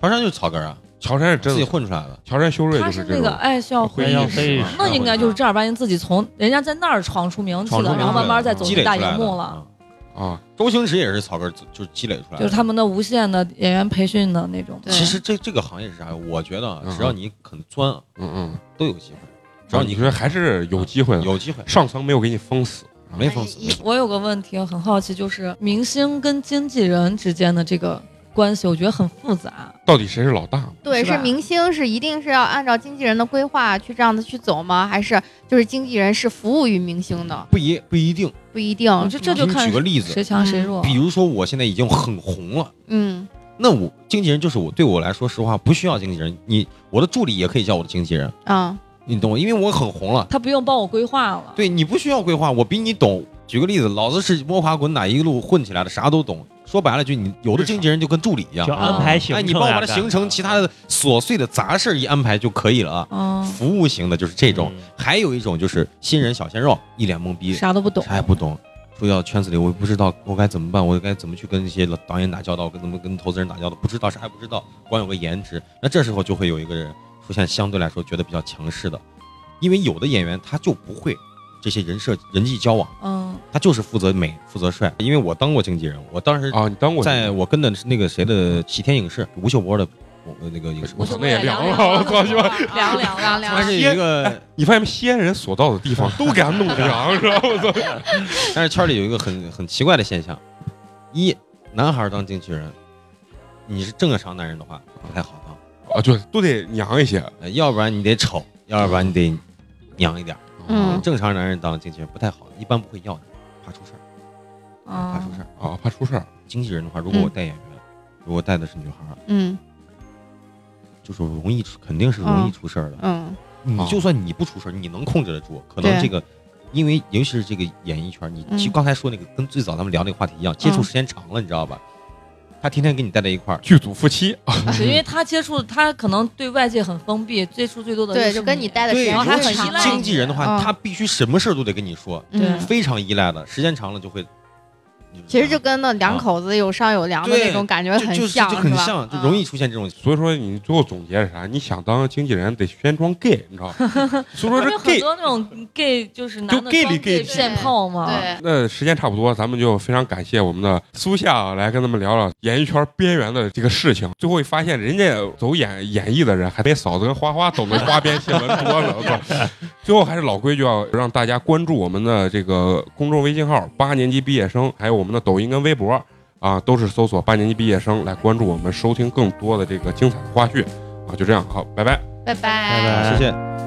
[SPEAKER 7] 乔杉就是草根啊，
[SPEAKER 1] 乔杉是
[SPEAKER 7] 自
[SPEAKER 1] 真
[SPEAKER 7] 己
[SPEAKER 1] 的，
[SPEAKER 7] 混出来的。
[SPEAKER 1] 乔杉修睿
[SPEAKER 5] 他
[SPEAKER 1] 就是是
[SPEAKER 5] 那
[SPEAKER 1] 这
[SPEAKER 5] 个
[SPEAKER 1] 种。
[SPEAKER 5] 爱笑回
[SPEAKER 4] 要
[SPEAKER 5] 忆
[SPEAKER 4] 非
[SPEAKER 5] 室
[SPEAKER 4] 是
[SPEAKER 5] 嘛，那应该就是正儿八经自己从人家在那儿闯出名气
[SPEAKER 7] 闯出
[SPEAKER 5] 的，
[SPEAKER 7] 名
[SPEAKER 5] 然后慢慢再走
[SPEAKER 7] 积
[SPEAKER 5] 进
[SPEAKER 7] 累
[SPEAKER 5] 大
[SPEAKER 7] 出
[SPEAKER 5] 荧
[SPEAKER 7] 来
[SPEAKER 5] 幕
[SPEAKER 7] 的
[SPEAKER 5] 了。。
[SPEAKER 7] 嗯
[SPEAKER 1] 啊，
[SPEAKER 7] 周星驰也是草根，就是积累出来的。
[SPEAKER 5] 就是他们的无线的演员培训的那种。
[SPEAKER 3] 对
[SPEAKER 7] 其实这这个行业是啥？我觉得啊
[SPEAKER 1] 嗯
[SPEAKER 7] 只要你肯钻啊，
[SPEAKER 1] 嗯嗯，
[SPEAKER 7] 都有机会。只
[SPEAKER 5] 嗯
[SPEAKER 1] 然
[SPEAKER 7] 要
[SPEAKER 1] 后
[SPEAKER 7] 你
[SPEAKER 1] 你觉得还是有机会的，
[SPEAKER 7] 有机会，
[SPEAKER 1] 上层没有给你封死。
[SPEAKER 7] 没封死
[SPEAKER 3] 哎一。
[SPEAKER 5] 哎我有个问题很好奇，就是明星跟经纪人之间的这个关系，我觉得很复杂。
[SPEAKER 1] 到底谁是老大？
[SPEAKER 3] 对，
[SPEAKER 5] 是吧
[SPEAKER 3] 是明星是一定是要按照经纪人的规划去这样子去走吗？还是就是经纪人是服务于明星的？
[SPEAKER 7] 不一不一定。
[SPEAKER 3] 不一定
[SPEAKER 5] 我，觉得这
[SPEAKER 7] 给
[SPEAKER 5] 就
[SPEAKER 7] 你
[SPEAKER 5] 看
[SPEAKER 7] 举个例
[SPEAKER 5] 谁
[SPEAKER 7] 子，
[SPEAKER 5] 强谁弱。
[SPEAKER 7] 比如说我现在已经很红了。
[SPEAKER 3] 嗯，
[SPEAKER 7] 那我经纪人就是我，对我来说，实话不需要经纪人，你我的助理也可以叫我的经纪人，
[SPEAKER 3] 啊，
[SPEAKER 7] 你懂我，因为我很红了。
[SPEAKER 5] 他不用帮我规划了，
[SPEAKER 7] 对你不需要规划，我比你懂。举个例子，老子是摸爬滚打一路混起来的，啥都懂。说白了，就你有的经纪人就跟助理一样
[SPEAKER 4] 就，安排行程、啊
[SPEAKER 7] 哎，你帮我把它行程、其他的琐碎的杂事儿一安排就可以了啊。
[SPEAKER 5] 嗯，
[SPEAKER 7] 服务型的就是这
[SPEAKER 4] 这
[SPEAKER 7] 种，还有一种就是新人小鲜肉，一脸懵逼，
[SPEAKER 5] 啥都不懂。
[SPEAKER 1] 哎
[SPEAKER 7] 啥也不懂，说到圈子里，我也不知道我该怎么办，我该怎么去跟这些老导演打交道，跟怎么跟投资人打交道，不知道啥也不知道，光有个颜值。那这时候就会有一个人出现相对来说觉得比较强势的，因为有的演员他就不会这些人设、人际交往，
[SPEAKER 5] 嗯，
[SPEAKER 7] 他就是负责美、负责帅。因为我当过经纪人，我当时
[SPEAKER 1] 啊，你当过
[SPEAKER 7] 在我跟的是那个谁的喜天影视吴秀波的我那个影视
[SPEAKER 1] 我
[SPEAKER 7] 公司，
[SPEAKER 1] 操，那也凉
[SPEAKER 5] 我
[SPEAKER 1] 了，
[SPEAKER 5] 就
[SPEAKER 1] 我操，就
[SPEAKER 5] 凉
[SPEAKER 3] 凉
[SPEAKER 5] 凉了
[SPEAKER 3] 凉
[SPEAKER 7] 他
[SPEAKER 3] 了
[SPEAKER 7] 是一个，
[SPEAKER 1] 你发现没？西安人所到的地方都给他 弄凉，知道吗？我操，
[SPEAKER 7] 但是圈里有一个很很奇怪的现象：一，男孩当经纪人，你是正常男人的话不太好当，
[SPEAKER 1] 啊，就都得娘一些，
[SPEAKER 7] 呃要不然你得丑，要不然你得娘一点儿。
[SPEAKER 3] 嗯
[SPEAKER 7] 正常男人当经纪人不太好，一般不会要你，怕出事儿，怕
[SPEAKER 5] 啊
[SPEAKER 7] 出，事
[SPEAKER 3] 哦
[SPEAKER 7] 儿。
[SPEAKER 1] 啊，怕出事儿。
[SPEAKER 7] 经纪人的话，如果我带演员，如果带的是女孩儿，
[SPEAKER 3] 嗯
[SPEAKER 7] 就是容易出，肯定是容易
[SPEAKER 3] 嗯
[SPEAKER 7] 出事儿的。哦
[SPEAKER 3] 嗯
[SPEAKER 7] 你就算你不出事儿，你能控制得住，可能
[SPEAKER 3] 对
[SPEAKER 7] 这个。因为尤其是这个演艺圈，你其
[SPEAKER 3] 嗯
[SPEAKER 7] 刚才说那个跟最早咱们聊那个话题一样，接触
[SPEAKER 3] 嗯
[SPEAKER 7] 时间长了，你知道吧？他天天跟你待在一块儿，
[SPEAKER 1] 剧组夫妻啊，
[SPEAKER 5] 对，因为他接触，他可能对外界很封闭，接触最多的
[SPEAKER 3] 对，
[SPEAKER 5] 是
[SPEAKER 3] 就跟你待的时
[SPEAKER 7] 对，
[SPEAKER 3] 间
[SPEAKER 5] 然后还
[SPEAKER 7] 尤
[SPEAKER 5] 很
[SPEAKER 7] 其
[SPEAKER 5] 依
[SPEAKER 7] 是
[SPEAKER 5] 赖
[SPEAKER 7] 经纪人的话，
[SPEAKER 3] 嗯
[SPEAKER 7] 他必须什么事儿都得跟你说，
[SPEAKER 5] 对
[SPEAKER 3] 嗯
[SPEAKER 7] 非常依赖的，时间长了就会。是
[SPEAKER 3] 其实就跟那两口子有商有量的那种感觉
[SPEAKER 7] 啊就就是
[SPEAKER 3] 像，
[SPEAKER 7] 就很
[SPEAKER 3] 吧嗯
[SPEAKER 7] 像，就容易出现这种。
[SPEAKER 1] 所以说你最后总结是啥？你想当经纪人得先装 gay，你知道 吗？所以说
[SPEAKER 5] 不是
[SPEAKER 1] 这
[SPEAKER 5] 很
[SPEAKER 1] gay，
[SPEAKER 5] 多那种 gay 就是男
[SPEAKER 1] 就
[SPEAKER 5] 的
[SPEAKER 1] gay
[SPEAKER 5] 装
[SPEAKER 1] 里 gay
[SPEAKER 5] gay 骗炮嘛，
[SPEAKER 3] 对，
[SPEAKER 1] 那时间差不多，咱们就非常感谢我们的苏夏啊来跟咱们聊聊演艺圈边缘的这个事情。最后一发现，人家走演演艺的人还没嫂子跟花花走的花边新闻多呢。我 操！最后还是老规矩啊，让大家关注我们的这个公众微信号“八年级毕业生”，还有我们的抖音跟微博。啊，都是搜索八年级毕业生来关注我们，收听更多的这个精彩的花絮啊，就这样，好，拜拜。
[SPEAKER 3] 嗯拜拜
[SPEAKER 4] 拜拜
[SPEAKER 6] 谢谢。